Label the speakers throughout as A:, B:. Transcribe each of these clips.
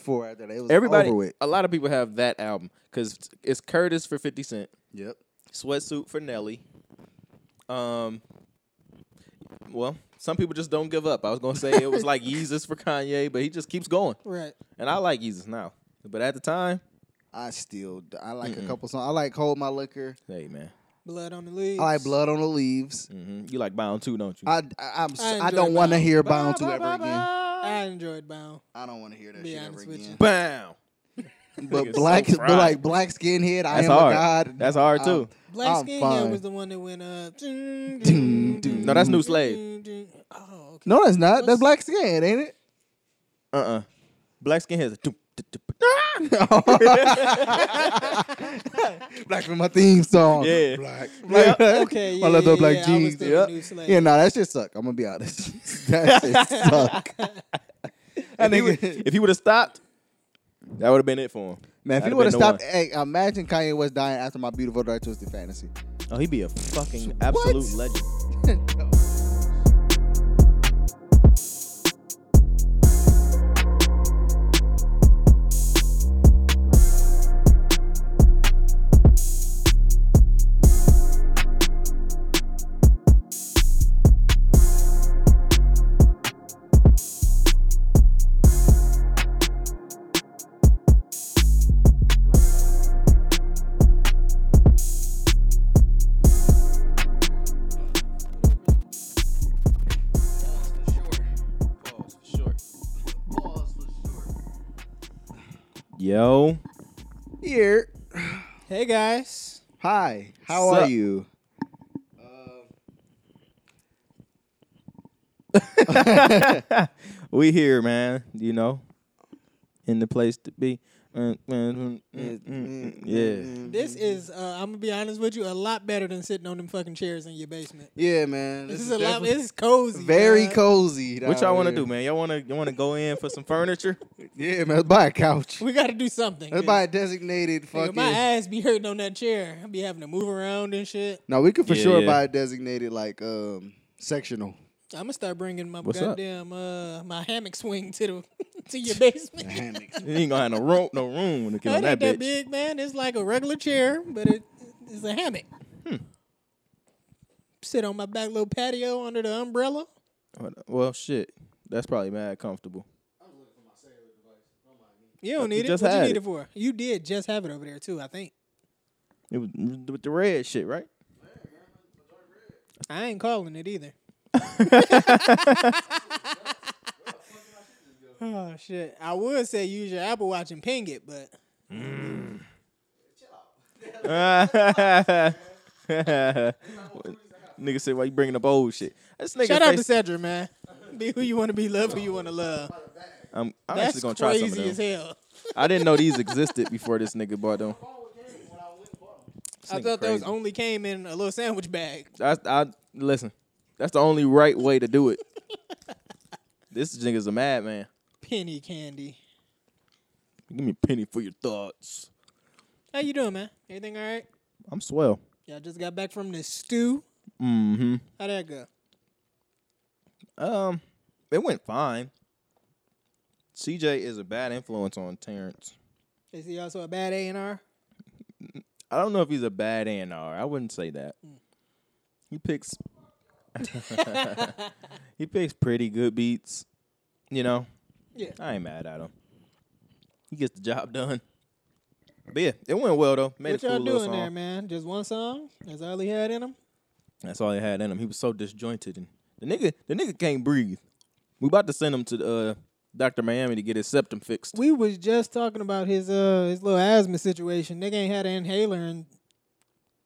A: four after that. It was
B: Everybody,
A: over with.
B: a lot of people have that album because it's Curtis for Fifty Cent,
A: Yep.
B: Sweatsuit for Nelly. Um, well, some people just don't give up. I was gonna say it was like Yeezus for Kanye, but he just keeps going,
A: Right.
B: and I like Yeezus now. But at the time,
A: I still I like a couple songs. I like Hold My Liquor.
B: hey man,
C: Blood on the leaves.
A: I like Blood on the Leaves.
B: hmm you like Bound too, don't you?
A: I, I am I,
C: enjoy
A: don't want to
C: Bound.
A: hear Bound to ever again.
C: I enjoyed Bound.
A: I don't want to hear that
C: Be
A: shit ever
C: honest with
A: again.
B: Bound.
A: But
B: Nigga's
A: black,
B: so
A: but
B: fried.
A: like black skinhead, I
B: That's
A: am
B: hard.
A: a god.
B: That's hard
A: I'm-
B: too.
C: Black
A: I'm
C: Skin
A: fine.
C: Gang was the one that went up.
A: Ding, ding.
B: No, that's New Slave.
C: Oh, okay.
A: No, that's not. That's black skinhead, ain't it?
B: Uh uh Black skin has a. doom, doom, doom, doom.
A: Oh, Black for my theme song.
B: Yeah.
A: Black.
C: okay, yeah,
A: I love the
C: yeah,
A: black
C: yeah, I was
A: jeans.
C: thinking
A: Yeah.
C: New Slave.
A: Yeah, nah, that shit suck. I'm gonna be honest. that shit suck. I
B: If he would-
A: think,
B: if he would have stopped, that would have been it for him.
A: man, if
B: That'd
A: you would have
B: been the
A: stopped,
B: one.
A: hey, imagine Kanye West dying after my beautiful dark twisted fantasy.
B: Oh, he'd be a fucking absolute legend. Yo,
A: Here.
C: Hey guys.
A: Hi. How
B: Sup?
A: are you?
B: we here, man. You know, in the place to be. Mm, mm, mm, mm, mm, mm. Yeah,
C: This is uh, I'm gonna be honest with you, a lot better than sitting on them fucking chairs in your basement.
A: Yeah, man.
C: This, is, a lot.
A: definitely
C: This is cozy.
A: Very
C: dog.
A: cozy.
B: what y'all want to
A: down
B: do, man? Y'all want to you want to go in for some furniture?
A: here. Yeah, man. Let's buy a couch.
C: We got to do something.
A: Let's buy a designated
C: Nigga,
A: fucking.
C: my ass be hurting on that chair. I be having to move around and shit.
A: No, we could for
B: Yeah,
A: sure
B: yeah.
A: buy a designated like um sectional.
C: I'm gonna start bringing my
B: What's up?
C: goddamn uh, my hammock swing to the to your basement.
A: Hammocks.
B: You ain't gonna have no room, no room to get
C: That
B: on that
C: ain't that
B: bitch.
C: big, man. It's like a regular chair, but it, it's a hammock.
B: Hmm.
C: Sit on my back little patio under the umbrella.
B: Hold on. Well, shit, that's probably mad comfortable.
C: You don't
B: you
C: need it.
B: just
C: What you
B: had
C: need it.
B: it.
C: for? You did just have it over there too, I think.
B: It was with the red shit, right?
C: I ain't calling it either. oh shit! I would say use your Apple Watch and ping it, but
B: nigga said, "Why you bringing up old shit?" This nigga
C: shout out to
B: face-
C: Cedric, man. Be who you want to be, love who you want to love.
B: I'm, I'm
C: That's
B: actually gonna try some
C: crazy
B: of
C: as
B: them.
C: hell.
B: I didn't know these existed before this nigga bought them. This
C: I
B: nigga
C: thought those
B: crazy.
C: only came in a little sandwich bag.
B: I, I listen. That's the only right way to do it. this nigga's a madman.
C: Penny candy.
B: Give me a penny for your thoughts.
C: How you doing, man? Everything all right?
B: I'm swell.
C: Y'all just got back from the stew.
B: Mm-hmm.
C: How'd that go?
B: Um, it went fine. CJ is a bad influence on Terrence.
C: Is he also a bad A and R?
B: I don't know if he's a bad A&R. I wouldn't say that.
C: Hmm.
B: He picks He picks pretty good beats. You know,
C: Yeah.
B: I ain't mad at him. He gets the job done. But yeah, it went well though. Made
C: What
B: a cool
C: y'all
B: little
C: doing
B: song.
C: there, man? Just one song? That's all he had in him?
B: That's all he had in him. He was so disjointed and the nigga the nigga can't breathe. We about to send him to uh Dr. Miami to get his septum fixed.
C: We was just talking about his uh his little asthma situation. Nigga ain't had an inhaler in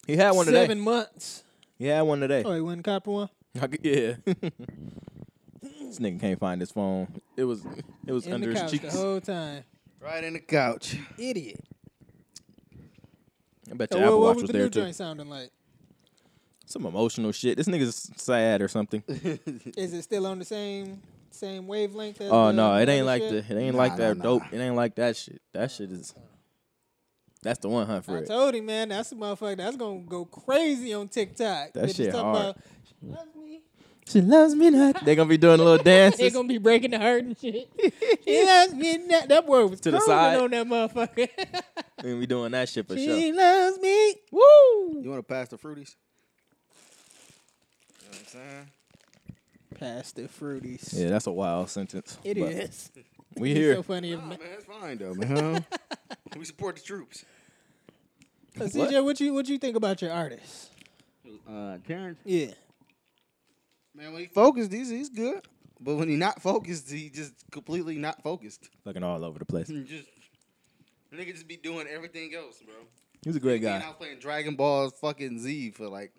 B: He had one
C: seven
B: today.
C: months.
B: He had one today.
C: Oh, he went and copped one.
B: I could- yeah. this nigga can't find his phone. It was it was
C: In
B: under
C: the
B: his
C: couch the
B: cheeks.
C: whole time.
A: right in the couch.
C: Idiot.
B: I bet
C: So
B: your
C: what,
B: Apple
C: what
B: Watch
C: was
B: was
C: the
B: there
C: new
B: too.
C: joint sounding like?
B: Some emotional shit. This nigga's sad or something.
C: Is it still on the same same wavelength as
B: Oh
C: the
B: no, it
C: other
B: ain't like
C: shit?
B: the it ain't
A: Nah,
B: like that
A: nah,
B: dope.
A: nah.
B: It ain't like that shit. That shit is that's the one, huh,
C: I
B: Fred?
C: told him, man, that's a motherfucker. That's gonna go crazy on TikTok.
B: That
C: Bitches
B: shit
C: talk
B: hard.
C: About, "She loves me. She loves me not.
B: They're gonna be doing a little dance.
D: They're gonna be breaking the heart and shit.
C: She loves me not. That boy was
B: To the
C: grooving
B: side.
C: on that motherfucker.
B: They're gonna be doing that shit for sure.
C: she loves me. Woo!
A: You want to pass the fruities? You know what I'm saying?
C: Past the fruities.
B: Yeah, that's a wild sentence.
C: It
B: but
C: is.
B: We
C: It's
B: here.
C: so funny. if-
A: Nah, man, it's fine though, man. we support the troops.
C: Uh, CJ, what you what you think about your artist?
A: Uh, Terrence,
C: Yeah.
A: man, when he focused, he's he's good. But when he not focused, he just completely not focused.
B: Looking all over the place.
A: He just nigga just be doing everything else, bro.
B: He's a great
A: Me and
B: guy.
A: I was playing Dragon Ball fucking Z for like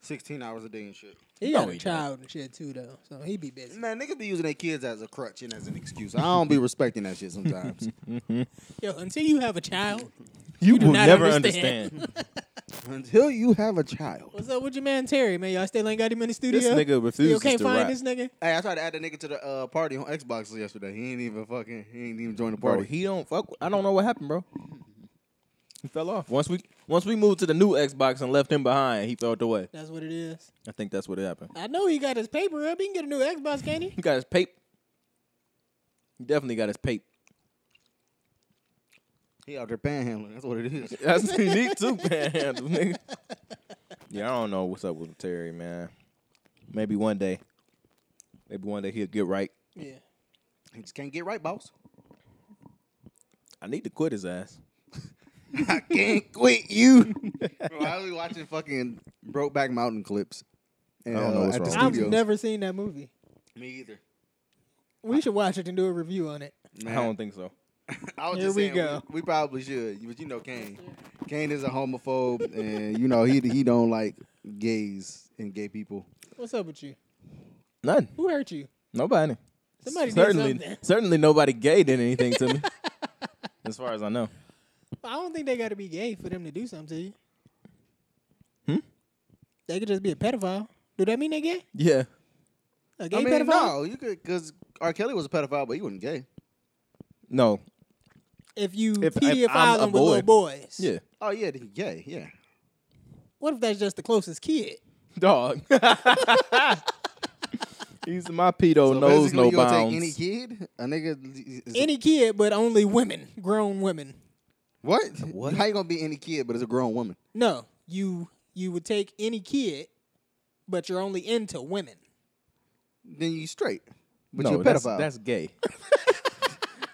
A: sixteen hours a day and shit.
C: He
B: No,
C: got a
B: he don't.
C: child and shit too though, so he be busy.
A: Man, niggas be using their kids as a crutch and as an excuse. I don't be respecting that shit sometimes.
C: Yo, until you have a child,
B: You,
D: do
B: will
D: not
B: never
D: understand.
B: understand.
A: Until you have a child.
C: what's up with your man Terry? Man, y'all still ain't got him in the studio.
B: this nigga
C: you
B: refuses
C: can't
B: to
C: find
B: rap.
C: this nigga.
A: Hey, I tried to add a nigga to the uh, party on Xbox yesterday. He ain't even fucking. He ain't even join the
B: Bro,
A: party.
B: he don't fuck. with- I don't know what happened, bro. He fell off. Once we once we moved to the new Xbox and left him behind, he fell away.
C: That's what it is.
B: I think that's what happened.
C: I know he got his paper up. He can get a new Xbox, can't he?
B: He got his pape. He definitely got his pape.
A: He out there panhandling. That's what it is.
B: That's what he need too, panhandle, nigga. Yeah, I don't know what's up with Terry, man. Maybe one day. Maybe one day he'll get right.
C: Yeah.
A: He just can't get right, boss.
B: I need to quit his ass.
A: I can't quit you. Bro, I was watching fucking Brokeback Mountain clips. And, uh,
B: I don't know what's
A: at the
B: wrong
C: I've
B: with
A: studios.
C: never seen that movie.
A: Me either.
C: We should watch it and do a review on it.
A: Man,
B: I don't think so.
A: I was
C: Here
A: just
C: we
A: saying,
C: go.
A: We, we probably should, but you know Kane. Kane is a homophobe, and you know he he don't like gays and gay people.
C: What's up with you?
B: None.
C: Who hurt you?
B: Nobody.
C: Somebody did
B: certainly
C: something.
B: certainly nobody gay did anything to me. as far as I know.
C: I don't think they got to be gay for them to do something to you. Hmm?
B: Hmm?
C: They could just be a pedophile. Do that mean they gay?
B: Yeah.
C: A gay
A: I mean,
C: pedophile?
A: no, you could because R. Kelly was a pedophile, but he wasn't gay.
B: No.
C: If you
B: If- if
C: pedophile
B: I'm a
C: them with little boys.
B: Yeah.
A: Oh yeah, he gay, yeah.
C: What if that's just the closest kid?
B: Dog. He's my pedo
A: So
B: knows
A: basically,
B: no
A: you gonna
B: bounds.
A: Take any kid, a nigga, is-
C: Any kid, but only women, grown women.
A: what? How you gonna be any kid, but it's a grown woman?
C: No, you you would take any kid, but you're only into women.
A: Then you straight, but
B: no,
A: you're a
B: that's,
A: pedophile.
B: that's gay.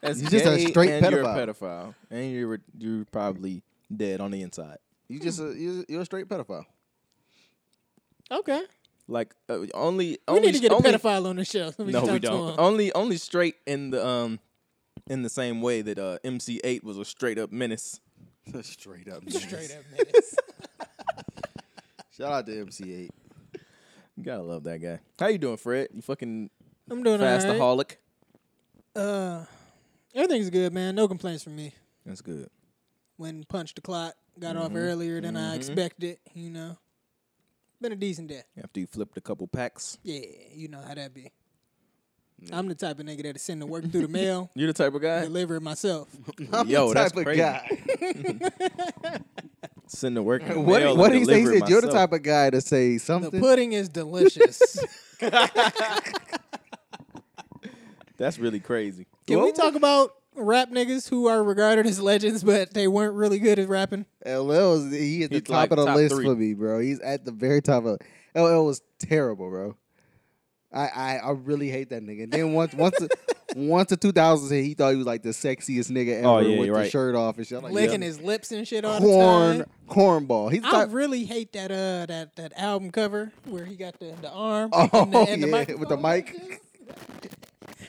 B: that's
A: You're just a
B: gay
A: straight
B: and You're a
A: pedophile.
B: pedophile, and you're you're probably dead on the inside.
A: you just a, you're, you're a straight pedophile.
C: Okay.
B: Like uh, only
C: We
B: only
C: need to get a
B: only,
C: pedophile on the show. so
B: No,
C: can
B: we
C: talk to
B: don't.
C: him.
B: Only only straight in the um in the same way that uh MC8 was a straight up menace.
A: straight up,
C: Straight up, man.
A: Shout out to MC8.
B: You gotta love that guy. How you doing, Fred? You fucking
C: I'm doing all right.
B: fastaholic.
C: Uh, everything's good, man. No complaints from me.
B: That's good.
C: When punched the clock, got
B: Mm-hmm.
C: off earlier than I expected. You know, been a decent day.
B: After you flipped a couple packs,
C: Yeah, you know how that be. I'm the type of nigga that'll send the work through the mail,
B: you're the type of guy.
C: deliver it myself.
A: I'm
B: Yo,
A: the
B: that's
A: type of
B: crazy.
A: guy.
B: Send to work. in the mail
A: What,
B: and
A: what did he say? He
B: deliver it
A: said, You're the
B: myself."
A: type of guy to say
C: The
A: something.
C: pudding is delicious.
B: That's really crazy.
C: Can we
B: Well,
C: talk about rap niggas who are regarded as legends, but they weren't really good at rapping?
A: LL, is- he at the
B: He's
A: top
B: like
A: of the
B: top
A: list
B: three.
A: for me, bro. He's at the very top of LL was terrible, bro. I, I, I really hate that nigga. And then once once the, once the 2000s hit, he thought he was like the sexiest nigga ever
B: Oh, yeah,
A: with
B: you're
A: the
B: right.
A: shirt off and shit. I'm Like,
C: Licking
A: yeah.
C: his lips and shit all the
A: corn
C: time.
A: cornball. He's the
C: I
A: type,
C: really hate that uh that, that album cover where he got the, the arm
A: oh
C: and the, and the
A: yeah, with the
C: microphone.
A: mic.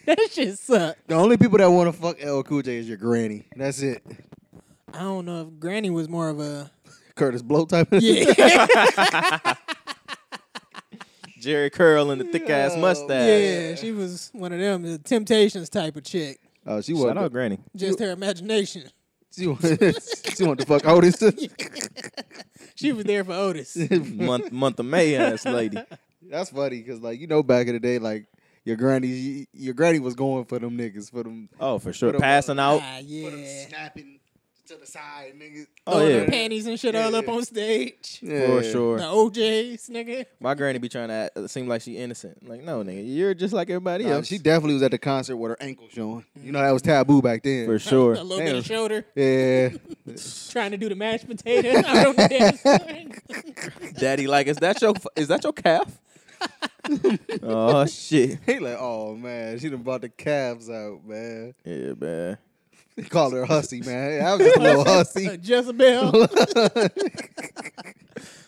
C: That shit sucked.
A: The only people that want to fuck LL Cool J is your granny. That's it.
C: I don't know if Granny was more of a
A: Curtis Blow type.
C: yeah
B: Jerry Curl and the thick ass
A: Yeah.
B: mustache.
C: yeah she was one of them the Temptations type of chick.
A: Oh, she
B: Shout out
A: wasn't.
B: Granny.
C: Just her imagination.
A: She wanted, she wanted to fuck Otis.
C: She was there for Otis.
B: month month of May ass lady.
A: That's funny because like you know back in the day like your granny your granny was going for them niggas for them
B: Oh, for sure.
A: Put 'em
B: Passing out.
C: ah yeah.
A: snapping to the side, nigga.
B: Oh,
C: Throwing
B: yeah.
C: their panties and shit all up on stage.
A: Yeah.
B: For sure.
C: The OJs, nigga.
B: My granny be trying to act, uh, seem like she innocent. I'm like, no, nigga, you're just like everybody
A: Nah,
B: else.
A: she definitely was at the concert with her ankle showing. You know that was taboo back then.
B: Mm-hmm. for sure.
C: A little bit
A: Damn.
C: of shoulder.
A: Yeah.
E: Trying to do the mashed potato out on the dance floor.
B: Daddy, like, is that your is that your calf? oh shit.
A: he like, oh man, she done brought the calves out, man.
B: Yeah, man.
A: They called her hussy, man. I was just a little
C: Uh,
A: hussy.
C: Jezebel.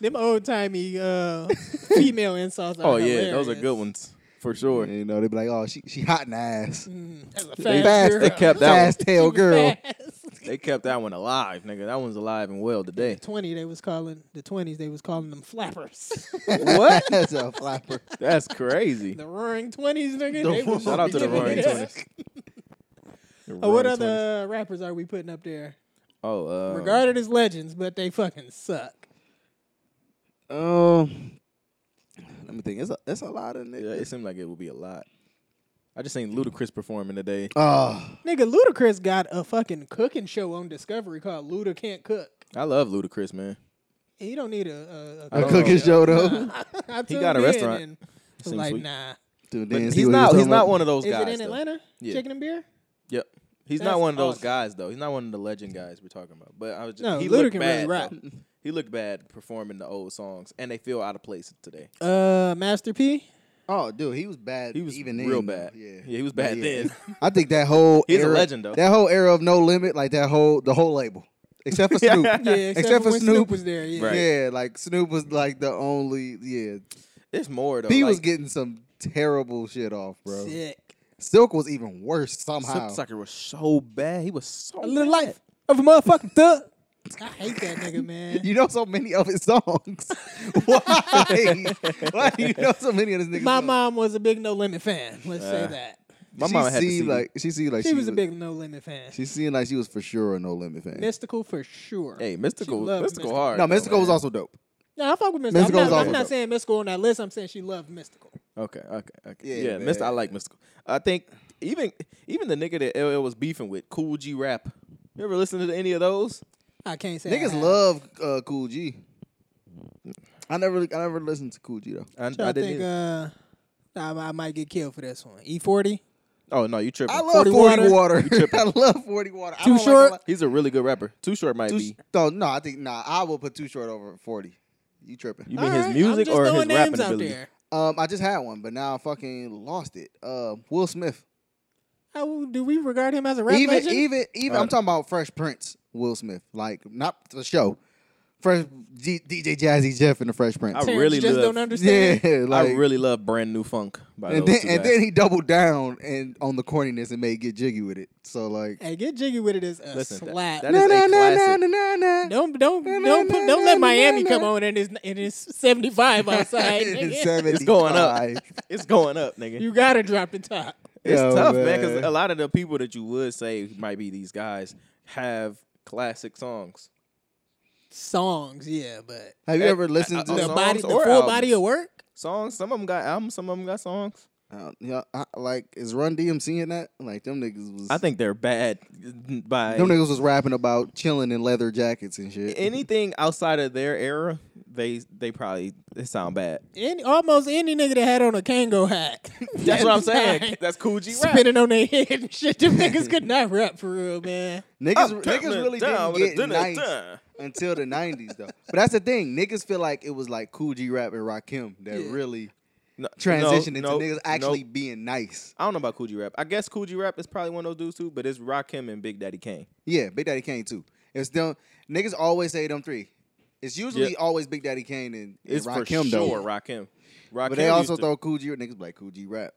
C: Them old timey uh, female insults. Are
B: Oh yeah, those are
C: hilarious.
B: good ones for sure.
A: you know, they be like, oh, she she hot in the ass.
C: Mm, that's a
B: They-
C: fast
A: Fast,
C: girl.
B: they kept that one.
A: fast tail girl.
E: Fast.
B: They kept that one alive, nigga. That one's alive and well today.
C: Twenty, they was calling the twenties. They was calling them flappers.
B: What?
A: That's a flapper.
B: That's crazy.
C: the Roaring Twenties, nigga.
A: The
C: they was
B: Shout out to the
C: giving
B: Roaring
C: it up.
B: Twenties.
C: Oh, what other rappers are we putting up there?
B: Oh, uh,
C: Regarded as legends, but they fucking suck.
A: Um, let me think. It's a it's a lot of
B: yeah,
A: niggas.
B: it seemed like it would be a lot. I just seen Ludacris performing today.
A: Oh,
C: Nigga, Ludacris got a fucking cooking show on Discovery called Luda Can't Cook.
B: I love Ludacris, man.
C: He don't need a, a,
B: I
A: a
B: don't
A: cooking
B: know.
A: show though.
C: I
B: He
C: tuned
B: got a
C: in
B: restaurant.
C: and was
B: Seems
C: like,
B: sweet.
C: nah.
A: Dude,
B: But
A: then
B: he's
A: see what he was
B: not. He's
A: talking
B: not
A: about.
B: one of those
C: Is
B: guys.
C: it in
B: though.
C: Atlanta?
B: Yeah.
C: Chicken and beer?
B: Yep. He's
C: That's
B: not one of those
C: awesome.
B: guys though. He's not one of the legend guys we're talking about. But I was just
C: No,
B: he
C: Luda
B: looked
C: can
B: bad.
C: really rap.
B: though. He looked bad performing the old songs, and they feel out of place today.
C: Uh, Master P?
A: Oh, dude, he was bad.
B: He was
A: even
B: real
A: then,
B: bad.
A: though. Yeah,
B: Yeah, he was bad then.
A: I think that whole
B: He's a
A: era,
B: legend, though.
A: That whole era of No Limit, like that whole the whole label, except for Snoop.
B: Yeah,
C: Yeah, except,
A: Except
C: for
A: for
C: when Snoop.
A: Snoop.
C: was there. Yeah.
B: Right.
A: Yeah, like Snoop was like the only. Yeah,
B: It's more though.
A: he was
B: like,
A: getting some terrible shit off, bro.
C: Sick.
A: Silk was even worse
B: Silk
A: somehow.
B: Sucker was so bad. He was so
C: A little
B: bad.
C: life of a motherfucking thug. I hate that nigga, man.
A: You know so many of his songs. Why? Why do you know so many of this niggas?
C: My
A: songs?
C: mom was a big No Limit fan. Let's say
B: Uh,
C: that.
B: My
A: she
B: mom had to
A: see
B: see
A: like she see like
C: She, was a big No Limit fan.
A: She seemed like she was for sure a No Limit fan.
C: Mystical for sure.
B: Hey, mystical,
C: loved
B: mystical,
C: Mystical.
B: hard.
A: no,
B: though,
A: Mystical was
B: man.
A: also dope.
C: No, I fuck with Mystical.
A: Mystical
C: I'm
A: is
C: not,
A: also
C: I'm not
A: dope.
C: saying Mystical on that list. I'm saying she loved Mystical.
B: Okay, okay, okay.
A: Yeah,
B: Yeah, Mr.
A: man.
B: I like Mystical. I think even even the nigga that LL was beefing with, Cool G Rap. You ever listen to any of those?
C: I can't say. I
A: Niggas
C: have.
A: love uh, Cool G. I never, I never listened to Cool G though.
B: I, I
C: I
B: didn't.
C: think
B: either.
C: uh, I, I might get killed for this one. E E40.
B: oh no, you tripping?
A: I love
C: 40
A: Forty
C: Water.
A: Water.
B: tripping.
A: I love Forty Water. I
C: Too
A: don't
C: short?
A: Like
B: He's a really good rapper. Too short might
A: a lot-
B: be.
A: too, no, no, I think nah. I will put Too Short over Forty. You tripping?
B: You mean
C: Alright,
B: his music
C: I'm just
B: or his
C: throwing
B: rapping
C: names out
B: ability?
C: there.
A: Um, I just had one, but now I fucking lost it. Uh, Will Smith.
C: How do we regard him as a rap
A: even,
C: legend?
A: even, even.
B: Uh,
A: I'm talking about Fresh Prince. Will Smith, like not the show. Fresh G, DJ Jazzy Jeff and the Fresh Prince.
B: I
C: Terrence
B: really
C: just
B: love-
C: don't understand.
A: Yeah,
C: it.
A: like
B: I really love Brand New Funk by
A: and
B: those
A: then
B: two
A: and
B: guys.
A: then he doubled down and on the corniness and made get jiggy with it. So like,
C: Hey, get jiggy with it is a
B: Listen, that-
C: slap.
B: that is- a classic.
A: na, na.
C: don't don't
A: Na, na,
C: don't put,
A: na,
C: don't
A: na,
C: let
A: na,
C: Miami
A: na.
C: come on and it's and it's 75 outside.
A: It is
C: nigga.
A: 75.
B: going up. it's going up, nigga.
C: you gotta drop the top.
B: It's
A: Yo,
B: tough, man, because
A: man.
B: a lot of the people that you would say might be these guys have classic songs.
C: Songs, yeah, but
A: Have you
B: Hey,
A: ever listened
B: I-
A: to
B: I-
C: the
B: Oh, songs
C: body, the full
B: or albums.
C: body of work.
B: Songs, some of them got albums, some of them got songs.
A: Uh, yeah, I, like is Run DMC in that? Like them niggas was.
B: I think they're bad by
A: them niggas was rapping about chilling in leather jackets and shit.
B: anything outside of their era. They they probably they sound bad.
C: Any, almost any nigga that had on a Kango hat.
B: That's what I'm saying.
C: Right.
B: That's cool G rap.
C: Spinning on their head and shit. Them niggas could not rap for real, man.
A: niggas,
B: I'm
A: niggas
B: coming
A: really
B: Oh,
A: didn't
B: down with a
A: get
B: dinner
A: nice
B: time.
A: until the nineties though. But that's the thing. Niggas feel like it was like Cool G Rap and Rakim that
C: Yeah.
A: really
B: No,
A: transitioned
B: no,
A: into
B: no,
A: niggas actually being nice.
B: I don't know about Coogee Rap. I guess Coogee Rap is probably one of those dudes too, but it's Rakim and Big Daddy Kane.
A: Yeah, Big Daddy Kane too. It's them niggas always say them three. It's usually
B: Yeah.
A: always Big Daddy Kane and, and
B: It's for
A: Rakim though.
B: sure Rakim. Rakim.
A: But they also
B: used to-
A: throw Cool G niggas be like Cool G rap.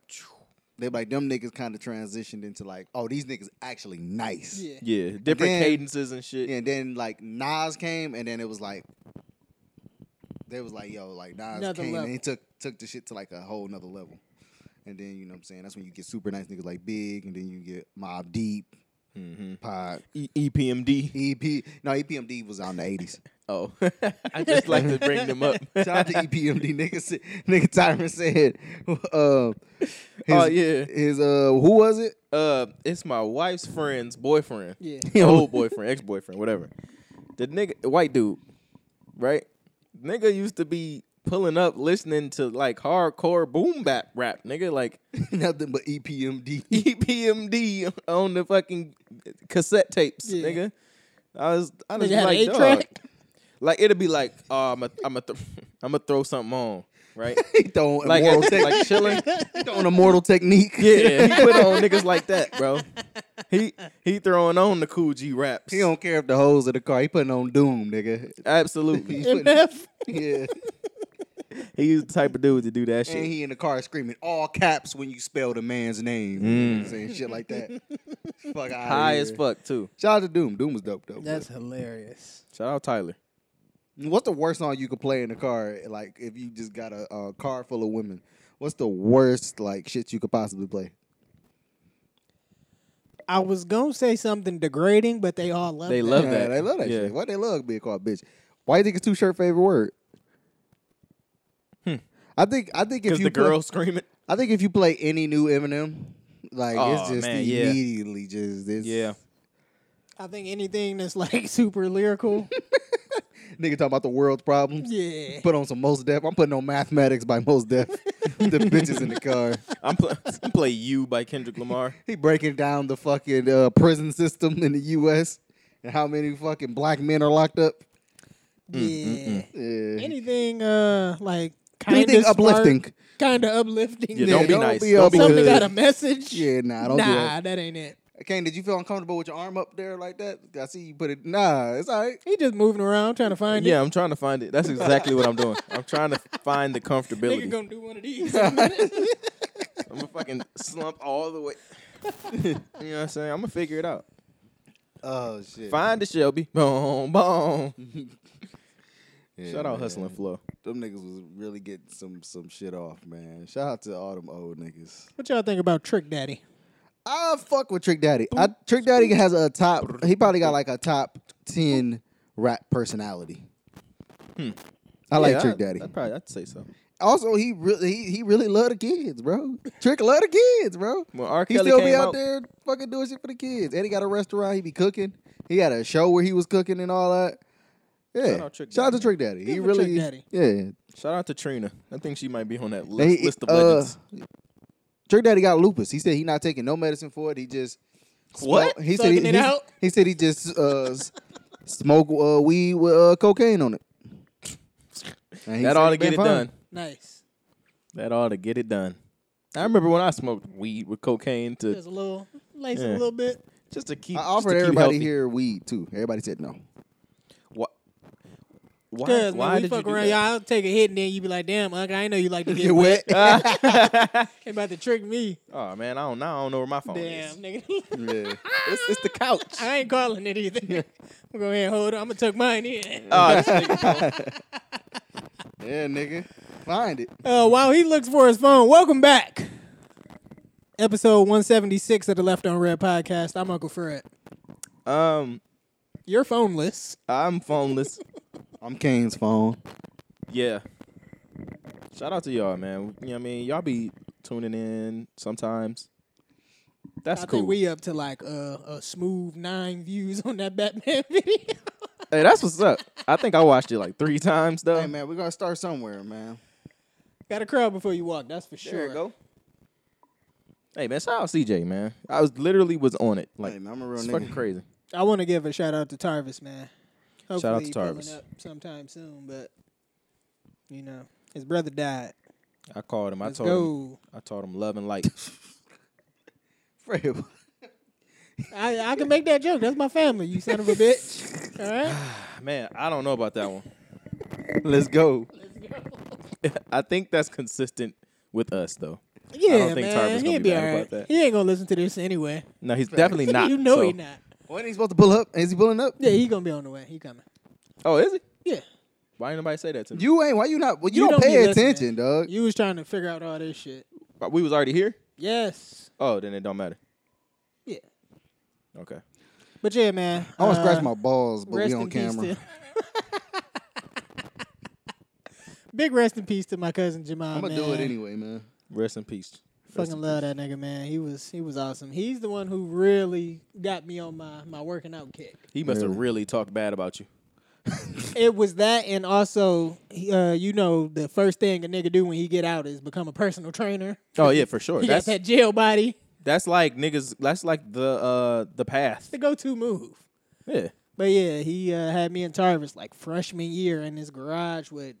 A: They be like them niggas kind of transitioned into like, oh, these niggas actually nice.
C: Yeah.
B: yeah different
A: then-
B: cadences and shit.
A: And then like Nas came, and then it was like they was like, yo, like Nas
C: Another
A: came,
C: level.
A: and he took took the shit to like a whole nother level. And then you know what I'm saying? That's when you get super nice niggas like Big, and then you get Mob Deep,
B: Mm-hmm.
A: Pod,
B: E- EPMD.
A: E EP. No, EPMD was out in the 80s.
B: Oh, I just like to bring them up.
A: Shout out to E EPMD nigga. said- Nigga Tyron said, uh, his,
B: Oh, yeah.
A: his uh, who was it?
B: Uh, it's my wife's friend's boyfriend.
C: Yeah.
B: old boyfriend, ex boyfriend, whatever. The nigga, white dude, right? Nigga used to be pulling up, listening to like hardcore boom bap rap, nigga, like E
A: Nothing but E EPMD.
B: EPMD on the fucking cassette tapes,
C: Yeah.
B: nigga. I was, I was
C: Nigga had an
B: like,
C: eight
B: dog.
C: track.
B: like it'll be like, oh, I'm a, I'm a, th- I'm gonna throw something on, right?
A: he throwing
B: Like,
A: immortal, tech-
B: like chilling.
A: he throwing immortal technique.
B: Yeah, he put on niggas like that, bro. He he throwing on the cool G raps.
A: He don't care if the hoes of the car. He putting on doom, nigga.
B: Absolutely.
C: MF.
A: Yeah,
B: He's the type of dude to do that
A: and
B: shit.
A: he in the car screaming all caps when you spell the man's name,
B: Mm.
A: saying shit like that. fuck outta
B: High as
A: here.
B: fuck too.
A: Shout out to Doom. Doom was dope though.
C: That's hilarious.
B: Shout out Tyler.
A: What's the worst song you could play in the car? Like if you just got a, a car full of women, what's the worst like shit you could possibly play?
C: I was gonna say something degrading, but they all love.
B: They
C: that.
B: love
A: Yeah,
B: that.
A: They love that
B: Yeah.
A: shit. Why they love being called bitch? Why you think it's two shirt favorite word? I think I think if
B: Because
A: you
B: Hmm. the
A: play-
B: girl screaming.
A: I think if you play any new Eminem, like it's
B: Aw,
A: just
B: man, yeah.
A: immediately just this
B: Yeah.
C: I think anything that's like super lyrical.
A: nigga talking about the world's problems.
C: yeah.
A: Put on some most def. I'm putting on mathematics by most def. the bitches in the car.
B: I'm, pl- I'm play You by Kendrick Lamar.
A: He breaking down the fucking uh, prison system in the U.S. and how many fucking black men are locked up.
B: mm,
C: yeah.
A: Yeah.
C: Anything uh like kind
A: Anything
C: of
A: uplifting.
C: Kind of uplifting.
B: Yeah, don't be nice.
A: all
B: Don't be
C: Something
A: hood.
C: got a message.
A: Yeah, nah, don't do
C: nah,
A: that.
C: that ain't it.
A: Kane, did you feel uncomfortable with your arm up there like that? I see you put it. Nah, it's all right.
C: He just moving around trying to find
B: Yeah, I'm trying to find it. That's exactly what I'm doing. I'm trying to find the
C: it. Nigga
B: comfortability.
C: gonna do one of these. in a minute.
B: I'm gonna fucking slump all the way. you know what I'm saying? I'm gonna figure it out.
A: Oh shit!
B: Find it, Shelby. Boom, boom.
A: Yeah,
B: Shout out
A: man.
B: Hustling Flow.
A: Them niggas was really getting some some shit off, man. Shout out to all them old niggas.
C: what y'all think about Trick Daddy?
A: I fuck with Trick Daddy. I, Trick Daddy has a top. He probably got like a top ten rap personality. I like
B: Hmm. Yeah,
A: Trick
B: I-
A: Daddy.
B: I'd probably I'd say so.
A: Also, he really he, he really love the kids, bro. Trick love the kids, bro.
B: When R.
A: He
B: Kelly
A: still
B: came
A: be out
B: out-
A: there fucking doing shit for the kids. And he got a restaurant. He be cooking. He had a show where he was cooking and all that. Yeah.
B: Shout out Trick
A: to
B: Daddy.
A: Trick Daddy. He
C: Give it
A: really
C: Trick Daddy.
A: yeah.
B: Shout out to Trina. I think she might be on that
A: And
B: list,
A: he-
B: list of
A: uh,
B: legends.
A: Trick Daddy got lupus. He said he not taking no medicine for it. He just
B: What?
A: He said he,
C: Sucking it
A: he-
C: out?
A: he said he just uh, s- smoke uh, weed with uh, cocaine on it. And he
B: That
A: said
B: ought
A: he
B: to get
A: been
B: it
A: fine.
B: done.
C: Nice.
B: That ought to get it done. I remember when I smoked weed with cocaine to
C: Just a little, lace
B: Yeah.
C: a little bit.
B: just to keep.
A: I
B: just to
A: offered
B: keep
A: everybody
B: healthy.
A: here weed too. Everybody said no.
B: Why? Why,
C: Cause
B: why
C: man, we
B: did
C: fuck
B: you do
C: around,
B: that?
C: y'all I'll take a hit and then you be like, "Damn, Uncle, I ain't know you like to get wet. They about to trick me."
B: oh man, I don't know. I don't know where my phone
C: Damn,
B: is.
C: nigga,
A: Yeah.
B: It's, it's the couch.
C: I ain't calling it either. I'm gonna go ahead and hold it. I'm gonna tuck mine in.
B: Oh, this nigga-
A: yeah, nigga. Find it.
C: Uh, while he looks for his phone, welcome back. Episode 176 of the Left on Red podcast. I'm Uncle Fred.
B: um,
C: You're phoneless.
B: I'm phoneless.
A: I'm Kane's phone.
B: Yeah. Shout out to y'all, man. You know what I mean? Y'all be tuning in sometimes. That's
C: I
B: cool.
C: think we up to like uh, a smooth nine views on that Batman video.
B: hey, that's what's up. I think I watched it like three times though.
A: Hey man, we gotta start somewhere, man.
C: Got a crowd before you walk. That's for sure.
B: There you go. Hey man, shout out CJ, man. I was literally was on it. Like
A: Hey man, I'm a real
B: it's
A: nigga.
B: fucking crazy.
C: I want to give a shout out to Tarvis, man. Hopefully
B: Shout out to
C: he pulling
B: Tarvis.
C: up sometime soon, but you know his brother died.
B: I called him. I
C: Let's
B: told him.
C: go.
B: I told him love and light.
A: Fred,
C: I, I can make that joke. That's my family. You son of a bitch. All right.
B: man, I don't know about that one.
A: Let's go.
B: I think that's consistent with us though.
C: Yeah,
B: don't think Tarvis
C: man.
B: gonna
C: He'll
B: be
C: be all
B: mad
C: right.
B: about that.
C: He ain't gonna listen to this anyway.
B: No, he's definitely
A: Ah,
B: not.
C: you know
B: so-
C: he not.
A: When he supposed to pull up? Is he pulling up?
C: Yeah, he gonna be on the way. He coming.
B: Oh, is he?
C: Yeah.
B: Why ain't nobody say that to me?
A: You ain't. Why you not? Well, you,
C: You
A: don't,
C: don't be
A: pay
C: listening.
A: attention, dog.
C: You was trying to figure out all this shit.
B: But Uh, we was already here.
C: Yes.
B: Oh, then it don't matter.
C: Yeah.
B: Okay.
C: But yeah, man.
A: I want
C: uh,
A: to scratch my balls, but we
C: rest in
A: on
C: peace
A: camera.
C: to- Big rest in peace to my cousin Jamal.
A: I'm gonna
C: man.
A: do it anyway, man.
B: Rest in peace. Rest
C: Fucking
B: in
C: love that nigga, man. He was he was awesome. He's the one who really got me on my my working out kick.
B: peace. He must have
A: Really.
B: really talked bad about you.
C: It was that, and also, he- uh, you know, the first thing a nigga do when he get out is become a personal trainer.
B: Oh yeah, for sure.
C: He
B: That's
C: got that jail body.
B: that's like niggas. That's like the uh the path.
C: The go to move.
B: Yeah.
C: But yeah, he uh, had me and Tarvis like freshman year in his garage with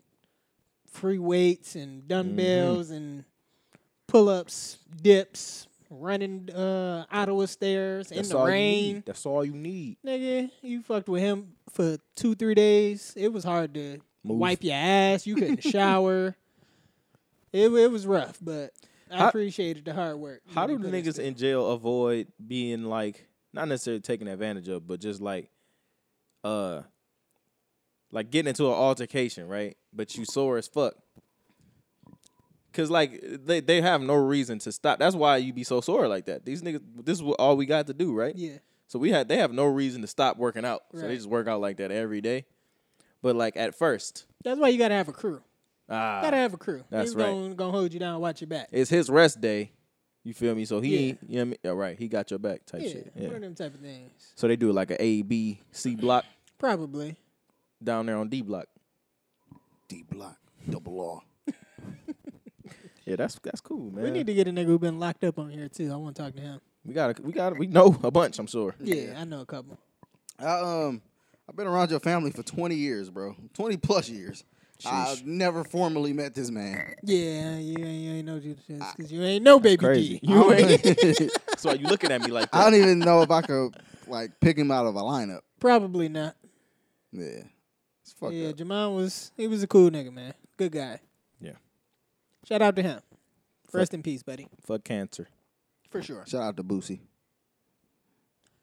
C: free weights and dumbbells
B: Mm-hmm.
C: and pull ups, dips, running uh, Ottawa stairs in
B: That's
C: the
B: all You
C: rain.
B: need. That's all you need.
C: Nigga, you fucked with him for two, three days. It was hard to
B: Move.
C: wipe your ass. You couldn't shower. It, wa- it was rough, but I
B: How-
C: appreciated the hard work.
B: How
C: that
B: do
C: he
B: the
C: put
B: niggas
C: into it.
B: in jail avoid being like not necessarily taken advantage of, but just like uh like getting into an altercation, right? But you sore as fuck. Cause like they, they have no reason to stop. That's why you be so sore like that. These niggas this is what all we got to do, right?
C: Yeah.
B: So we had they have no reason to stop working out. So they
C: Right.
B: just work out like that every day. But like at first,
C: That's why you gotta have a crew.
B: ah,
C: Gotta have a crew.
B: that's
C: Niggas
B: right.
C: Gonna, gonna hold you down, watch your back.
B: it's his rest day. You feel me? So he, you
C: Yeah.
B: know what I mean? Yeah, right. He got your back type
C: Yeah,
B: shit. Yeah.
C: one of them type of things.
B: So they do like a A, B, C block
C: Probably.
B: down there on D block.
A: D block, double R.
B: Yeah, that's that's cool, man.
C: We need to get a nigga who been locked up on here too. I want to talk to him.
B: we got we got we know a bunch. I'm sure.
C: Yeah, I know a couple.
A: I, um, I've been around your family for 20 years, bro. 20 plus years. I've never formally met this man.
C: Yeah, you ain't, you ain't know you because you ain't no baby
B: Ah, Crazy.
C: G.
B: You ain't. that's why you looking at me like
A: I
B: that.
A: don't even know if I could like pick him out of a lineup.
C: Probably not.
A: Yeah, it's fucked
C: yeah,
A: up.
C: Jamon was he was a cool nigga, man. Good guy.
B: Yeah.
C: Shout out to him. Rest in peace, buddy.
B: Fuck cancer.
C: For sure.
A: Shout out to Boosie.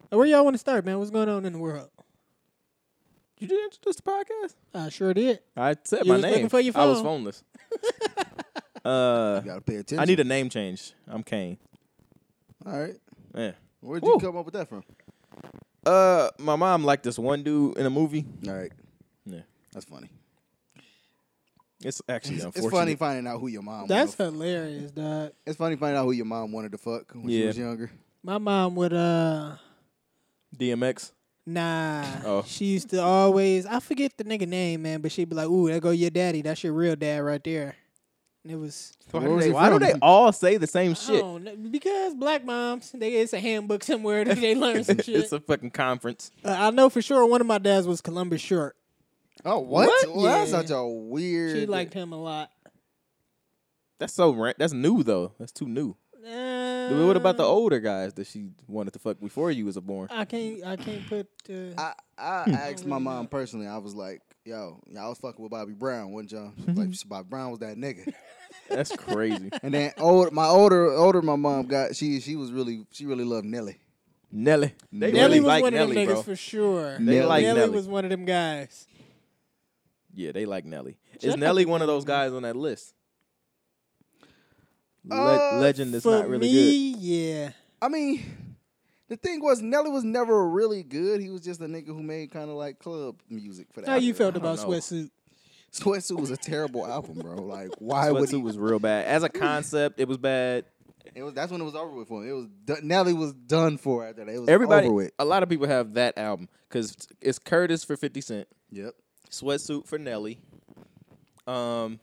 C: Where y'all want to start, man? What's going on in the world?
B: You did introduce the podcast.
C: I sure did.
B: I said
C: You
B: my
C: was
B: name.
C: looking for your
B: I was
C: phone.
B: phoneless. uh,
A: You gotta pay attention.
B: I need a name change. I'm Kane.
A: All right,
B: Yeah.
A: where'd you
B: Woo.
A: come up with that from?
B: Uh, my mom liked this one dude in a movie.
A: All right,
B: Yeah.
A: that's funny.
B: It's actually
A: It's,
B: unfortunate.
A: funny finding out who your mom.
C: That's
A: wanted.
C: hilarious, dog.
A: it's funny finding out who your mom wanted to fuck when she
B: Yeah.
A: was younger.
C: My mom would uh
B: DMX.
C: Nah.
B: Oh.
C: She used to always I forget the nigga name, man, but she'd be like, Ooh, there go your daddy. That's your real dad right there. And it was
B: Why,
A: Where
B: do
A: was
B: they,
A: he
B: why do
A: from?
B: they all say the same
C: I
B: shit?
C: don't know, because black moms, they it's a handbook somewhere that they learn some shit.
B: It's a fucking conference.
C: Uh, I know for sure one of my dads was Columbus Short.
A: Oh, what?
C: What?
A: Well, That's
C: Yeah.
A: such a weird.
C: She liked him a lot.
B: That's so rant. That's new though. That's too new. But what
C: Um,
B: about the older guys that she wanted to fuck before you was born?
C: Uh, I can't I can't put uh,
A: I, I asked my mom personally. I was like, "Yo, y'all was fucking with Bobby Brown, wasn't y'all?" She was like, Bobby Brown was that nigga.
B: That's crazy.
A: And then old, my older, older, my mom got she. She was really, she really loved Nelly.
B: Nelly. They
A: Nelly
B: really
C: was
B: like
C: one
B: Nelly,
C: of them
B: bro.
C: niggas for sure.
A: They
C: Nelly,
A: like
B: Nelly.
C: was one of them guys.
B: yeah, they like Nelly. Is Nelly one of those guys on that list? Le-
A: Uh,
B: legend is
C: for
B: not really
C: me, yeah.
A: I mean, the thing was, Nelly was never really good. He was just a nigga who made kind of like club music for that.
C: How you
A: era.
C: felt about
B: know.
C: sweatsuit?
A: Sweatsuit was a terrible album, bro. Like, why
B: good.
A: would
B: Sweatsuit
A: he?
B: was real bad. As a concept, it was bad.
A: It was that's when it was over with for him. It was do- Nelly was done for after that. It was
B: Everybody,
A: over with.
B: a lot of people have that album because it's Curtis for Fifty Cent,
A: Yep.
B: Sweatsuit for Nelly. Um,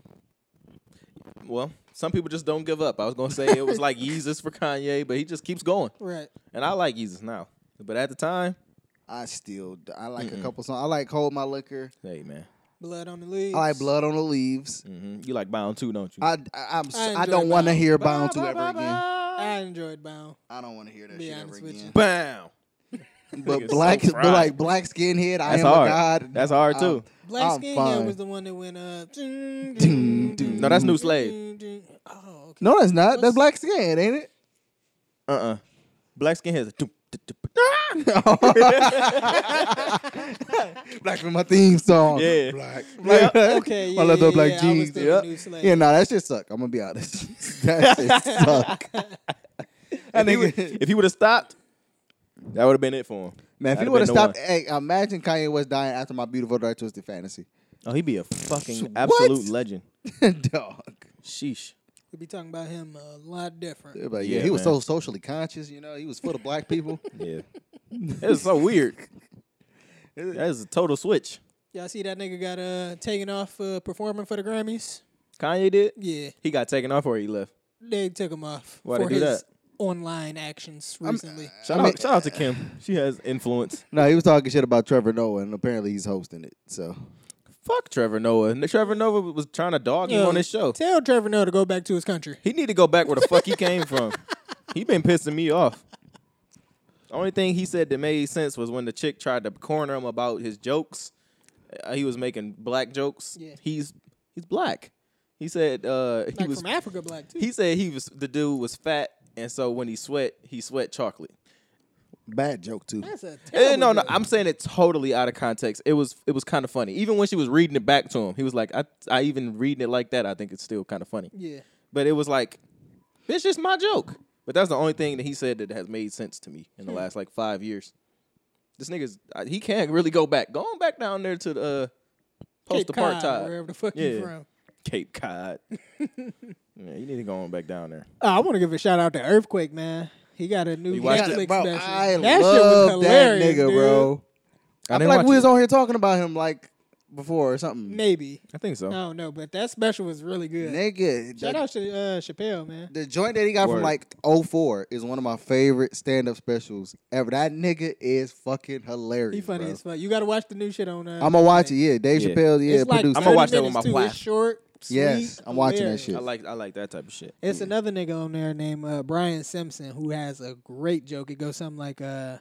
B: well, some people just don't give up. I was gonna say it was like Yeezus for Kanye, but he just keeps going.
C: Right.
B: And I like Yeezus now, but at the time,
A: I still d- I like a couple songs. I like Hold My Liquor.
B: hey man,
C: Blood on the leaves.
A: I like Blood on the Leaves.
B: hmm you like Bound too, don't you?
A: I I, am I,
C: enjoy
A: don't want to
C: Bound.
A: hear Bound to ever again.
C: I enjoyed Bound.
A: I don't want to hear that
C: Be
A: shit ever
C: honest with
A: again.
C: you.
B: Bound.
A: But
B: Nigga's
A: black,
B: so
A: but
B: fried.
A: like black skinhead, I
B: That's
A: am
B: hard.
A: a god. Uh,
B: That's hard
A: I'm-
B: too.
C: Black
A: I'm
C: Skin
A: fine.
C: Man was the one that went uh ding,
A: Ding, ding.
B: No, that's New Slave.
C: ding, ding. Oh, okay.
A: No, that's not. That's black skinhead, ain't it?
B: Uh uh Black skin has a. doop, doop, doop.
A: Black for my theme song.
B: Yeah.
A: Black. black.
C: Okay, yeah,
A: I love the
C: yeah,
A: black
C: yeah, I was
A: jeans.
C: thinking
A: Yeah.
C: New Slave.
A: Yeah, nah, that shit suck. I'm gonna be honest. that shit suck. That
B: If he would-
A: nigga-
B: If he would have stopped, that would have been it for him.
A: man, if
B: That'd
A: you would have
B: been the
A: stopped, hey, imagine Kanye West dying after my beautiful dark twisted fantasy.
B: Oh, he be a fucking
A: What?
B: absolute legend.
A: Dog.
B: Sheesh.
C: We'll be talking about him a lot different.
A: But yeah,
B: Yeah,
A: he was
B: man.
A: so socially conscious, you know. He was for the black people.
B: Yeah. it's so weird. That is a total switch.
C: Y'all see that nigga got uh taken off uh, performing for the Grammys?
B: Kanye did.
C: Yeah,
B: He got taken off or he left.
C: they took him off
B: Why'd
C: for
B: they do
C: his
B: that?
C: online actions recently.
B: Shout,
A: I mean-
B: out, shout out to Kim. She has influence.
A: no, he was talking shit about Trevor Noah, and apparently he's hosting it. So
B: Fuck Trevor Noah. And Trevor Noah was trying to dog him
C: Yo,
B: on his show.
C: Tell Trevor Noah to go back to his country.
B: He need to go back where the fuck he came from. He been pissing me off. Only thing he said that made sense was when the chick tried to corner him about his jokes. Uh, he was making black jokes.
C: Yeah.
B: He's he's black. He said uh, he
C: Like
B: was
C: from Africa, black too.
B: he said he was the dude was fat and so when he sweat he sweat chocolate.
A: bad joke too.
C: That's a
B: Eh,
C: terrible
B: no, no,
C: joke.
B: I'm saying it totally out of context. It was it was kind of funny. Even when she was reading it back to him, he was like, I I even reading it like that, I think it's still kind of funny.
C: Yeah,
B: But it was like, bitch, it's my joke. But that's the only thing that he said that has made sense to me
C: Hmm.
B: in the last like five years. This nigga's uh, he can't really go back. Go on back down there to the uh, post
C: Cape Cod,
B: apartheid
C: wherever the fuck
B: Yeah.
C: you from.
B: Cape Cod. yeah, you need to go on back down there.
C: Oh, I want to give a shout out to Earthquake, man. He got a new
B: You watched
C: Netflix
B: it?
A: bro,
C: special.
A: I
C: that shit
A: love
C: was
A: that
C: hilarious,
A: nigga,
C: dude.
A: bro.
B: I
A: I, feel
B: didn't
A: like
B: watch
A: we was
B: it.
A: on here talking about him like before or something.
C: Maybe
B: I think so.
C: I don't know, but that special was really good.
A: Nigga,
C: Shout
A: the,
C: out to uh, Chappelle, man.
A: the joint that he got
B: Word.
A: from like 04 is one of my favorite stand up specials ever. That nigga is fucking hilarious.
C: He funny
A: bro.
C: as fuck. You got to watch the new shit on. Uh,
A: I'm gonna watch it. Yeah, Dave
B: Yeah.
A: Chappelle. Yeah,
C: It's like
A: produced.
B: I'ma
A: it.
B: watch that with
C: minutes,
B: my
C: too. It's
B: wife.
C: short. Sweet,
A: Yes, I'm watching that
C: hilarious.
A: shit.
B: I like I like that type of shit.
C: It's another nigga on there named uh, Brian Simpson who has a great joke. It goes something like, uh,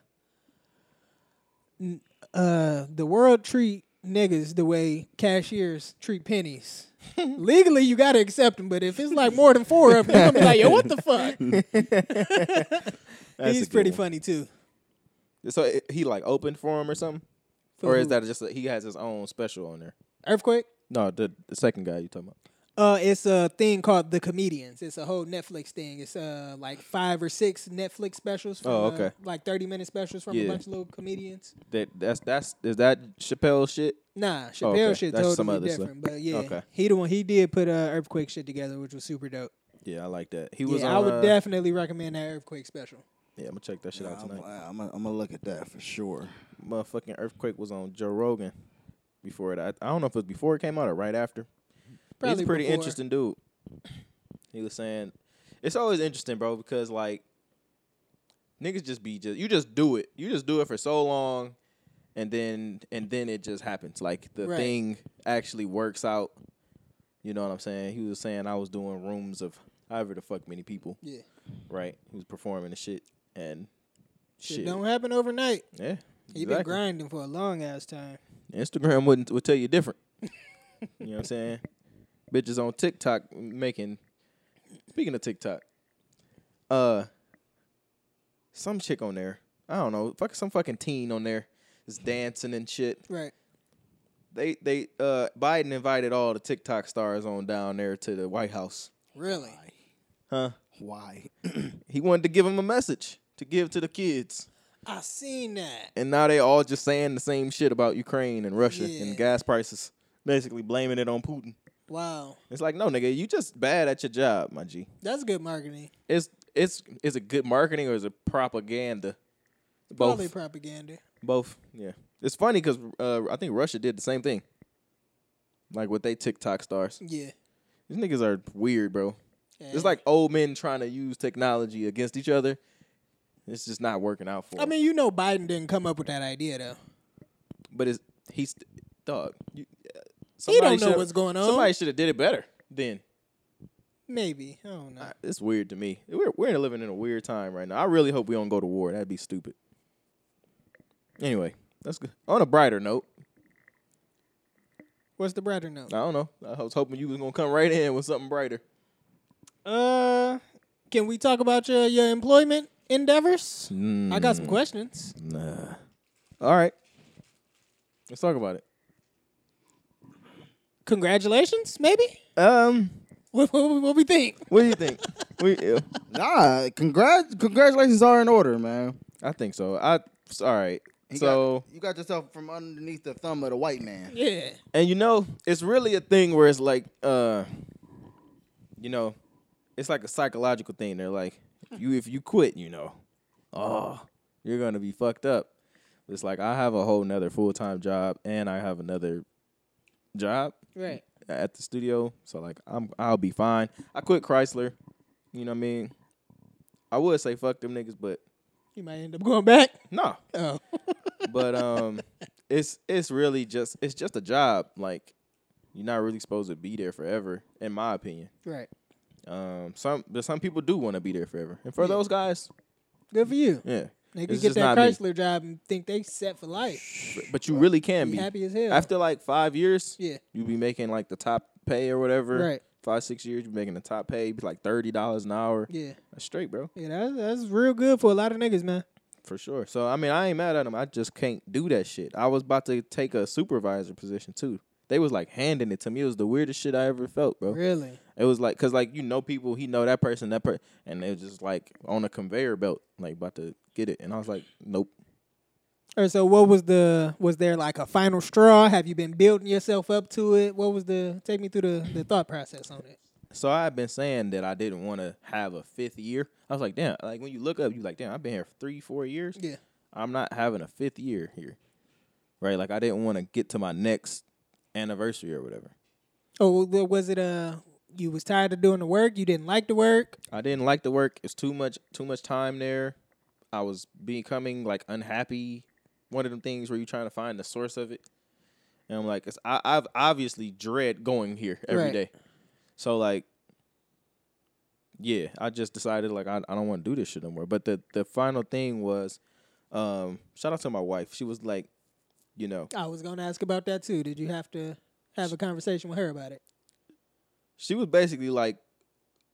C: n- uh, "The world treat niggas the way cashiers treat pennies. Legally, you gotta accept them, but if it's like more than four of them, you're gonna be like, yo, what the fuck?"
B: That's a
C: He's
B: good
C: pretty
B: one.
C: funny too.
B: So it, he like opened for him or something,
C: For
B: or is
C: who?
B: that just a, he has his own special on there?
C: earthquake?
B: No, the, the second guy you talking about.
C: Uh, it's a thing called The Comedians. It's a whole Netflix thing. It's uh like five or six Netflix specials. From,
B: Oh,
C: uh,
B: okay.
C: like thirty minute specials from
B: Yeah.
C: a bunch of little comedians.
B: That that's that's is that Chappelle shit?
C: Nah, Chappelle
B: Oh, okay.
C: shit
B: That's
C: totally
B: some other stuff.
C: different. But yeah,
B: Okay.
C: he the one he did put uh earthquake shit together, which was super dope.
B: Yeah, I like that. He was.
C: Yeah,
B: on,
C: I would
B: uh,
C: definitely recommend that earthquake special.
B: Yeah, I'm gonna check that shit out tonight.
A: I'm gonna look at that for sure.
B: Motherfucking earthquake was on Joe Rogan before it. I, I don't know if it was before it came out or right after. He's
C: Probably
B: a pretty
C: before.
B: interesting dude. He was saying, it's always interesting, bro, because like niggas just be just you just do it. You just do it for so long, and then and then it just happens. Like the
C: Right.
B: thing actually works out. You know what I'm saying? He was saying I was doing rooms of however the fuck many people.
C: Yeah.
B: Right. He was performing the shit and
C: Shit,
B: shit.
C: don't happen overnight.
B: yeah.
C: He been
B: exactly.
C: grinding for a long ass time.
B: Instagram wouldn't would tell you different. you know what I'm saying? Bitches on TikTok making. Speaking of TikTok, uh, some chick on there. I don't know. Fuck some fucking teen on there is dancing and shit.
C: Right.
B: They they uh Biden invited all the TikTok stars on down there to the White House.
C: Really.
B: Huh?
A: Why?
B: He wanted to give them a message to give to the kids.
C: I seen that.
B: and now they all just saying the same shit about Ukraine and Russia
C: Yeah.
B: and gas prices, basically blaming it on Putin.
C: Wow.
B: It's like, no, nigga, you just bad at your job, my G.
C: That's good marketing.
B: It's it's is it good marketing or is it propaganda? Both,
C: Probably propaganda.
B: both. Yeah, it's funny because uh, I think Russia did the same thing, like with they TikTok stars.
C: Yeah.
B: These niggas are weird, bro.
C: Yeah.
B: It's like old men trying to use technology against each other. It's just not working out for.
C: I mean, you know, Biden didn't come up with that idea though.
B: But it's he's dog. You, uh,
C: He don't
B: somebody
C: know
B: should've-
C: what's going on.
B: Somebody should have did it better. Then
C: Maybe. I don't know.
B: I- it's weird to me. We're we're living in a weird time right now. I really hope we don't go to war. That'd be stupid. Anyway, that's good. On a brighter note,
C: What's the brighter note?
B: I don't know. I was hoping you was gonna come right in with something brighter.
C: Uh, can we talk about your your employment endeavors? I got
B: Mm.
C: some questions.
B: Nah. All right. Let's talk about it.
C: Congratulations, maybe.
B: Um,
C: What what, what we think?
B: what do you think? we, uh,
A: Nah, congrat congratulations are in order, man.
B: I think so. I it's all right.
A: He got-
B: So-
A: you got yourself from underneath the thumb of the white man.
C: Yeah.
B: And you know, it's really a thing where it's like, uh, you know, it's like a psychological thing. They're like, if you if you quit, you know, oh, you're gonna be fucked up. It's like I have a whole nother full time job and I have another job
C: Right.
B: at the studio. So like I'm I'll be fine. I quit Chrysler. You know what I mean? I would say fuck them niggas, but
C: You might end up going back.
B: nah.
C: Oh.
B: but um it's it's really just it's just a job like you're not really supposed to be there forever in my opinion
C: Right.
B: um some but some people do want to be there forever and for those guys
C: Good for you.
B: yeah
C: They
B: It's
C: could
B: just
C: get that
B: not me.
C: Chrysler job and think they set for life.
B: but, but you really can
C: Be
B: be
C: happy as hell.
B: after like five years
C: Yeah.
B: you be making like the top pay or whatever
C: Right.
B: five six years you be making the top pay be like $30 an hour
C: Yeah.
B: that's straight bro
C: Yeah, that's, that's real good for a lot of niggas, man.
B: for sure so i mean i ain't mad at them i just can't do that shit i was about to take a supervisor position too they was like handing it to me it was the weirdest shit i ever felt bro
C: Really.
B: It was like, cause like you know people, he know that person, that person, and they was just like on a conveyor belt, like about to get it, and I was like, nope.
C: All right, so what was the was there like a final straw? Have you been building yourself up to it? What was the take me through the, the thought process on it?
B: So I had been saying that I didn't want to have a fifth year. I was like, damn, like when you look up, you like, damn, I've been here for three, four years.
C: Yeah.
B: I'm not having a fifth year here, right? Like I didn't want to get to my next anniversary or whatever.
C: Oh, well, was it uh you was tired of doing the work? You didn't like the work?
B: I didn't like the work. It's too much, too much time there. I was becoming like unhappy. One of them things where you're trying to find the source of it. And I'm like, it's, I, I've obviously dread going here every
C: Right.
B: day. So like, yeah, I just decided like I, I don't want to do this shit no more. But the the final thing was, um, shout out to my wife. She was like, you know,
C: I was gonna ask about that too. Did you have to have a conversation with her about it?
B: she was basically like,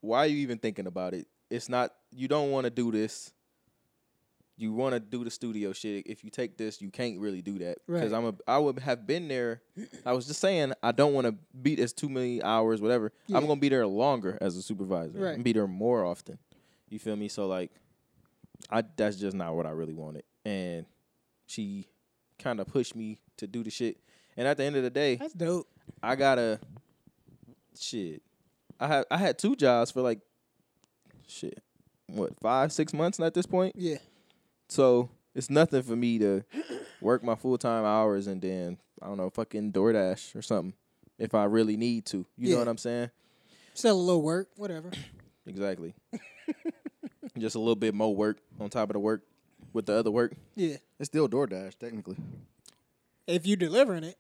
B: "Why are you even thinking about it? It's not. You don't want to do this. You want to do the studio shit. If you take this, you can't really do that because
C: Right.
B: I'm a. I would have been there. I was just saying I don't want to beat as too many hours, whatever. I'm
C: Yeah.
B: gonna be there longer as a supervisor.
C: Right.
B: I'm gonna be there more often. You feel me? So like, I that's just not what I really wanted, and she kind of pushed me to do the shit. And at the end of the day,
C: That's dope.
B: I gotta shit. I had I had two jobs for like shit. What, five, six months at this point?
C: Yeah.
B: So it's nothing for me to work my full time hours and then I don't know, fucking DoorDash or something. If I really need to. You know
C: Yeah.
B: what I'm saying?
C: Sell a little work, whatever.
B: Exactly. Just a little bit more work on top of the work with the other work.
C: Yeah.
A: It's still DoorDash technically.
C: If you delivering it.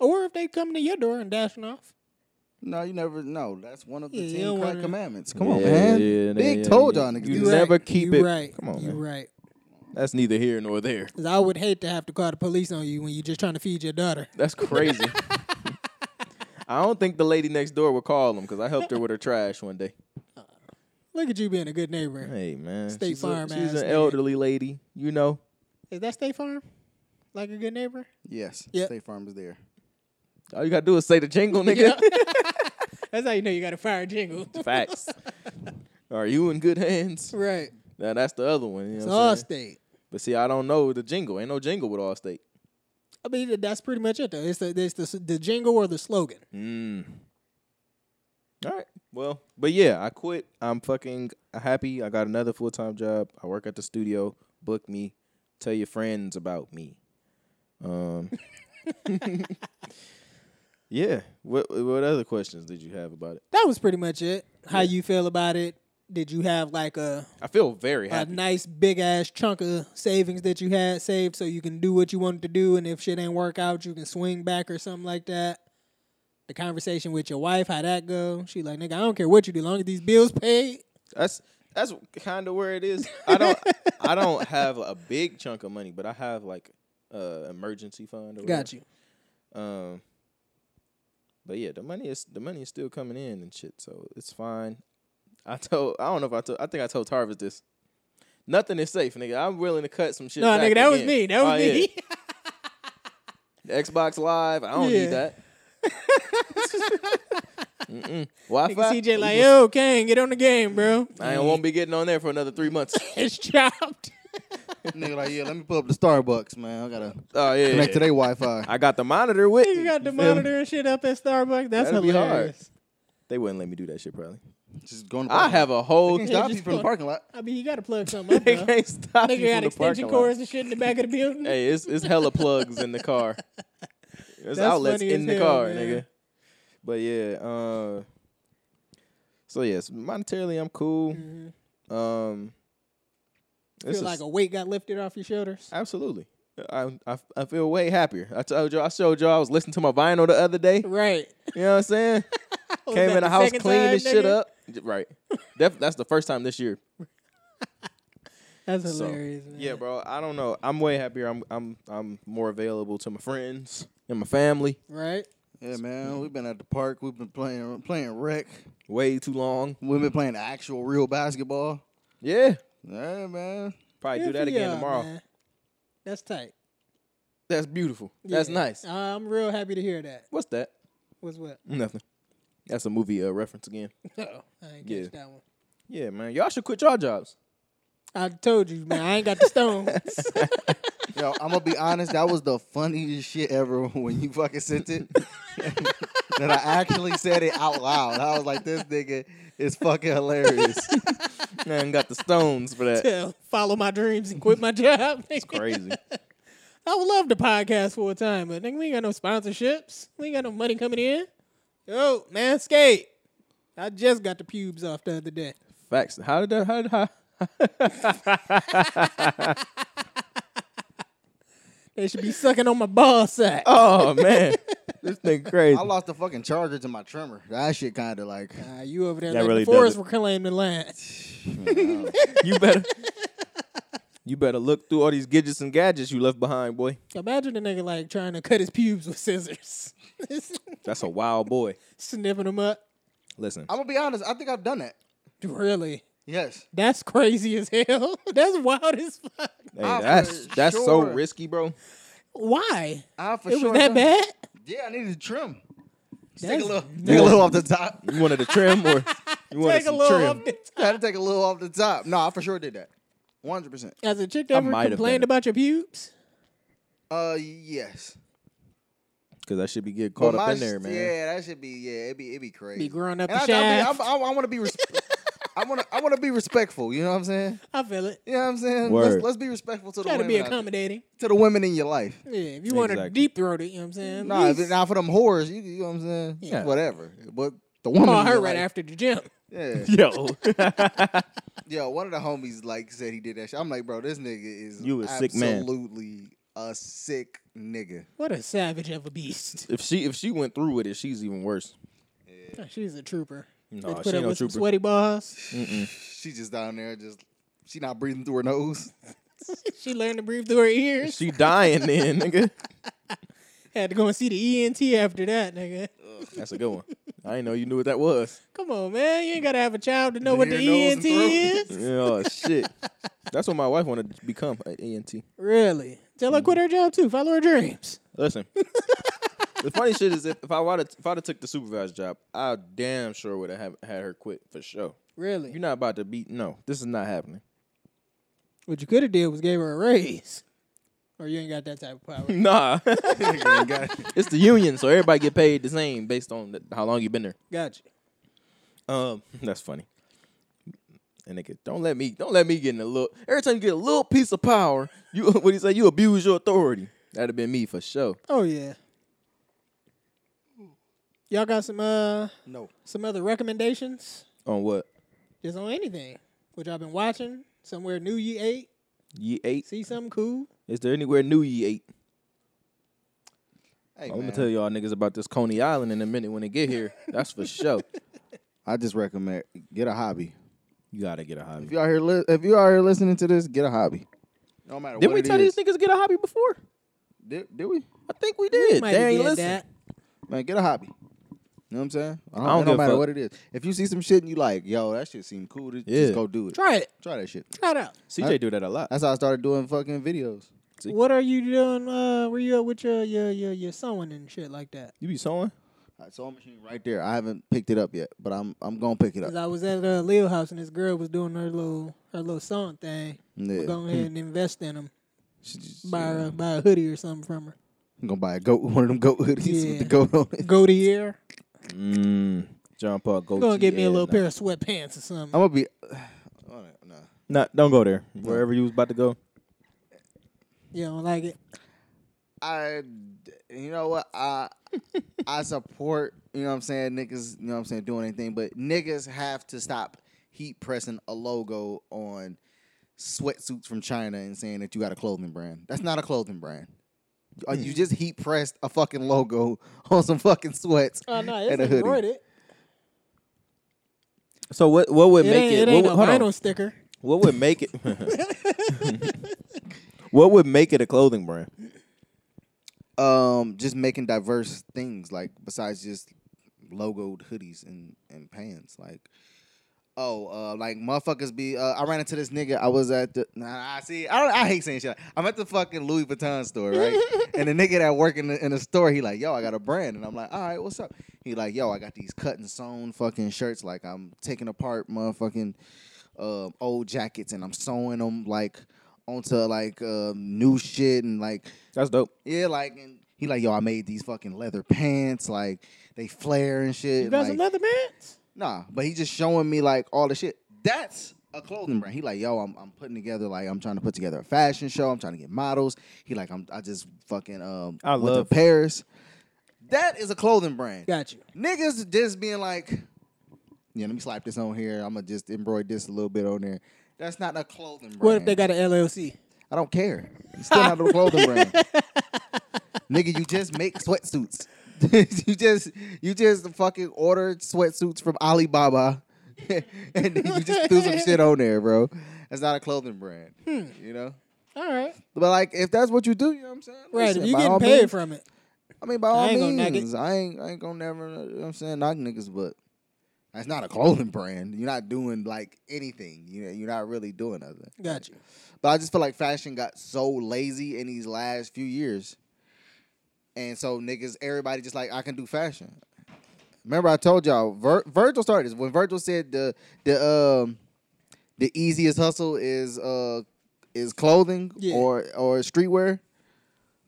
C: Or if they come to your door and dashing off.
A: No, you never. No, that's one of the
C: Yeah, you
A: ten
C: don't
A: co-
C: wanna-
A: commandments. Come on,
B: Yeah,
A: man.
B: yeah,
A: Big
B: yeah,
A: told
B: yeah.
A: y'all niggas.
B: You
A: this.
C: right.
B: never keep
C: you
B: it-
C: Right.
B: come on,
C: You
B: man.
C: right.
B: That's neither here nor there.
C: Cause I would hate to have to call the police on you when you're just trying to feed your daughter.
B: That's crazy. I don't think the lady next door would call him because I helped her with her trash one day.
C: Look at you being a good neighbor.
B: Hey man,
C: State
B: she's, a-
C: Farm
B: she's
C: ass
B: an
C: nigga.
B: elderly lady, you know.
C: Is that State Farm? Like a good neighbor?
A: Yes,
C: Yep.
A: State Farm is there.
B: All you gotta do is say the jingle, nigga.
C: That's how you know you got a fire jingle.
B: Facts. Are you in good hands?
C: right.
B: Now that's the other one. You know
C: It's
B: what I'm
C: all
B: saying?
C: state.
B: But see, I don't know the jingle. Ain't no jingle with Allstate.
C: I mean, that's pretty much it though. It's the it's the, the jingle or the slogan.
B: Mm. All right. Well, but yeah, I quit. I'm fucking happy. I got another full time job. I work at the studio. Book me. Tell your friends about me. Um. yeah. What What other questions did you have about it?
C: That was pretty much it. How you feel about it? Did you have like a
B: I feel very
C: a
B: happy.
C: nice big ass chunk of savings that you had saved so you can do what you wanted to do and if shit ain't work out you can swing back or something like that? The conversation with your wife, how that go? She like, nigga, I don't care what you do, long as these bills paid.
B: That's that's kind of where it is. I don't I don't have a big chunk of money, but I have like uh emergency fund. Or whatever.
C: Got you.
B: Um, but yeah, the money is the money is still coming in and shit, so it's fine. I told I don't know if I told I think I told Tarvis this. Nothing is safe, nigga. I'm willing to cut some shit.
C: No,
B: back
C: nigga, that was
B: again.
C: me. That was
B: Oh, yeah.
C: me.
B: Xbox Live, I don't
C: Yeah.
B: need that. Wi
C: Nigga,
B: Fi.
C: CJ like, yo, Kane, get on the game, bro.
B: I ain't won't be getting on there for another three months.
C: It's chopped.
A: Nigga, like, yeah, let me pull up the Starbucks, man. I gotta
B: Oh yeah.
A: connect to their Wi-Fi.
B: I got the monitor with.
C: You got the
B: feel me?
C: monitor and shit up at Starbucks. That's
B: That'd be hard.
C: hilarious.
B: They wouldn't let me do that shit probably.
A: Just going.
B: I have a whole.
A: Can't
B: They
A: stop
C: just
A: you from the
C: go-
A: parking lot.
C: I mean, you got to plug something up. though.
B: can't stop you
C: Nigga
B: from
C: got
B: the
C: extension
B: parking
C: cords
B: lot.
C: and shit in the back of the building.
B: Hey, it's it's hella plugs in the car. There's
C: That's
B: outlets
C: funny
B: in
C: as
B: the
C: hell,
B: car,
C: man.
B: nigga. But yeah. Uh, so yes, monetarily I'm cool.
C: Mhm.
B: Um,
F: Feel
B: is-
F: like a weight got lifted off your shoulders.
B: Absolutely. I, I, I feel way happier. I told you, I showed you, I was listening to my vinyl the other day.
C: Right.
B: You know what I'm saying?
C: Was
B: Came
C: that
B: in the, house,
C: second
B: cleaned
C: time,
B: this shit
C: nigga?
B: up. J- Right. Def, that's the first time this year.
C: That's
B: So,
C: hilarious, man.
B: Yeah, bro. I don't know. I'm way happier. I'm I'm I'm more available to my friends and my family.
F: Right?
A: Yeah, man. We've been at the park. We've been playing playing rec.
B: Way too long.
A: We've been playing actual real basketball.
B: Yeah.
A: Yeah, man.
B: Probably
F: Good
B: do that
F: for
B: again
F: y'all,
B: tomorrow.
F: man. That's tight.
B: That's beautiful. That's
F: Yeah. Uh,
B: nice.
F: I'm real happy to hear that.
B: What's that?
F: What's what?
B: Nothing. That's a movie uh, reference again.
F: Oh, I ain't catch
B: Yeah.
F: that one.
B: Yeah, man. Y'all should quit y'all jobs.
F: I told you, man. I ain't got the stones.
A: Yo, I'm gonna be honest. That was the funniest shit ever when you fucking sent it. that I actually said it out loud. I was like, this nigga is fucking hilarious.
B: Man, got the stones for that.
C: To follow my dreams and quit my job. It's
B: Crazy.
C: I would love the podcast full time, but nigga, we ain't got no sponsorships. We ain't got no money coming in.
F: Yo, Manscaped. I just got the pubes off the other day.
B: Facts. How did that? How did how?
C: They should be sucking on my ball sack.
B: Oh man, this nigga crazy.
A: I lost the fucking charger to my trimmer. That shit kind of like.
F: Uh, you over there
B: That
F: letting
B: really
F: the forest
B: does
F: reclaim the land.
B: You better, you better look through all these gadgets and gadgets you left behind, boy.
C: Imagine a nigga like trying to cut his pubes with scissors,
B: That's a wild boy.
C: snipping them up.
B: Listen,
A: I'm gonna be honest. I think I've done that.
C: Really?
A: Yes.
C: That's crazy as hell. That's wild as fuck.
B: hey,
A: I'm
B: that's
A: for
B: that's so
A: sure.
B: risky, bro.
C: Why?
A: I for
C: It
A: sure.
C: was that
A: done-
C: bad?
A: Yeah, I needed to trim. Just
C: That's
A: take a little, take a little off the top.
B: You wanted to trim or you wanted
C: Take a
B: some
C: little
B: trim?
C: off the
A: I had to take a little off the top. No, I for sure did that. 100. percent
C: Has a chick
B: I
C: ever
B: might have
C: complained
B: done it.
C: about your pubes?
A: Uh, yes.
B: Because that should be getting caught
A: But
B: up
A: my
B: in there,
A: sh-
B: man.
A: Yeah, that should be. Yeah, it be it be crazy.
C: Be growing up
A: And I,
C: the
A: I, mean,
C: shaft.
A: I'm- I, I want to be. Res- I want to. I want to be respectful. You know what I'm saying?
C: I feel it.
A: You know what I'm saying?
B: Word.
A: Let's, let's be respectful to the
C: Try to
A: women.
C: be
A: out there-
C: accommodating.
A: to the women in your life.
C: Yeah, if you want to
B: Exactly.
C: deep throat it, you know what I'm saying?
A: Nah, if
C: Yeesh.
A: it- now for them whores, you, you know what I'm saying?
B: Yeah.
A: Whatever. But the woman.
C: Call
A: in
C: her
A: your
C: right
A: life-
C: after the gym.
A: Yeah.
B: Yo,
A: Yo, one of the homies like said he did that shit. I'm like, bro, this nigga is
B: You a sick man.
A: absolutely a sick nigga.
C: What a savage of a beast.
B: if she if she went through with it, she's even worse.
C: She's a trooper.
B: No,
C: Bitch
B: she
C: put up
B: ain't no
C: with some
B: trooper.
C: sweaty balls.
A: She just down there just she not breathing through her nose.
C: she learned to breathe through her ears.
B: She dying then, nigga.
C: Had to go and see the ENT after that, nigga.
B: That's a good one. I didn't know you knew what that was.
C: Come on, man. You ain't got to have a child to know what the
A: Ear, nose,
C: ENT
A: and throat.
C: is.
B: Oh shit. That's what my wife wanted to become, E an ENT.
C: Really? Tell her quit her job too. Follow her dreams.
B: Listen, the funny shit is if, if I would if I'd have took the supervisor job, I damn sure would have had her quit for sure.
C: Really?
B: You're not about to beat. No, this is not happening.
C: What you could have did was gave her a raise. Or you ain't got that type of power.
B: Nah,
A: Nigga ain't got-
B: it's the union, so everybody get paid the same based on the, how long you've been there.
C: Gotcha.
B: Um, that's funny. And nigga, don't let me don't let me get in a little. Every time you get a little piece of power, you what do you say? You abuse your authority. That'd have been me for sure.
C: Oh, yeah. Y'all got some uh
A: no.
C: some other recommendations?
B: On what?
C: just on anything. Which I've been watching somewhere new you ate,
B: Ye eight?
C: see something cool.
B: Is there anywhere new ye eight?
A: Hey,
B: I'm gonna
A: man.
B: tell y'all niggas about this Coney Island in a minute when they get here. That's for sure.
A: I just recommend get a hobby.
B: You gotta get a
A: If
B: hobby.
A: you out here li- if you out here listening to this, get a hobby. No matter
B: Did
A: what
B: we
A: it
B: tell
A: is.
B: these niggas get a hobby before?
A: Did, did we?
B: I think we did.
C: Might
B: they
C: have
B: ain't
C: did
B: listen.
C: that.
A: Man, get a hobby. You know what I'm saying? I don't,
B: don't
A: it don't
B: give a
A: matter
B: fuck.
A: what it is. If you see some shit and you like, yo, that shit seem cool, just,
B: Yeah.
A: just go do it. Try,
C: Try it.
A: that shit.
C: Try it out.
B: CJ do that a lot.
A: That's how I started doing fucking videos.
B: See?
C: What are you doing? Uh, where you at with your your your your sewing and shit like that?
B: You be sewing?
A: I saw a machine right there. I haven't picked it up yet, but I'm I'm gonna pick it up.
F: Cause I was at uh, Leo house and this girl was doing her little her little song thing.
A: Yeah. Hmm.
F: Go ahead and invest in them.
A: She just-
F: Buy her, buy a hoodie or something from her.
A: I'm gonna buy a goat, one of them goat hoodies with
F: Yeah.
A: the goat on it.
F: Go to year.
B: Mm, John Paul, go.
F: You gonna get
B: get
F: me a little pair of sweatpants or something.
A: I'm gonna be. Oh, no, no.
B: Nah, don't go there. Wherever you was about to go.
F: You don't like it?
A: I, you know what? I I support. You know what I'm saying, niggas. You know what I'm saying, doing anything, but niggas have to stop heat pressing a logo on sweatsuits from China and saying that you got a clothing brand. That's not a clothing brand. Uh, You
F: Hmm.
A: just heat pressed a fucking logo on some fucking sweats
F: Oh no,
A: and
F: it's
A: a hoodie.
F: embroidered.
B: So what? What would
F: It
B: make
F: ain't, it
B: it?
F: ain't
B: what,
F: no
B: would- hold on.
F: vinyl sticker.
B: What would make it? what would make it a clothing brand?
A: um just making diverse things like besides just logoed hoodies and and pants like oh uh like motherfuckers be uh, i ran into this nigga i was at the nah, i see I, don't, I hate saying shit like- i'm at the fucking louis vuitton store right and the nigga that work in the, in the store he like yo i got a brand and i'm like all right what's up he like yo i got these cut and sewn fucking shirts like i'm taking apart motherfucking uh, old jackets and i'm sewing them like onto like uh, new shit and like
B: That's dope.
A: yeah, like and he like, yo, I made these fucking leather pants, like they flare and shit.
C: You got some
A: like-
C: leather pants?
A: Nah, but he just showing me like all the shit. That's a clothing brand. He like, yo, I'm, I'm putting together like I'm trying to put together a fashion show. I'm trying to get models. He like, I'm I just fucking um
B: I
A: went
B: love-
A: to Paris. That is a clothing brand.
F: Got you.
A: Niggas just being like, yeah, let me slap this on here. I'm gonna just embroider this a little bit on there. That's not a clothing brand.
F: What if they got an LLC?
A: I don't care. You still not a clothing brand. Nigga, you just make sweatsuits. you just you just fucking ordered sweatsuits from Alibaba and then you just threw some shit on there, bro. That's not a clothing brand.
F: Hmm.
A: You know?
C: All right.
A: But like if that's what you do, you know what I'm saying?
F: Right,
A: Listen,
F: if you
A: by
F: getting
A: all
F: paid
A: means-
F: from it.
A: I mean by all
F: I ain't gonna knock it.
A: means, I ain't I ain't gonna never you know what I'm saying, knock niggas, but that's not a clothing brand. You're not doing like anything. You know, you're not really doing nothing.
F: Got you.
A: But I just feel like fashion got so lazy in these last few years. And so niggas, everybody just like, I can do fashion. Remember I told y'all, Vir- Virgil started this. When Virgil said the the um the easiest hustle is uh is clothing
F: Yeah.
A: or or streetwear.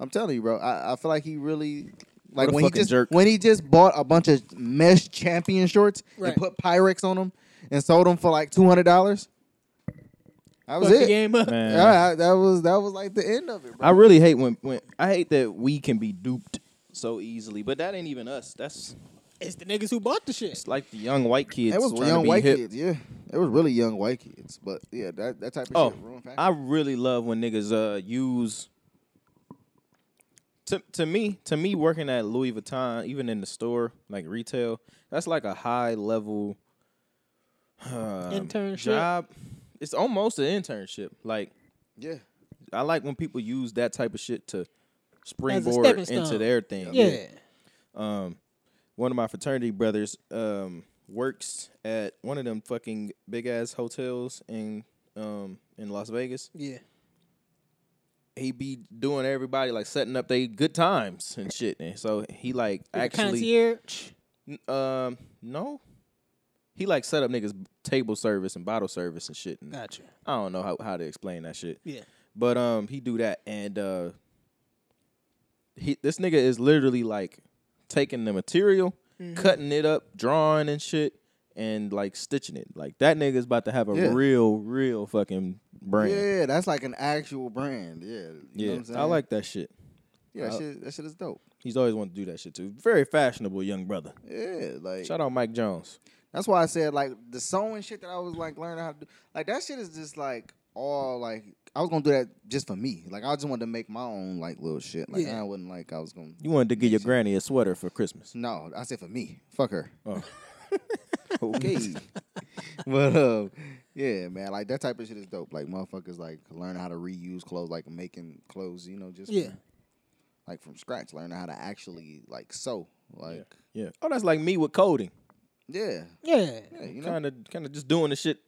A: I'm telling you, bro. I, I feel like he really like
B: a
A: when he
B: fucking
A: just
B: jerk.
A: when he just bought a bunch of mesh champion shorts
F: Right.
A: and put Pyrex on them and sold them for like two hundred dollars. That was
C: Fuck
A: it.
C: the game up.
B: Man,
A: Yeah, I- that was that was like the end of it, bro.
B: I really hate when, when I hate that we can be duped so easily. But that ain't even us. That's
F: It's the niggas who bought the shit.
B: it's like the young white kids.
A: it was
B: trying to
A: young
B: be
A: white
B: hip.
A: kids, yeah. It was really young white kids, but yeah, that, that type of
B: Oh,
A: shit ruined fashion.
B: I really love when niggas uh use. To to me, to me, working at Louis Vuitton, even in the store, like retail, that's like a high level um,
F: Internship?
B: job. It's almost an internship. Like
A: yeah,
B: I like when people use that type of shit to springboard
F: stepping
B: into
F: stone.
B: their thing.
F: Yeah.
B: Um, one of my fraternity brothers um works at one of them fucking big ass hotels in um in Las Vegas.
F: Yeah.
B: he be doing everybody like setting up they good times and shit. And so he like actually
F: Concierge.
B: n- um no. He like set up niggas table service and bottle service and shit. And
F: Got you.
B: I don't know how, how to explain that shit.
F: Yeah.
B: But um he do that and uh he this nigga is literally like taking the material,
A: Mm-hmm.
B: cutting it up, drawing and shit and like stitching it. Like that nigga's about to have a
A: Yeah.
B: real real fucking brand.
A: yeah, that's like an actual brand. Yeah, you know what
B: yeah.
A: I'm
B: I
A: saying?
B: like that shit.
A: yeah, that shit, that shit is dope.
B: He's always wanted to do that shit too. Very fashionable young brother.
A: Yeah, like
B: Shout out Mike Jones.
A: that's why I said like the sewing shit that I was like learning how to do, like that shit is just like all like I was gonna do that just for me. Like I just wanted to make my own like little shit. Like
F: Yeah.
A: I wasn't like I was gonna.
B: You wanted to get your granny a sweater for Christmas.
A: No, I said for me. Fuck her.
B: Oh.
A: okay. but um, yeah, man, like that type of shit is dope. Like motherfuckers like learn how to reuse clothes, like making clothes, you know, just
F: Yeah.
A: like from scratch, learning how to actually like sew. Like
B: Yeah. Oh, that's like me with coding.
A: yeah. Yeah,
F: Yeah.
A: you know.
B: Kind of kind of just doing the shit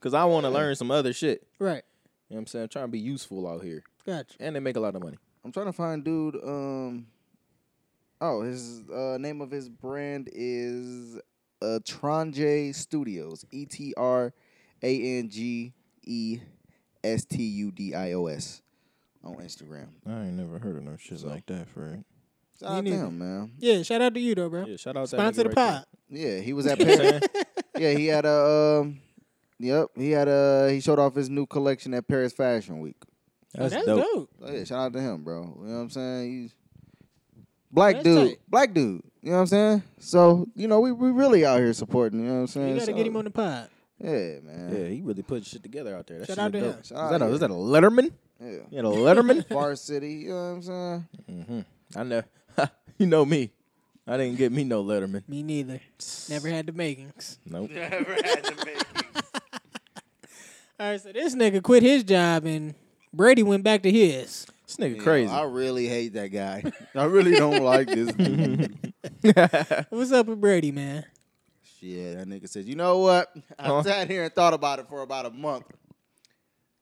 B: cuz I want to learn some other shit.
F: Right.
B: You know what I'm saying? I'm trying to be useful out here.
F: Got you.
B: And they make a lot of money.
A: I'm trying to find dude um Oh, his uh, name of his brand is uh, Trange Studios. E T R A N G E S T U D I O S on Instagram.
B: I ain't never heard of no shit like that, Fred.
A: Shout out to
F: neither.
A: him, man.
C: Yeah, shout out to you though, bro.
B: Yeah, shout out to
C: Sponsor the
B: that nigga right
C: pod.
A: Yeah, he was at
B: there. You know
A: Paris.
B: what I'm saying?
A: yeah, he had a. Um, yep, he had a. He showed off his new collection at Paris Fashion Week.
C: That's,
B: That's
C: dope.
B: dope.
A: So yeah, shout out to him, bro. You know what I'm saying? He's black
C: That's
A: dude,
C: tight.
A: black dude. You know what I'm saying? So you know, we we really out here supporting. You know what I'm saying?
C: You gotta
A: So-
C: get him on the pod.
A: Yeah, man.
B: Yeah, he really put shit together out there. That
C: Shout
B: shit
C: out to
B: dope.
C: him.
B: Is
A: Shout
B: that,
A: out,
B: a, is that a Letterman?
A: Yeah.
B: You had a Letterman?
A: Varsity, you know what I'm saying?
B: mm-hmm. I never. you know me. I didn't get me no Letterman.
C: Me neither. Never had the makings.
B: Nope.
C: All right, so this nigga quit his job and Brady went back to his.
B: This nigga crazy.
A: I really hate that guy. I really don't like this dude.
C: What's up with Brady, man?
A: Shit, that nigga said, you know what? I
B: Huh?
A: sat here and thought about it for about a month.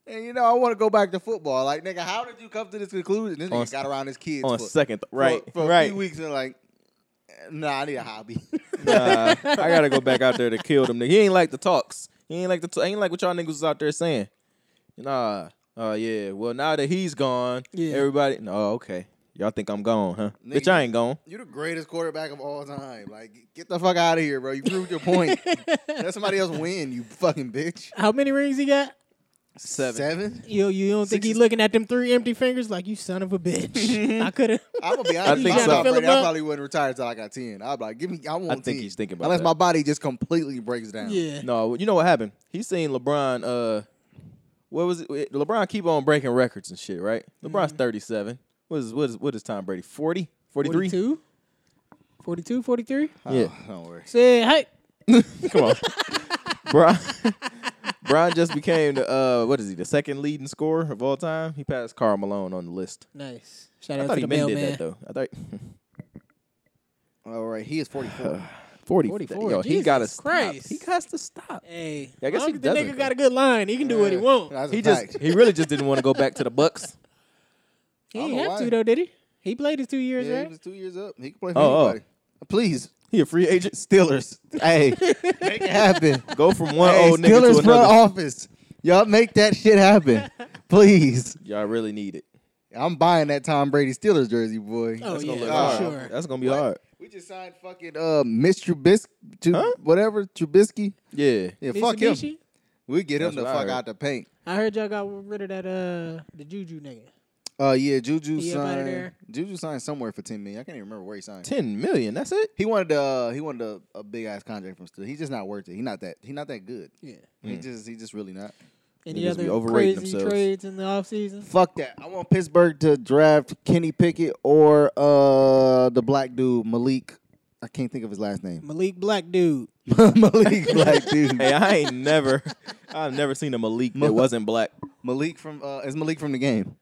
A: And you know, I want to go back to football. Like, nigga, how did you come to this conclusion? This
B: On
A: nigga
B: s-
A: got around his kids
B: On
A: for,
B: second, th-
A: for-
B: right,
A: for, a
B: right.
A: few weeks and like, nah, I need a hobby.
B: Nah, I gotta go back out there to kill them. nigga. He ain't like the talks. He ain't like the. T- ain't like what y'all niggas was out there saying. Nah. Oh yeah. Well, now that he's gone,
C: Yeah.
B: everybody. No, okay. Y'all think I'm gone, huh? Bitch, I ain't gone.
A: You're the greatest quarterback of all time. Like, get the fuck out of here, bro. You proved your point. Let somebody else win, you fucking bitch.
C: How many rings he got?
A: Seven?
C: Yo, you don't think he
A: Six-
C: looking at them three empty fingers like you son of a bitch? I could have.
A: I'm gonna be
B: I
A: honest.
B: think
A: if I, was
B: so.
A: Tom Brady, I
C: Fill 'em up.
A: probably wouldn't retire until I got ten. I'd be like, give me, I want.
B: I think
A: 10.
B: he's thinking about
A: unless
B: that.
A: my body just completely breaks down.
C: Yeah.
B: No, you know what happened? He seen LeBron. Uh, what was it? LeBron keep on breaking records and shit, right? LeBron's thirty-seven. What is what is what is Tom Brady? 40? 43?
C: 42? 42, 43?
A: Oh,
B: Yeah.
A: don't worry.
C: Say, hey.
B: Come on, Brian. Brian just became the uh, what is he? The second leading scorer of all time. He passed Carl Malone on the list.
C: Nice. Shout
B: I
C: out
B: thought
C: to
B: he
C: the
B: been did
C: mailman.
B: that though. I thought
A: All right, he is forty-four.
B: 40,
C: 44,
B: Yo, he got to
C: Jesus
B: stop.
C: Christ.
B: He got to stop.
C: Hey,
B: Yeah, I guess
C: long
B: he
C: as the
B: doesn't,
C: nigga got a good line. He can do what he
A: Yeah,
C: want.
A: That's a
B: He
A: fact.
B: just he really just didn't want to go back to the Bucks.
C: He
A: I don't
C: didn't
A: know
C: have
A: why.
C: to though, did he? He played his two years,
A: yeah, he
C: right?
A: was two years up. He can play for
B: Oh, oh.
A: anybody. Please
B: He a free agent. Steelers.
A: Hey, make it happen.
B: Go from one
A: hey,
B: old nigga to
A: Steelers front
B: another.
A: office. Y'all make that shit happen. Please.
B: Y'all really need it.
A: I'm buying that Tom Brady Steelers jersey, boy.
C: Oh,
B: That's gonna
C: yeah,
B: look
A: for
B: hard.
C: sure.
B: That's gonna be
A: What?
B: hard.
A: We just signed fucking uh, Mitch Trubisky, to
B: Huh?
A: whatever Trubisky.
B: Yeah.
A: Yeah, fuck him.
C: Mitsubishi?
A: We get him
B: That's
A: the
B: what I
A: fuck
B: heard.
A: out the paint.
C: I heard y'all got rid of that uh the Juju nigga.
A: Uh yeah, Juju
C: He up outta
A: signed.
C: there.
A: Juju signed somewhere for ten million. I can't even remember where he signed.
B: Ten million. That's it.
A: He wanted uh he wanted a, a big ass contract from Steelers. He's just not worth it. He not that he not that good.
C: Yeah.
A: He just he just really not.
C: Any
B: Niggas be
C: other crazy
B: overrating themselves.
C: trades in the offseason?
A: Fuck that. I want Pittsburgh to draft Kenny Pickett or uh the black dude Malik. I can't think of his last name.
C: Malik Black dude.
A: Malik black dude.
B: Hey, I ain't never. I've never seen a Malik that
A: Mo-
B: wasn't black.
A: Malik from uh is Malik from the game.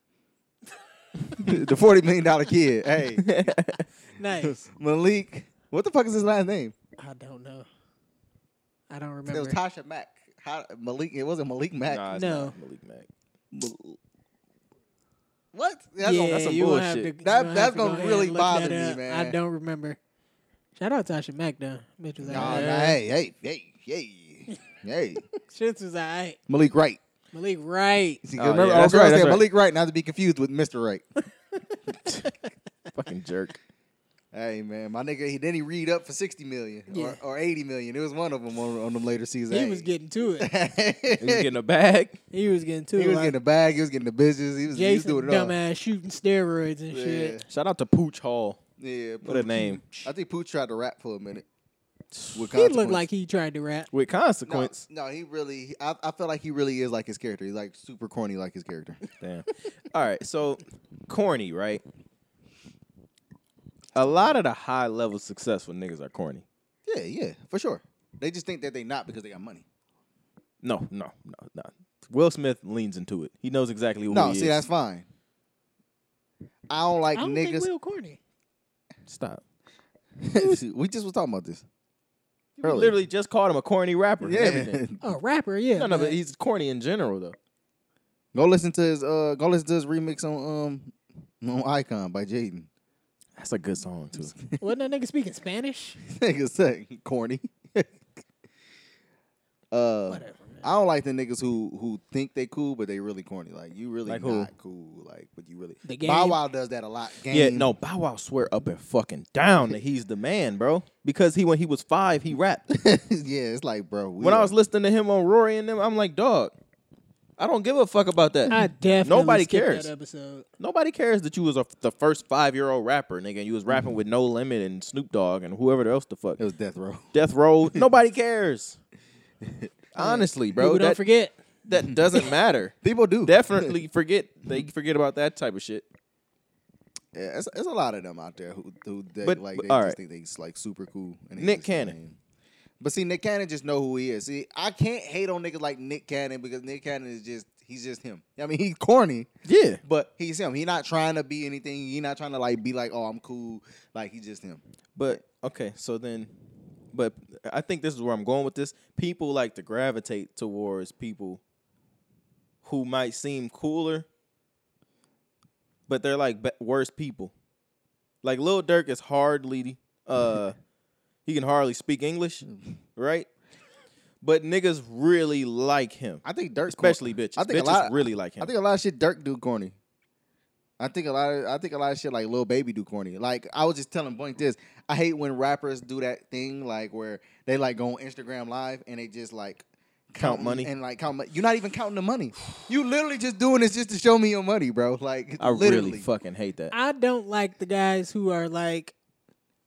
A: the forty million dollar kid. Hey.
C: Nice.
A: Malik. What the fuck is his last name?
C: I don't know. I don't
A: It was
C: remember.
A: Tasha Mack. How, Malik. It wasn't Malik Mack.
B: Nah, it's
C: No.
B: not Malik Mack.
A: Mal- What? That's
C: yeah,
A: gonna, that's some
C: you gonna have
B: bullshit.
C: to- you
A: That-
C: gonna
A: that's
C: have to go
A: gonna
C: ahead
A: really
C: and look
A: bother
C: that
A: me,
C: up.
A: man.
C: I don't remember. Shout out Tasha Mack though. Bitch was
A: Nah,
C: alright.
A: nah, hey, hey, hey, hey, hey.
C: Shits was alright.
A: Malik Wright.
C: Malik Wright.
A: See,
B: Oh,
A: remember,
B: yeah,
A: all
B: that's
A: girls
B: right, that's
A: said
B: right.
A: Malik Wright, not to be confused with Mr. Wright.
B: Fucking jerk.
A: hey, man, my nigga, he then he read up for sixty million
C: Yeah.
A: or, or eighty million. It was one of them on, on them later seasons.
C: He was getting to it.
B: He was getting a bag.
C: He was getting to
A: he
C: it.
A: was
C: like,
A: getting the bag. He was getting the business. He was, he was
C: Jason,
A: doing it all.
C: dumbass, shooting steroids and
A: Yeah,
C: shit.
B: Shout out to Pooch Hall.
A: yeah.
B: What a
A: Pooch.
B: name.
A: I think Pooch tried to rap for a minute. With
C: He looked
A: consequence.
C: like he tried to rap.
B: With
A: No,
B: consequence.
A: no, he really. he- I, I feel like he really is like his character. He's like super corny, like his character.
B: Damn. All right. So, corny, right? A lot of the high level successful niggas are corny.
A: yeah, yeah, for sure. They just think that they not because they got money.
B: No, no, no, no. Will Smith leans into it. He knows exactly who
A: No,
B: he
A: see,
B: is.
A: that's fine. I don't
C: I
A: like
C: don't think
A: niggas.
C: Will corny.
B: Stop.
A: we just was talking about this.
B: You
A: Earlier.
B: literally just called him a corny rapper. and
A: Yeah.
B: everything.
C: Oh, rapper, yeah.
B: No, no, but
C: but-
B: he's corny in general though.
A: go listen to his uh go listen to his remix on um on Icon by Jaden.
B: That's a good song too.
C: Wasn't that nigga speaking Spanish?
A: niggas say corny. uh,
C: Whatever. Man.
A: I don't like the niggas who who think they cool but they really corny. Like you really
B: Like who?
A: not cool. Like but you really.
C: The
A: Bow
C: Game.
A: Wow does that a lot. Game.
B: Yeah, no, Bow Wow swear up and fucking down that he's the man, bro. Because he when he was five, he rapped.
A: yeah, it's like bro. we
B: When I
A: are-
B: was listening to him on Rory and them, I'm like, dog, I don't give a fuck about that.
C: I definitely
B: Nobody
C: skipped
B: cares.
C: That episode.
B: Nobody cares that you was a, the first five year old rapper, nigga, and you was rapping with No Limit and Snoop Dogg and whoever else the fuck.
A: Mm-hmm. it was death row.
B: Death Row. Nobody cares. Honestly, bro,
C: People don't
B: that,
C: forget.
B: that doesn't matter.
A: People do
B: Definitely forget. They forget about that type of shit.
A: Yeah, it's, it's a lot of them out there who who they,
B: But-
A: like
B: but-
A: they
B: all
A: just
B: right.
A: think they's like super cool. And they
B: Nick
A: just
B: Cannon.
A: lame. But see, Nick Cannon just know who he is. See, I can't hate on niggas like Nick Cannon because Nick Cannon is just he's just him. I mean, he's corny,
B: Yeah.
A: but he's him. He's not trying to be anything. He's not trying to like be like, oh, I'm cool. Like he's just him.
B: But okay, so then, but I think this is where I'm going with this. People like to gravitate towards people who might seem cooler, but they're like be- worse people. Like Lil Durk is hardly, uh, he can hardly speak English,
A: Mm-hmm.
B: right? But niggas really like him,
A: I think Dirk,
B: especially bitches.
A: I think a
B: bitches
A: lot-
B: really like him.
A: I think a lot of shit Dirk do corny. I think a lot of I think a lot of shit like Lil Baby do corny. Like I was just telling Blink this. I hate when rappers do that thing like where they like go on Instagram live and they just like
B: Count money.
A: and like count money. You're not even counting the money. You literally just doing this just to show me your money, bro. Like
B: I
A: literally.
B: really fucking hate that.
C: I don't like the guys who are like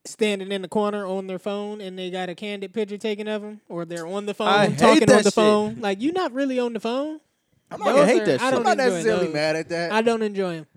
C: standing in the corner on their phone and they got a candid picture taken of them or they're on the phone
B: I hate
C: talking
B: that
C: on the
B: shit.
C: phone. Like you're not really on the phone.
A: I'm not,
B: I
C: Those
B: fucking hate
C: are-
B: that
C: I
B: shit.
C: don't
A: I'm not
C: enjoy
A: necessarily
C: those.
A: mad at that.
C: I don't enjoy them.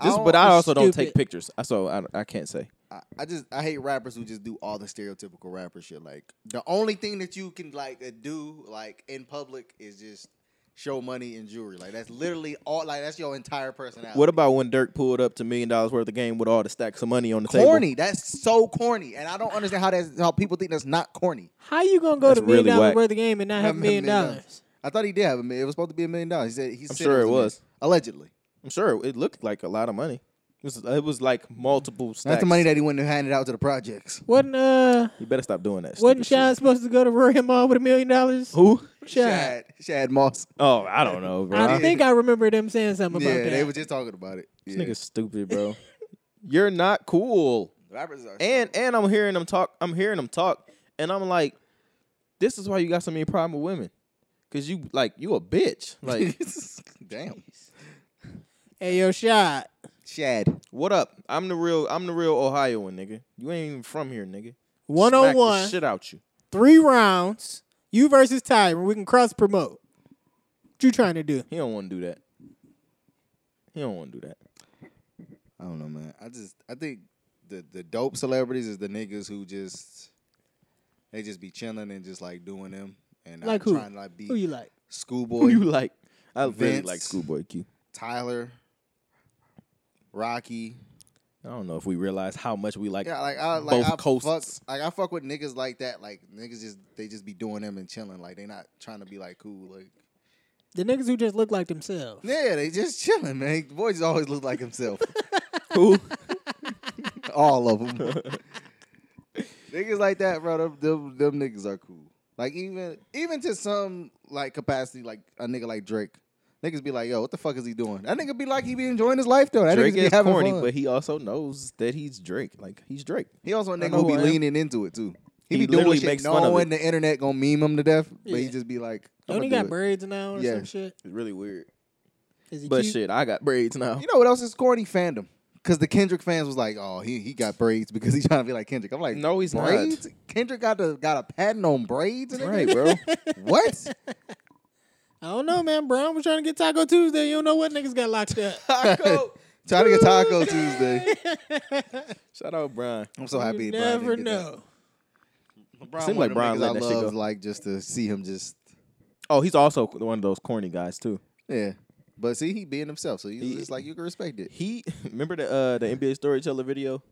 B: This,
A: don't-
B: but I
A: it's
B: also don't take
C: stupid.
B: pictures, I- so I, I can't say.
A: I, I just I hate rappers who just do all the stereotypical rapper shit. Like the only thing that you can like uh, do like in public is just show money and jewelry. Like that's literally all. Like that's your entire personality.
B: What about when Dirk pulled up to million dollars worth of game with all the stacks of money on the
A: corny? That's so corny, and I don't understand how that's how people think that's not corny.
C: How you gonna go
B: That's
C: to million
B: really
C: dollar
B: whack.
C: worth of game and not have a million dollars?
A: I thought he did have a million. It was supposed to be a million dollars. He said he.
B: I'm
A: said
B: sure
A: a
B: it
A: million.
B: was.
A: allegedly.
B: I'm sure it looked like a lot of money. It was, it was like multiple stacks.
A: That's the money that he went and handed out to the projects.
C: Wasn't uh
B: you better stop doing that. stupid
C: wasn't
B: shit.
C: Sean supposed to go to Rory Mall with a million dollars?
B: Who?
C: Shad.
A: Shad, Shad Moss.
B: Oh, I don't know, bro.
C: I think I remember them saying something about
A: Yeah,
C: that.
A: they were just talking about it.
B: this
A: Yeah.
B: nigga's stupid, bro. You're not cool.
A: rappers are
B: And and I'm hearing them talk. I'm hearing them talk, and I'm like, this is why you got so many problem with women, cause you like you a bitch. Like,
A: damn,
C: hey yo, shot.
A: Shad.
B: what up? I'm the real. I'm the real Ohioan, nigga. You ain't even from here, nigga.
C: One
B: Smack
C: on
B: the
C: one,
B: shit out you.
C: three rounds. You versus Tyron. We can cross promote. What you trying to do?
B: He don't want to do that. He don't want to do that.
A: I don't know, man. I just I think the the dope celebrities is the niggas who just they just be chilling and just like doing them and
C: Like
A: not
C: who?
A: trying to like be
C: Who you like?
A: schoolboy
B: you like? I really
A: Vince.
B: like Schoolboy Q.
A: Tyler, Rocky.
B: I don't know if we realize how much we like.
A: Yeah, like I like
B: Both
A: I
B: coasts.
A: fuck like I fuck with niggas like that. Like niggas just they just be doing them and chilling. Like they not trying to be like cool. Like
C: The niggas who just look like themselves.
A: yeah, they just chilling, man. The boy just always look like himself.
B: Who?
A: All of them. niggas like that, bro. Them, them, them niggas are cool. Like even even to some like capacity, like a nigga like Drake, niggas be like, yo, what the fuck is he doing? That nigga be like he be enjoying his life though. That
B: Drake
A: nigga be
B: is
A: having
B: corny,
A: fun.
B: but he also knows that he's Drake. Like he's Drake.
A: he also a nigga
B: know
A: who
B: who
A: be
B: I am.
A: leaning into it too. He,
B: He
A: be doing
B: literally
A: shit
B: makes fun of
A: knowing
B: it.
A: the internet gonna meme him to death, but he
C: Yeah.
A: just be like, I'm
C: Don't he
A: gonna
C: got
A: do it.
C: braids now or
A: Yeah.
C: some shit?
B: It's really weird.
C: Is he
B: But
C: cute?
B: shit, I got braids now.
A: You know what else is corny? Fandom. Cause the Kendrick fans was like, "Oh, he he got braids because he's trying to be like Kendrick." I'm like,
B: No, he's not.
A: braids? Kendrick got the got a patent on braids. nigga?
B: Right, bro.
A: What?
C: I don't know, man. Brown was trying to get Taco Tuesday. You don't know what niggas got locked up.
B: Taco.
A: Try to get Taco Tuesday.
B: Shout out Brian.
A: I'm so happy.
C: you
A: Brian
C: never
A: didn't get that.
C: know.
A: Brian
B: Seemed
A: one of
B: like
A: them
B: Brian
A: niggas
B: let
A: I
B: that shit
A: love,
B: go.
A: like just to see him just
B: Oh, he's also one of those corny guys too.
A: yeah. But see, he being himself, so he's
B: He-
A: just like you can respect it.
B: He remember the uh the NBA storyteller video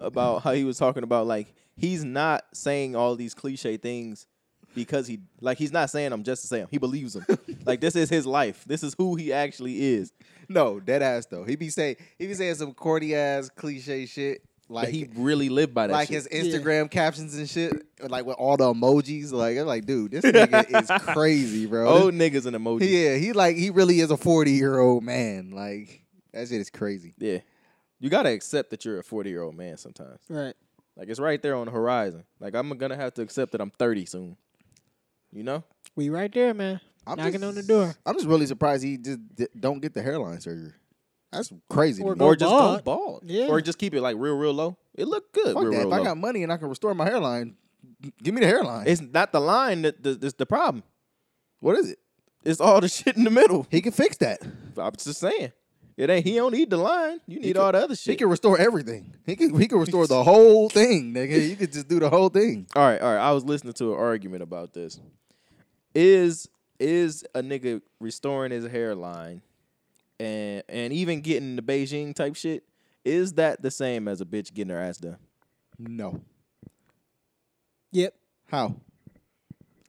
B: about how he was talking about like he's not saying all these cliche things because he like he's not saying them just to say them. He believes them. like this is his life. This is who he actually is.
A: No, dead ass though. He be saying he be saying some corny ass cliche shit,
B: Like
A: Like
B: he really lived by that.
A: like
B: shit.
A: his Instagram captions and shit, like with all the emojis. Like I'm like, dude, this nigga is crazy, bro.
B: old niggas an emoji.
A: yeah, he like he really is a 40 year old man. Like that shit is crazy.
B: Yeah. You gotta accept that you're a 40 year old man sometimes.
C: Right.
B: Like it's right there on the horizon. Like I'm gonna have to accept that I'm 30 soon. You know?
C: We right there, man.
A: I'm
C: Knocking
A: just-
C: on the door.
A: I'm just really surprised he just d- don't get the hairline surgery. That's crazy. to
C: Or
A: me.
C: go
B: or just go
C: bald.
B: bald.
C: Yeah.
B: Or just keep it like real, real low. It looked good.
A: Fuck
B: real,
A: that.
B: real
A: If
B: low.
A: I got money and I can restore my hairline, give me the hairline.
B: it's not the line that that- that's the problem.
A: what is it?
B: It's all the shit in the middle.
A: He can fix that.
B: I'm just saying. It ain't he don't need the line. You need
A: can-
B: all the other
A: He
B: shit.
A: can restore everything. He can he can restore the whole thing, nigga. He could just do the whole thing.
B: all right, all right. I was listening to an argument about this. Is is a nigga restoring his hairline and and even getting the Beijing type shit? Is that the same as a bitch getting her ass done?
A: No.
C: Yep.
A: How?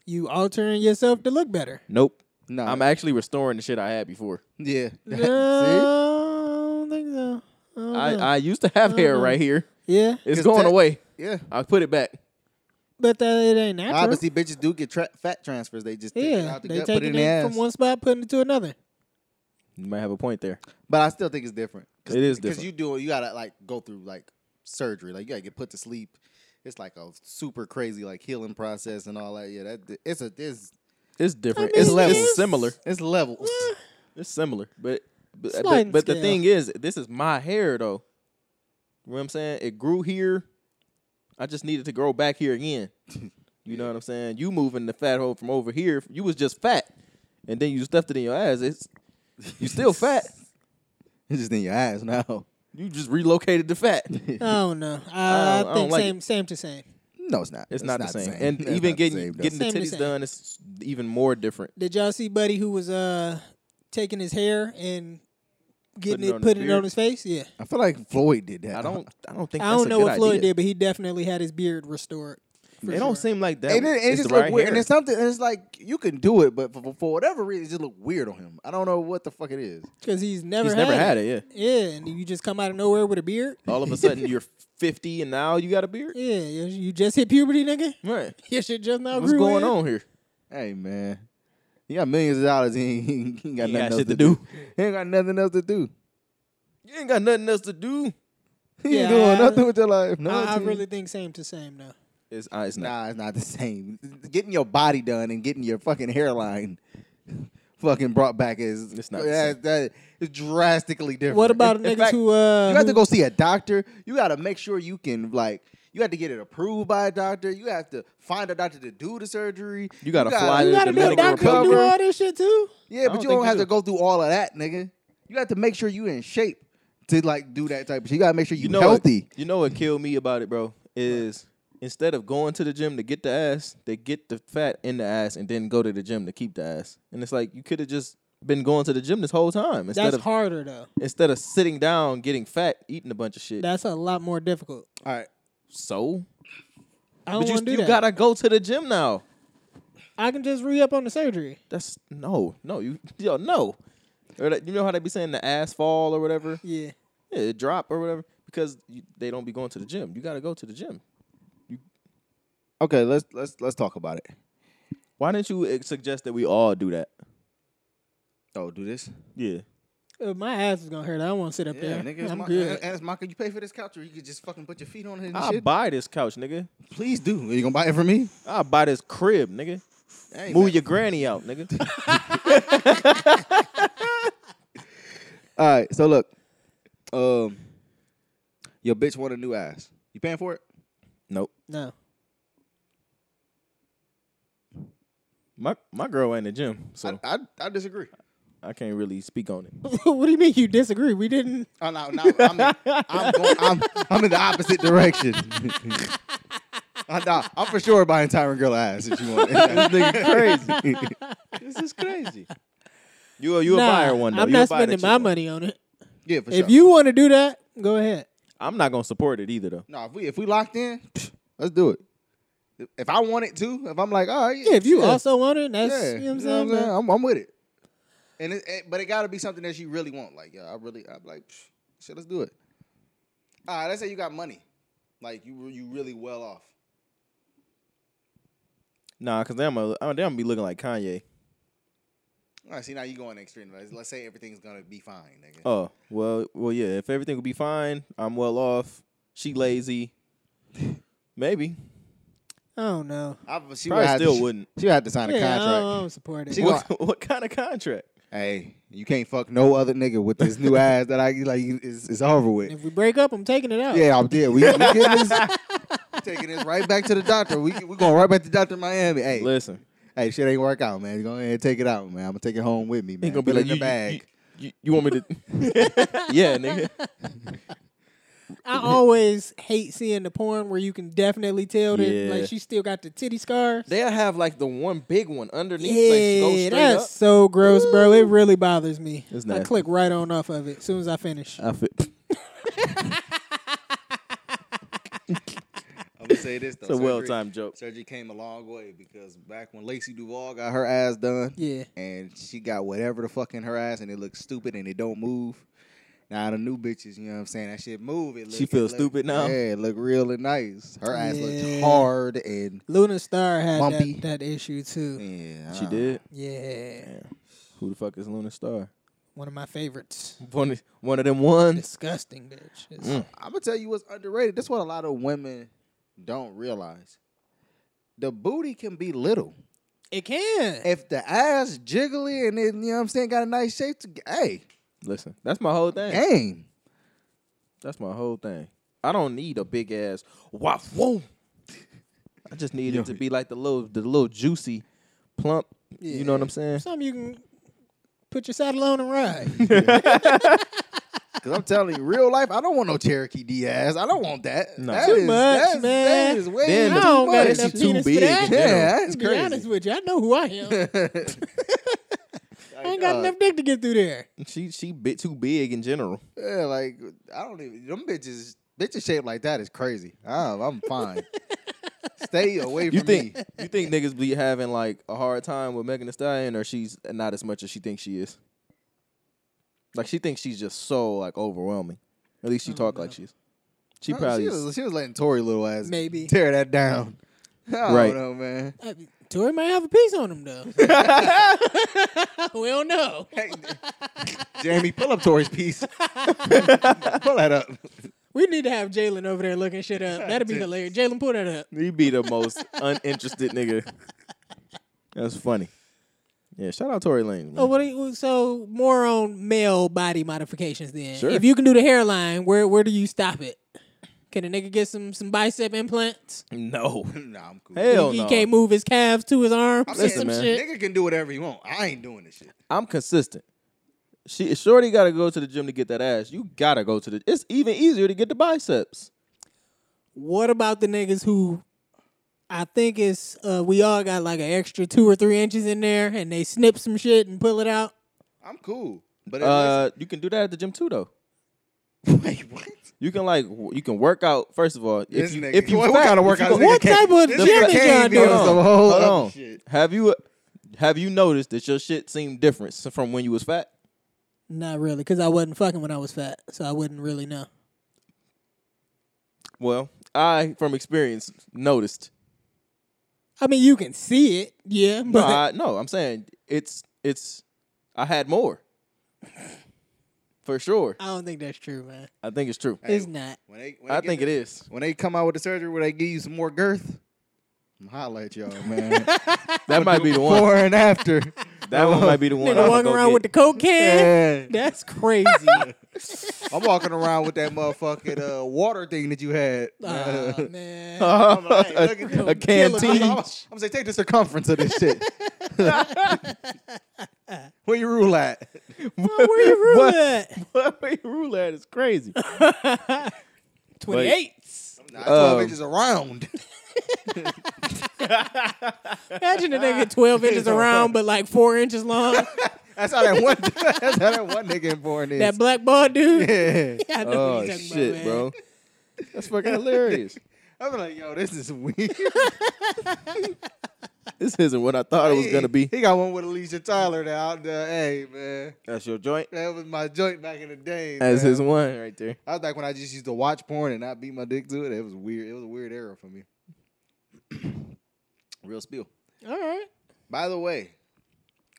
C: You altering yourself to look better.
B: Nope.
A: No.
B: I'm actually restoring the shit I had before.
A: yeah. See?
C: No, I don't think so. I don't
B: I,
C: know. Uh-huh.
B: I used to have hair right here.
C: yeah,
B: It's
A: 'Cause
B: going
A: that-
B: away.
A: Yeah.
B: I put it back.
C: but that, it ain't natural.
A: Obviously, bitches do get tra- fat transfers. They just take it
C: yeah,
A: out the
C: they
A: gut, put it
C: taking
A: in
C: it,
A: their ass.
C: from one spot, putting it to another.
B: You might have a point there.
A: But I still think it's different.
B: It is
A: because
B: different.
A: you do you gotta like go through like surgery. Like you gotta get put to sleep. It's like a super crazy like healing process and all that. Yeah, that it's a this
B: It's different.
C: mean,
B: it's, levels.
C: it's-
B: similar.
A: it's levels.
B: It's similar, but but,
C: Sliding
B: but, but the
C: scale.
B: thing is, this is my hair though. You know what I'm saying? It grew here. I just needed to grow back here again. You know what I'm saying? You moving the fat hole from over here. You was just fat, and then you stuffed it in your ass. It's you still fat.
A: It's just in your ass now.
B: You just relocated the fat. It's,
C: I don't know.
B: I
C: I, I
B: don't- I don't
C: think
B: like
C: same, same to same.
A: No, it's not.
B: not, the same. And
A: It's
B: even
A: not the
B: getting
A: same, though.
B: getting the
C: Same, the
B: titties
C: same.
B: done is even more different.
C: Did y'all see Buddy who was uh taking his hair and
B: Putting
C: getting
B: it
C: it,
B: on his
C: putting it
B: beard?
C: on his face? Yeah,
A: I feel like Floyd did that.
B: I don't. I don't think.
C: I
B: that's
C: don't
B: a
C: know
B: good
C: what Floyd
B: idea.
C: did, but he definitely had his beard restored. for
B: It don't
C: sure.
B: seem like that.
A: And it, it
B: it's
A: just
B: the
A: look
B: right
A: weird.
B: hair.
A: And it's something. It's like you can do it, but for, for whatever reason, it just look weird on him. I don't know what the fuck it is.
C: Because he's never
B: He's
C: had
B: never had
C: it.
B: it. Yeah.
C: Yeah, and you just come out of nowhere with a beard.
B: All of a sudden you're 50 and now you got a beard?
C: Yeah, you you just hit puberty, nigga.
B: Right.
C: Your shit just now
B: What's
C: grew
B: going
C: in.
B: on here?
A: Hey man, you got millions of dollars. He ain't, he ain't got
B: He ain't
A: nothing
B: got
A: else
B: shit
A: to,
B: to
A: do. He ain't got nothing else to do.
B: You ain't got nothing else to do.
A: You ain't
C: Yeah,
A: doing
C: I-
A: nothing with your life. No,
C: I, I
A: T.
C: really think same to same though.
B: It's, uh, it's not.
A: Nah, it's not the same. Getting your body done and getting your fucking hairline fucking brought back is
B: It's not the
A: that, that is drastically different.
C: What about
A: In-
C: niggas
A: in fact,
C: who uh
A: you have
C: who-
A: to go see a doctor. You got to make sure you can like. You have to get it approved by a doctor. You have to find a doctor to do the surgery.
B: You gotta fly
C: you
B: to
C: gotta
B: the
C: be a
B: medical
C: doctor to do
B: recovery.
C: all this shit too?
A: Yeah,
B: don't
A: but you
B: think
A: don't
B: you
A: have
B: do.
A: to go through all of that, nigga. You have to make sure you in shape to like do that type of shit. You got to make sure you,
B: You know
A: healthy.
B: What, you know what killed me about it, bro? Is instead of going to the gym to get the ass, they get the fat in the ass and then go to the gym to keep the ass. And it's like you could have just been going to the gym this whole time instead
C: That's
B: of
C: harder though.
B: instead of sitting down, getting fat, eating a bunch of shit.
C: That's a lot more difficult.
A: All right.
B: so,
C: I
B: but
C: don't
B: you,
C: want to do
B: you
C: that.
B: gotta go to the gym now.
C: I can just re up on the surgery.
B: That's no, no, you yo, no. Or that, you know how they be saying the ass fall or whatever,
C: Yeah.
B: yeah, it drop or whatever, because you, they don't be going to the gym. You gotta go to the gym.
A: Okay, let's let's let's talk about it.
B: Why didn't you eh, suggest that we all do that?
A: Oh, do this.
B: Yeah,
C: Uh, my ass is gonna hurt. I don't want to sit up
A: Yeah,
C: there.
A: nigga. It's
C: I'm
A: my,
C: good.
A: Ask Mike, can you pay for this couch, or you could just fucking put your feet on it and
B: I
A: shit?
B: buy this couch, nigga.
A: Ah, Please do. Are you gonna buy it for me?
B: I buy this crib, nigga.
A: Hey,
B: Move
A: man.
B: your granny out, nigga.
A: All right. So look, um, your bitch want a new ass. You paying for it?
B: nope,
C: no.
B: my my girl ain't in the gym, so
A: I, I I disagree.
B: I, can't really speak on it.
C: what do you mean you disagree? We didn't.
A: Oh no, no, I'm, in, I'm, going, I'm I'm in the opposite direction. I, nah, I'm for sure buying Tyron girl ass if you want. this nigga crazy.
B: this is crazy. You a, you
C: Nah,
B: a buyer one though.
C: I'm
B: You a
C: not
B: buyer that
C: spending
B: you
C: my
B: want.
C: money on it.
A: yeah, for
C: If
A: sure.
C: you want to do that, go ahead.
B: I'm not gonna support it either though.
A: no, if we if we locked in, psh, let's do it. If- If I want it too, if I'm like, all right, yeah,
C: If you
A: yeah,
C: also want it, that's
A: yeah,
C: you know what I'm saying. man?
A: I'm, I'm with it. And it, it- but it got to be something that you really want. Like, yeah, I really, I'm like, psh, shit, let's do it. All right, let's say you got money. Like you, re- you really well off.
B: Nah, cause they're gonna, they're gonna be looking like Kanye.
A: All right, see now you going extreme. Like, Let's say everything's gonna be fine, nigga.
C: Uh,
B: Oh well, well yeah. If everything would be fine, I'm well off. She lazy. Maybe.
C: I don't know.
A: I, she would
B: Probably
A: have to-
B: still wouldn't.
A: She would have to sign a
C: Yeah, I
A: contract.
C: don't, I don't support it.
A: She
B: What, what kind of contract?
A: Hey, you can't fuck no other nigga with this new ass that I like. you- It's, it's over with.
C: If we break up, I'm taking it out.
A: Yeah, I'm dead. We, we getting this, we taking this right back to the doctor. We we going right back to Doctor Miami. Hey,
B: Listen,
A: hey, shit ain't work out, man. Go ahead and take it out, man. I'm gonna take it home with me, man.
B: ain't gonna
A: Put
B: be
A: it
B: like
A: in
B: you,
A: the
B: you-
A: bag.
B: You, you, you want me to? yeah, nigga.
C: I always hate seeing the porn where you can definitely tell that
B: Yeah.
C: like she still got the titty scars.
B: They'll have like the one big one underneath.
C: yeah,
B: like, go straight
C: that's
B: up.
C: so gross, bro. It really bothers me.
B: It's
C: I
B: nasty.
C: click right on off of it as soon as I finish.
B: I fit.
A: I'm gonna say this though.
B: It's a
A: surgery-
B: well-timed joke.
A: Surgery came a long way because back when Lacey Duvall got her ass done,
C: Yeah.
A: and she got whatever the fuck in her ass, and it looks stupid and it don't move. Now the new bitches, you know what I'm saying? That shit move. It look,
B: She feel
A: it look-
B: stupid now?
A: Yeah, it look real and nice. Her ass looked
C: Yeah.
A: hard and
C: Luna Star had
A: Bumpy.
C: that, that issue too.
A: yeah,
B: She
A: uh,
B: did.
C: Yeah.
B: Who the fuck is Luna Star?
C: One of my favorites.
B: One, of- one of them ones.
C: Disgusting bitch. It's-
B: Mm.
A: I'm gonna tell you what's underrated. That's what a lot of women don't realize. The booty can be little.
C: It can.
A: If the ass jiggly and it, you know what I'm saying, got a nice shape to hey,
B: Listen, that's my whole thing.
A: game.
B: That's my whole thing. I don't need a big ass wah whoa. I just need it to be like the little the little juicy plump. You know what I'm saying?
C: Something you can put your saddle on and ride.
A: Cause I'm telling you, real life, I don't want no Cherokee Diaz. I don't want that.
B: No.
A: That
B: Too
A: is-
C: much,
A: that is-
C: man.
A: That is way
B: Then
A: too
B: the-
C: don't got
A: much.
C: enough
B: It's too
C: penis
B: big
C: for that.
B: in
A: Yeah,
B: general.
A: that's
C: to be honest
A: crazy.
C: with you, I know who I am. I ain't got
A: Uh,
C: enough dick to get through there.
B: She she bit too big in general.
A: Yeah, like I don't even. Them bitches, bitches shaped like that is crazy. I'm, I'm fine. Stay away from
B: You think
A: me.
B: you think niggas be having like a hard time with Megan Thee Stallion, or she's not as much as she thinks she is? Like she thinks she's just so like overwhelming. At least she talk like she's. Oh, She
A: Oh,
B: probably
A: she
B: is-
A: was, she was letting Tory little ass
C: Maybe.
A: tear that down. I don't
B: Right.
A: know, man.
C: I, Tory might have a piece on him though. we don't know.
A: Hey, Jamie, pull up Tory's piece. pull that up.
C: We need to have Jalen over there looking shit up. That'd be hilarious. Jalen, pull that up.
B: He be the most uninterested nigga. That's funny. Yeah, shout out Tory Lane.
C: Oh, what? Are you, so more on male body modifications then.
B: Sure.
C: If you can do the hairline, where where do you stop it? Can a nigga get some some bicep implants?
B: No.
A: nah, I'm cool.
B: Hell
C: he
B: no.
C: can't move his calves to his arms.
A: I'm
C: or
B: Listen,
A: saying,
C: some
B: man.
C: shit.
A: nigga can do whatever he want. I ain't doing this shit.
B: I'm consistent. She Shorty gotta go to the gym to get that ass. You gotta go to the it's even easier to get the biceps.
C: What about the niggas who I think it's uh, we all got like an extra two or three inches in there and they snip some shit and pull it out?
A: I'm cool. But it-
B: Uh you can do that at the gym too though.
A: wait, what?
B: You can like w- you can work out first of all. If
A: This
B: you
A: nigga.
B: if you
A: what,
B: fat,
A: kind of
B: if
A: workout?
B: you
A: this
B: go-
A: nigga
C: What
A: can't-
C: type of
A: this
C: gym
A: nigga
C: is
A: can't
C: y'all
A: be on
C: doing?
A: some whole
B: Hold
A: other
B: on.
A: shit.
B: Have you have you noticed that your shit seemed different s- from when you was fat?
C: Not really, because I wasn't fucking when I was fat, so I wouldn't really know.
B: Well, I from experience noticed.
C: I mean, you can see it, yeah, but
B: No, I, no, I'm saying it's it's. I had more, for sure.
C: I don't think that's true, man.
B: I think it's true.
C: It's not.
A: When they, when
B: I
A: they
B: think
A: get
B: it
A: the-
B: is.
A: When they come out with the surgery, where they give you some more girth, I'm holla at y'all, man.
B: That might be the one.
A: Before and after.
B: That one might be the one.
C: Nigga walking around with the coke can.
A: Yeah.
C: That's crazy.
A: I'm walking around with that motherfucking uh, water thing that you had.
C: Aw, man.
A: I'm like, hey, look at
B: a,
A: this.
B: a Uh, canteen.
A: I'm, I'm, I'm saying, take the circumference of this shit. Where you rule at?
C: Where you room
B: What?
C: at?
B: What we rule at is crazy.
C: 28s.
A: Nah, 12
B: Um,
A: inches around.
C: Imagine a nigga 12 inches around, but like four inches long.
A: That's how that one. that's how that one nigga in porn is.
C: That black ball dude.
A: yeah.
C: I know what
B: Oh
C: you're talking
B: shit,
C: about, man.
B: bro. That's fucking hilarious.
A: I'm like, yo, this is weird.
B: this isn't what I thought it was gonna be.
A: He got one with Alicia Tyler now. out there. uh, Hey man,
B: That's your joint.
A: that was my joint back in the day.
B: That's
A: man.
B: his one right there.
A: I was like when I just used to watch porn and not beat my dick to it. It was weird. It was a weird era for me. Real spiel.
C: All right.
A: By the way,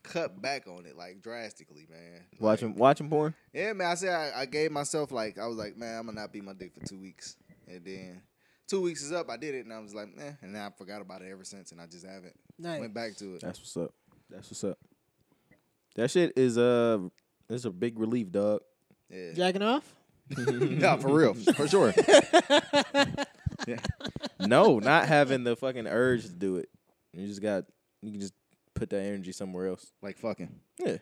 A: cut back on it like drastically, man. Like,
B: Watching watching porn.
A: Yeah, man. I said I, I gave myself like I was like, man, I'm gonna not beat my dick for two weeks, and then two weeks is up. I did it, and I was like, eh, and then I forgot about it ever since, and I just haven't
C: Nice.
A: went back to it.
B: That's what's up. That's what's up. That shit is uh it's a big relief, dog.
A: Yeah,
C: Jacking off?
A: no, for real, for sure.
B: no, not having the fucking urge to do it. You just got you can just put that energy somewhere else.
A: Like fucking.
B: Yeah.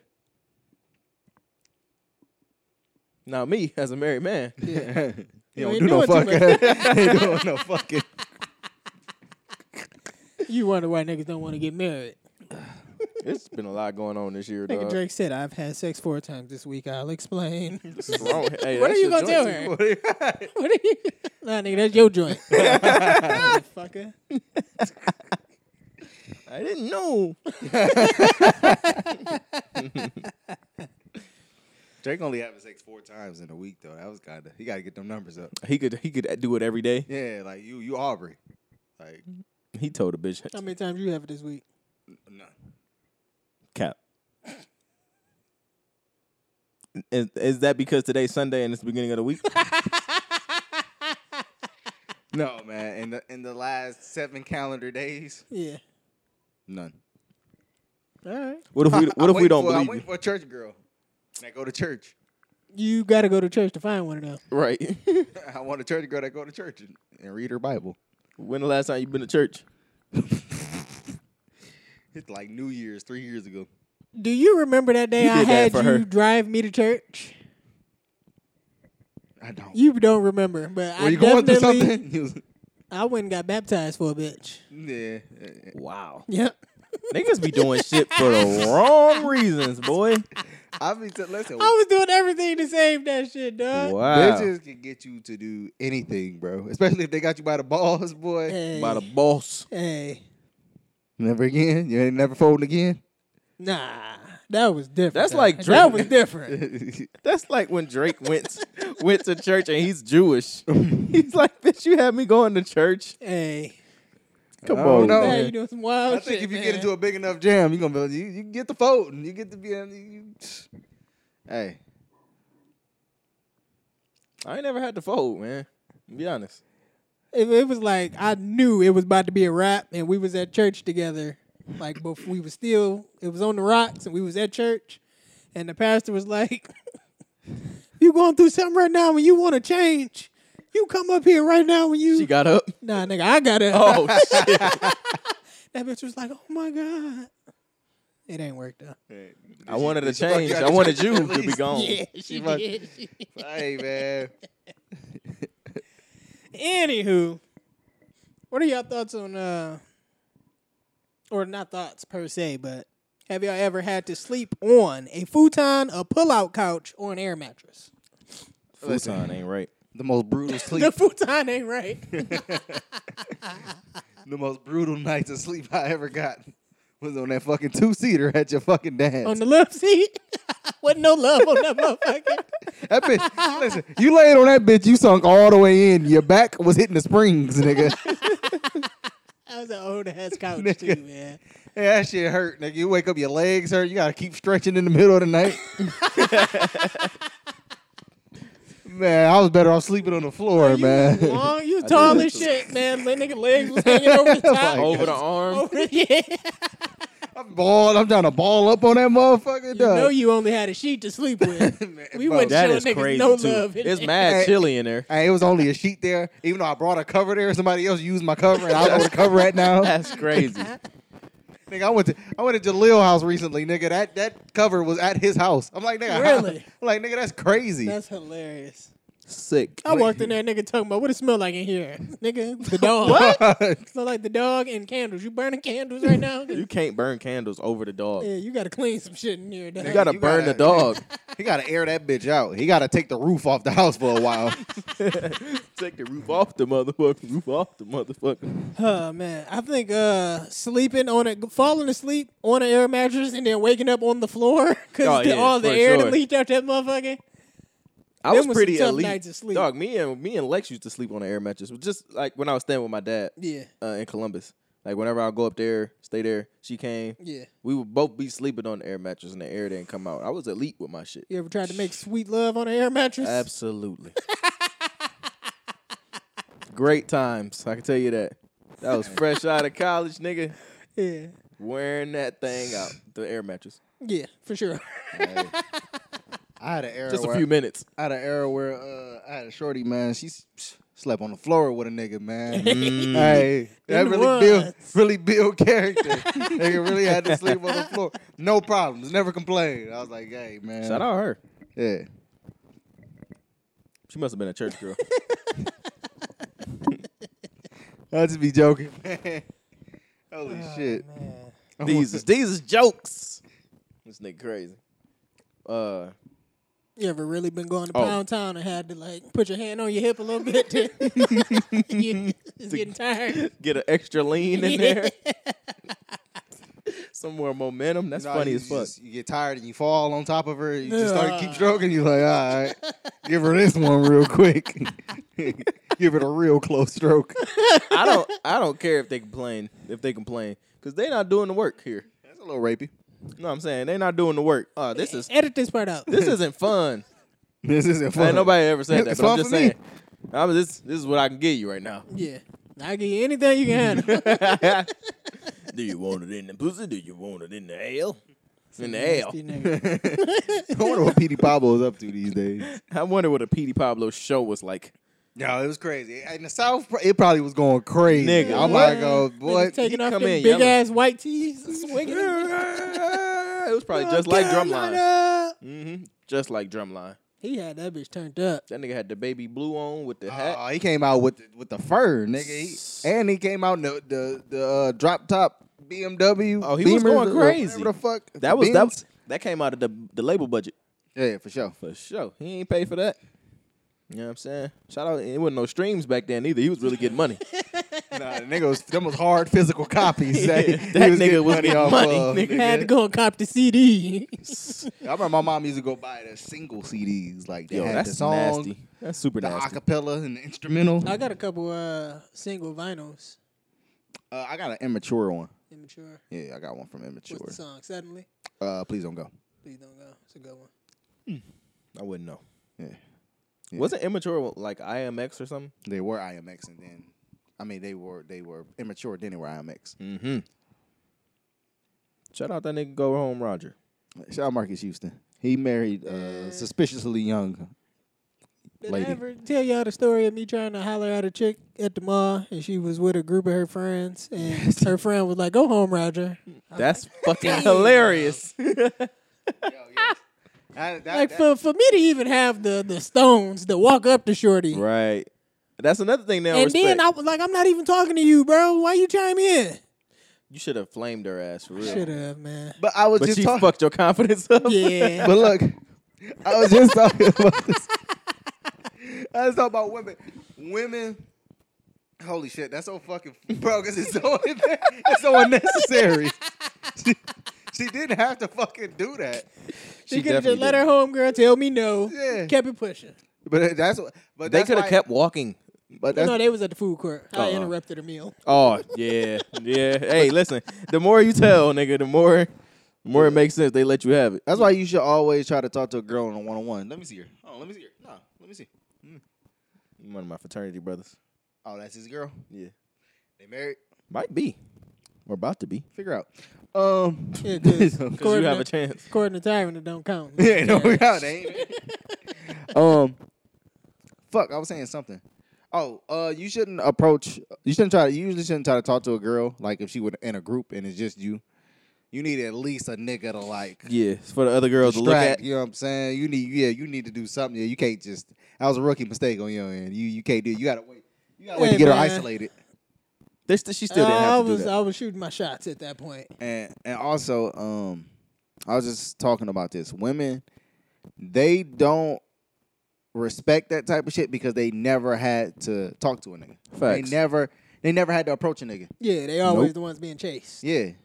B: Now me as a married man.
A: Yeah. he
C: You
A: don't
C: ain't
A: do no
C: doing too
A: fucking. he don't do no fucking.
C: You wonder why niggas don't want to get married.
B: It's been a lot going on this year,
C: Nigga
B: dog.
C: Drake said, I've had sex four times this week. I'll explain.
B: What's wrong? Hey,
C: what are
B: that's your
C: you going to
B: joint.
C: tell her? What are you? Nah, nigga, that's your joint. Motherfucker.
B: I didn't know.
A: Drake only having sex four times in a week though. That was kinda. He got to get them numbers up.
B: He could he could do it every day.
A: Yeah, like you, you Aubrey. Like
B: He told a bitch
C: How many times you have it this week? Mm-hmm.
A: none.
B: cap. Is, is that because today's Sunday and it's the beginning of the week?
A: No man. In the in the last seven calendar days,
C: Yeah.
A: none.
C: All right.
B: What if we what if
A: I'm
B: we don't
A: waiting for, I'm
B: believe
A: waiting for a church girl. That go to church.
C: You got to go to church to find one of them.
B: you? Right.
A: I want a church girl that go to church and, and read her Bible.
B: when the last time you been to church?
A: It's like New Year's three years ago.
C: Do you remember that day
B: You
C: I
B: did that
C: had you
B: for her.
C: drive me to church?
A: I don't.
C: You don't remember, but
A: Were
C: I
A: you going through
C: definitely
A: something? You was-
C: I went and got baptized for a bitch.
A: yeah.
B: Wow.
C: Yep.
B: Niggas be doing shit for the wrong reasons, boy.
A: I mean, t- listen.
C: I was doing everything to save that shit, dog.
B: Wow.
A: Bitches can get you to do anything, bro. Especially if they got you by the balls, boy.
C: Hey,
B: By the boss.
C: hey,
A: Never again. You ain't never folding again.
C: nah, that was different.
B: That's
C: dog.
B: like
C: that
B: drink.
C: was different.
B: That's like when Drake went went to church and he's Jewish. He's like, bitch, you had me going to church.
C: hey,
B: Come
A: I don't
B: on.
A: know.
B: man.
C: hey, you doing some wild
A: I think
C: shit,
A: if you
C: man.
A: get into a big enough jam, you're gonna be you, you get the folding. You get to be in- you, you, Hey.
B: I ain't never had to fold, man. Be honest.
C: if it was like I knew it was about to be a wrap, and we was at church together, like but we was still it was on the rocks, and we was at church, and the pastor was like, "You going through something right now, and you want to change? You come up here right now when you
B: She got up.
C: nah, nigga, I got it."
B: Oh shit.
C: That bitch was like, "Oh my god." It ain't worked though.
B: I wanted to
A: She fucked
B: change.
A: you out
B: I
A: the
B: wanted
A: church
B: you
A: at
B: to be
A: least.
B: gone.
A: She fucked- hey man.
C: Anywho, what are y'all thoughts on uh or not thoughts per se, but have y'all ever had to sleep on a futon, a pull-out couch, or an air mattress?
B: Futon ain't right.
A: The most brutal
C: The
A: sleep.
C: futon ain't right.
A: the most brutal nights of sleep I ever got was on that fucking two seater at your fucking dad's.
C: on the love seat. Wasn't no love on that motherfucker.
A: That bitch, listen, you laid on that bitch, you sunk all the way in. Your back was hitting the springs, nigga.
C: That was an old ass couch too,
A: Nigga.
C: man.
A: yeah, that shit hurt, nigga. You wake up, your legs hurt. You gotta keep stretching in the middle of the night. man, I was better off sleeping on the floor,
C: You
A: man.
C: was long, you was tall as shit, man. Like, nigga legs was hanging over the top.
A: Like- oh.
B: Over the arm.
C: Over- yeah.
A: I'm balled. I'm trying to ball up on that motherfucker.
C: You know
A: dog.
C: you only had a sheet to sleep with. we
A: bro.
C: went
B: That
C: showing
B: is
C: niggas
B: crazy
C: no
B: too.
C: love. in
B: It's
C: there.
B: mad chilly in there.
A: Hey, it was only a sheet there. Even though I brought a cover there, somebody else used my cover, and I don't know where the cover at now.
B: That's crazy.
A: Nigga, I went to I went to Jaleel house recently, nigga. That that cover was at his house. I'm like, nigga, how-
C: Really?
A: I'm like, nigga, that's crazy.
C: That's hilarious.
B: Sick.
C: I walked in there, nigga, talking about what it smell like in here, nigga. The dog. Smell like the dog and candles. You burning candles right now?
B: you can't burn candles over the dog.
C: yeah, you gotta clean some shit in here. Dog.
B: You gotta
A: You
B: burn the
A: gotta-
B: dog.
A: He gotta air that bitch out. He gotta take the roof off the house for a while.
B: Take the roof off the motherfucker. Roof off the motherfucker.
C: Oh man, I think uh, sleeping on a falling asleep on an air mattress and then waking up on the floor because
B: Oh, yeah,
C: all the
B: for
C: air
B: sure.
C: that leaked out that motherfucker.
B: I
C: Them
B: was,
C: was some
B: pretty
C: tough
B: elite.
C: nights of sleep.
B: Dog, me and me and Lex used to sleep on an air mattress. But just like when I was staying with my dad
C: Yeah,
B: uh, in Columbus. Like whenever I go up there, stay there, she came.
C: yeah.
B: We would both be sleeping on the air mattress and the air didn't come out. I was elite with my shit.
C: You ever tried to make sweet love on an air mattress?
B: Absolutely. Great times, I can tell you that. That was fresh out of college, nigga.
C: yeah,
B: Wearing that thing out, the air mattress.
C: yeah, for sure.
A: I had an era.
B: Just a
A: where-
B: few minutes.
A: I had an era where uh, I had a shorty man. She s- slept on the floor with a nigga man. Hey, that
C: In
A: really
C: the
A: built
C: woods.
A: really built character. nigga really had to sleep on the floor. No problems. Never complained. I was like, hey man.
B: Shout out her.
A: Yeah.
B: She must have been a church girl.
A: I just be joking, man. Holy shit.
C: Oh, Man.
B: these is these is jokes. This nigga crazy. Uh,
C: You ever really been going to
B: Oh.
C: Pound Town and had to like put your hand on your hip a little bit? To, you, it's getting tired.
B: get an extra lean in there. Some more momentum. That's
A: You know,
B: funny
A: you
B: as fuck.
A: just- you get tired and you fall on top of her. You just start keep
C: Ugh.
A: stroking. You're like, all right, give her this one real quick. give it a real close stroke.
B: I don't. I don't care if they complain. If they complain, because they're not doing the work here.
A: That's a little rapey.
B: You know what I'm saying? They're not doing the work. Uh, this is
C: Edit this part out.
B: this isn't fun.
A: This isn't fun.
B: Ain't nobody ever said that.
A: It's
B: But
A: fun
B: I'm just
A: for me.
B: saying. I'm this. This is what I can give you right now.
C: Yeah, I give you anything you can handle.
B: Do you want it in the pussy? Do you want it in the ale? In the ale.
C: You know,
A: I wonder what Petey Pablo is up to these days.
B: I wonder what a Petey Pablo show was like.
A: No, it was crazy. In the South, it probably was going crazy.
B: Nigga,
A: I'm
B: what?
A: like, oh, boy.
C: niggas taking off
B: come
C: them
B: in
C: big
B: yelling.
C: ass white tees, and swinging. them.
B: it was probably just like Drumline. hmm Just like Drumline.
C: He had that bitch turned up.
B: That nigga had the baby blue on with the hat.
A: Oh, he came out with the, with the fur, nigga. He, and he came out in the the, the uh, drop top BMW.
B: Oh, he was
A: Beamer,
B: going
A: the- whatever
B: crazy.
A: The fuck
B: that was that,
A: Benz.
B: was that came out of the the label budget
A: Yeah, for sure.
B: for sure. He ain't paid for that. You know what I'm saying? Shout out. It wasn't no streams back then either. He was really getting money.
A: Nah, the nigga was them was hard physical copies.
B: Yeah, that nigga was getting money, Oh, nigga.
C: I had to go and cop the CD.
A: I remember my mom used to go buy the single CDs like they
B: Yo,
A: had
B: that's
A: the song,
B: nasty. That's super
A: the
B: nasty.
A: acapella and the instrumental.
C: I got a couple uh single vinyls.
A: Uh, I got an immature one.
C: Immature.
A: Yeah, I got one from immature.
C: What's the song? Suddenly.
A: Uh, please don't go.
C: Please don't go. It's a good one.
B: I wouldn't know.
A: Yeah, Yeah.
B: Wasn't immature like IMX or something?
A: they were IMX and then, I mean, they were they were immature. Then they were IMX.
B: Mm-hmm. Shout out that nigga Go Home Roger.
A: Shout out Marcus Houston. He married uh, suspiciously young.
C: Did
A: Lady.
C: I ever tell y'all the story of me trying to holler at a chick at the mall and she was with a group of her friends and her friend was like, Go home, Roger.
B: That's fucking hilarious.
C: Like for, for me to even have the the stones to walk up to Shorty.
B: right. That's another thing now.
C: And then I was like, I'm not even talking to you, bro. Why you chime in?
B: you should have flamed her ass for real.
C: Should have, man.
A: But I was
B: But
A: just
B: she
A: talking.
B: fucked your confidence up.
C: Yeah.
A: But look, I was just talking about this. I was talking about women. Women. Holy shit, that's so fucking bro. Because it's so it's so unnecessary. She, she didn't have to fucking do that.
C: She could have just let her homegirl tell me no.
A: Yeah.
C: Kept it pushing.
A: But that's what. But
B: They
A: that's
B: could have
A: why-
B: kept walking.
A: But
C: No,
A: that's,
C: they was at the food court. I
B: Uh-uh.
C: interrupted a meal.
B: Oh yeah, yeah. Hey, listen. The more you tell, nigga, the more, the more it makes sense. They let you have it.
A: that's why you should always try to talk to a girl on a one on one. Let me see her. Oh, let me see her. No, let me see.
B: One of my fraternity brothers.
A: Oh, that's his girl.
B: Yeah,
A: They married.
B: might be. We're about to be.
A: Figure out. Um.
C: Yeah, 'cause
B: Cause
C: According
B: you have
C: to-
B: a chance.
C: According to Tyron, it don't count.
A: Yeah, no, we out. They ain't. um, fuck, I was saying something. Oh, uh, you shouldn't approach. You shouldn't try. To, you usually shouldn't try to talk to a girl like if she were in a group and it's just you. You need at least a nigga to like
B: Yeah, it's for the other girls to look
A: distract.
B: at.
A: You know what I'm saying? You need yeah, you need to do something. Yeah, you can't just that was a rookie mistake on your end. You you can't do it. You gotta wait. You gotta wait to
C: Hey,
A: get her
C: man.
A: isolated.
B: They st- she still didn't
C: I
B: have to do
C: was
B: that.
C: I was shooting my shots at that point.
A: and and also um i was just talking about this women they don't respect that type of shit because they never had to talk to a nigga
B: Facts.
A: they never they never had to approach a nigga
C: Yeah, they always
B: Nope.
C: the ones being chased.
A: yeah
B: If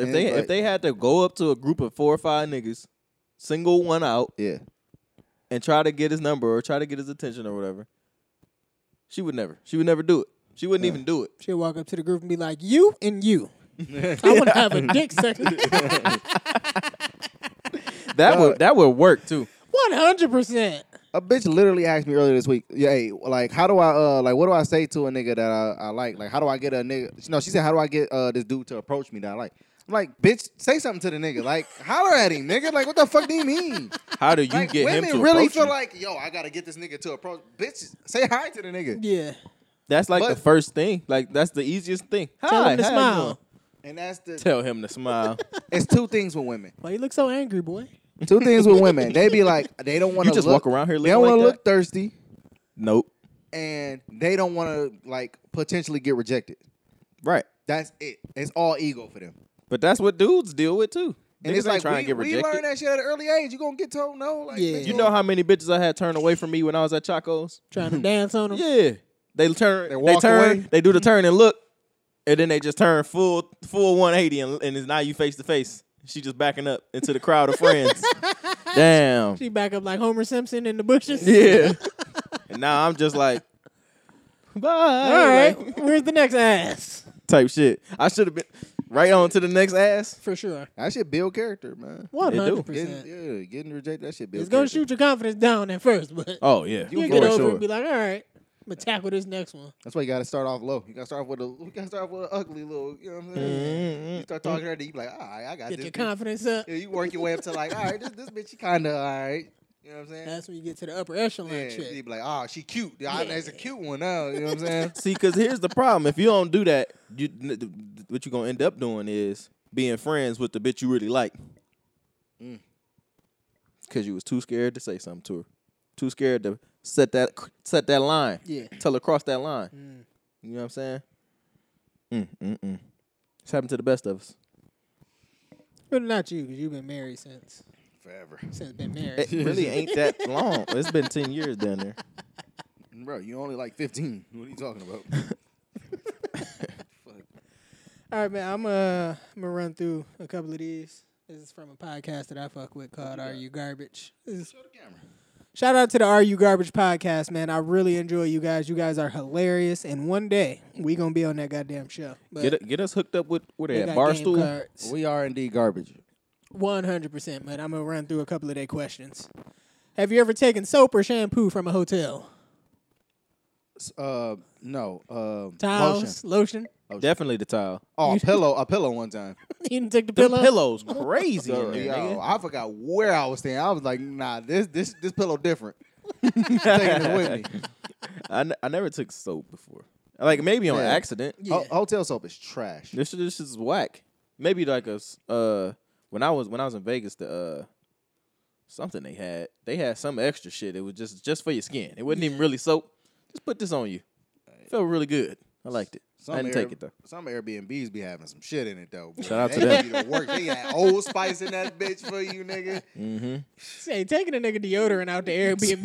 A: Yeah,
B: they
A: like-
B: if they had to go up to a group of four or five niggas, single one out
A: yeah
B: and try to get his number or try to get his attention or whatever, she would never. She would never do it. She wouldn't even do it.
C: She'll walk up to the group and be like, "You and you, I want to have a dick session."
B: That would that would work too.
C: One hundred percent.
A: a bitch literally asked me earlier this week yeah hey, like how do i uh like what do i say to a nigga that i, I like like how do i get a nigga no she said how do i get uh this dude to approach me that i like I'm like, bitch, say something to the nigga. Like, holler at him, nigga. Like, what the fuck do you mean?
B: How do you
A: Like,
B: get him
A: women
B: to
A: really
B: approach
A: feel
B: you?
A: like, yo, I gotta get this nigga to approach. Bitch, say hi to the nigga.
C: Yeah,
B: That's like the
A: But-
B: first thing. Like that's the easiest thing.
C: tell
B: Hi,
C: him to
B: how you
C: smile.
B: doing?
A: And that's the.
B: Tell him to smile.
A: It's two things with women.
C: Why you look so angry, boy?
A: Two things with women. They be like, they don't want to.
B: You just walk around here
A: They don't
B: looking
A: want to
B: like
A: look thirsty,
B: nope.
A: and they don't want to like potentially get rejected.
B: Right.
A: That's it. It's all ego for them.
B: But that's what dudes deal with too.
A: And
B: Niggas
A: it's
B: ain't
A: like
B: trying
A: we,
B: to get
A: we
B: rejected.
A: learn that shit at an early age. You gonna get told no. Like,
C: Yeah.
A: bitch,
B: You know how many bitches I had turned away from me when I was at Chaco's?
C: Trying to dance on him.
B: Yeah. They turn
A: They
B: they,
A: walk
B: turn
A: away. Mm-hmm.
B: they do the turn and look. And then they just turn full full 180 and, and it's now you face to face. She just backing up into the crowd of friends. Damn.
C: She back up like Homer Simpson in the bushes.
B: Yeah. and now I'm just like bye.
C: All right,
B: like,
C: where's the next ass?
B: type shit. I should have been right on to the next ass.
C: For sure.
A: that shit build character, man.
C: One
B: It do.
C: hundred
A: Getting,
C: percent.
A: yeah, getting rejected. That shit build.
C: It's gonna
A: character.
C: shoot your confidence down at first, but
B: Oh yeah.
C: you'll
A: you
C: get
A: for
C: over it
B: sure.
C: and be like, all right, I'm gonna tackle this next one.
A: That's why you gotta start off low. You gotta start off with a. You gotta start off with an ugly little. You know what I'm saying? You start talking to her, then you be like, all right, I got
C: Get
A: this.
C: your
A: bitch.
C: confidence up.
A: Yeah, you work your way up to like, all right, this, this bitch, she kind of all right. You know what I'm saying?
C: That's when you get to the upper echelon
A: Yeah, you
C: shit.
A: be like, oh, she cute. Yeah, I- That's a cute one now. You know what I'm saying?
B: See, because here's the problem. If you don't do that, you n- what you're gonna end up doing is being friends with the bitch you really like.
C: Mm.
B: Because you was too scared to say something to her, too scared to set that set that line.
C: Yeah.
B: tell her cross that line. You know what I'm saying? Mm, mm, mm. It's happened to the best of us.
C: But not you, because you've been married since
A: Forever,
C: since been
B: It
C: married.
B: really ain't that long. It's been ten years down there.
A: bro. You only like 15. What are you talking about?
C: all right, man. I'm uh I'm gonna run through a couple of these. This is from a podcast that I fuck with called Are You Garbage. This is- Shout out to the Are You Garbage podcast, man. I really enjoy you guys. You guys are hilarious, and one day we gonna be on that goddamn show. But
B: Get get us hooked up with where
C: they
B: they at
C: got game
B: barstool.
C: cards.
A: we are indeed garbage.
C: One hundred percent, man. I'm gonna run through a couple of their questions. Have you ever taken soap or shampoo from a hotel?
A: S- Uh, no. Um,
C: Towels,
A: lotion.
C: lotion.
B: Definitely the towel.
A: Oh, a pillow. A pillow one time.
C: you didn't take the
B: Them
C: pillow.
B: pillows crazy in
A: Yo,
B: there,
A: yo,
B: nigga.
A: I forgot where I was staying. I was like, nah, this this this pillow different. I'm taking it with me.
B: I, n- I never took soap before. Like maybe on
A: Yeah.
B: accident.
A: Ho- hotel soap is trash.
B: This shit- this is whack. Maybe like a s- uh when I was when I was in Vegas the uh something they had they had some extra shit. It was just just for your skin. It wasn't even really soap. Just put this on you. Felt really good. I liked it. I didn't
A: Air-
B: take it though.
A: Some Airbnbs be having some shit in it though. boy.
B: Shout out to
A: They
B: them.
A: Be the worst. They got Old Spice in that bitch for you, nigga.
C: Say taking a nigga deodorant out to Airbnb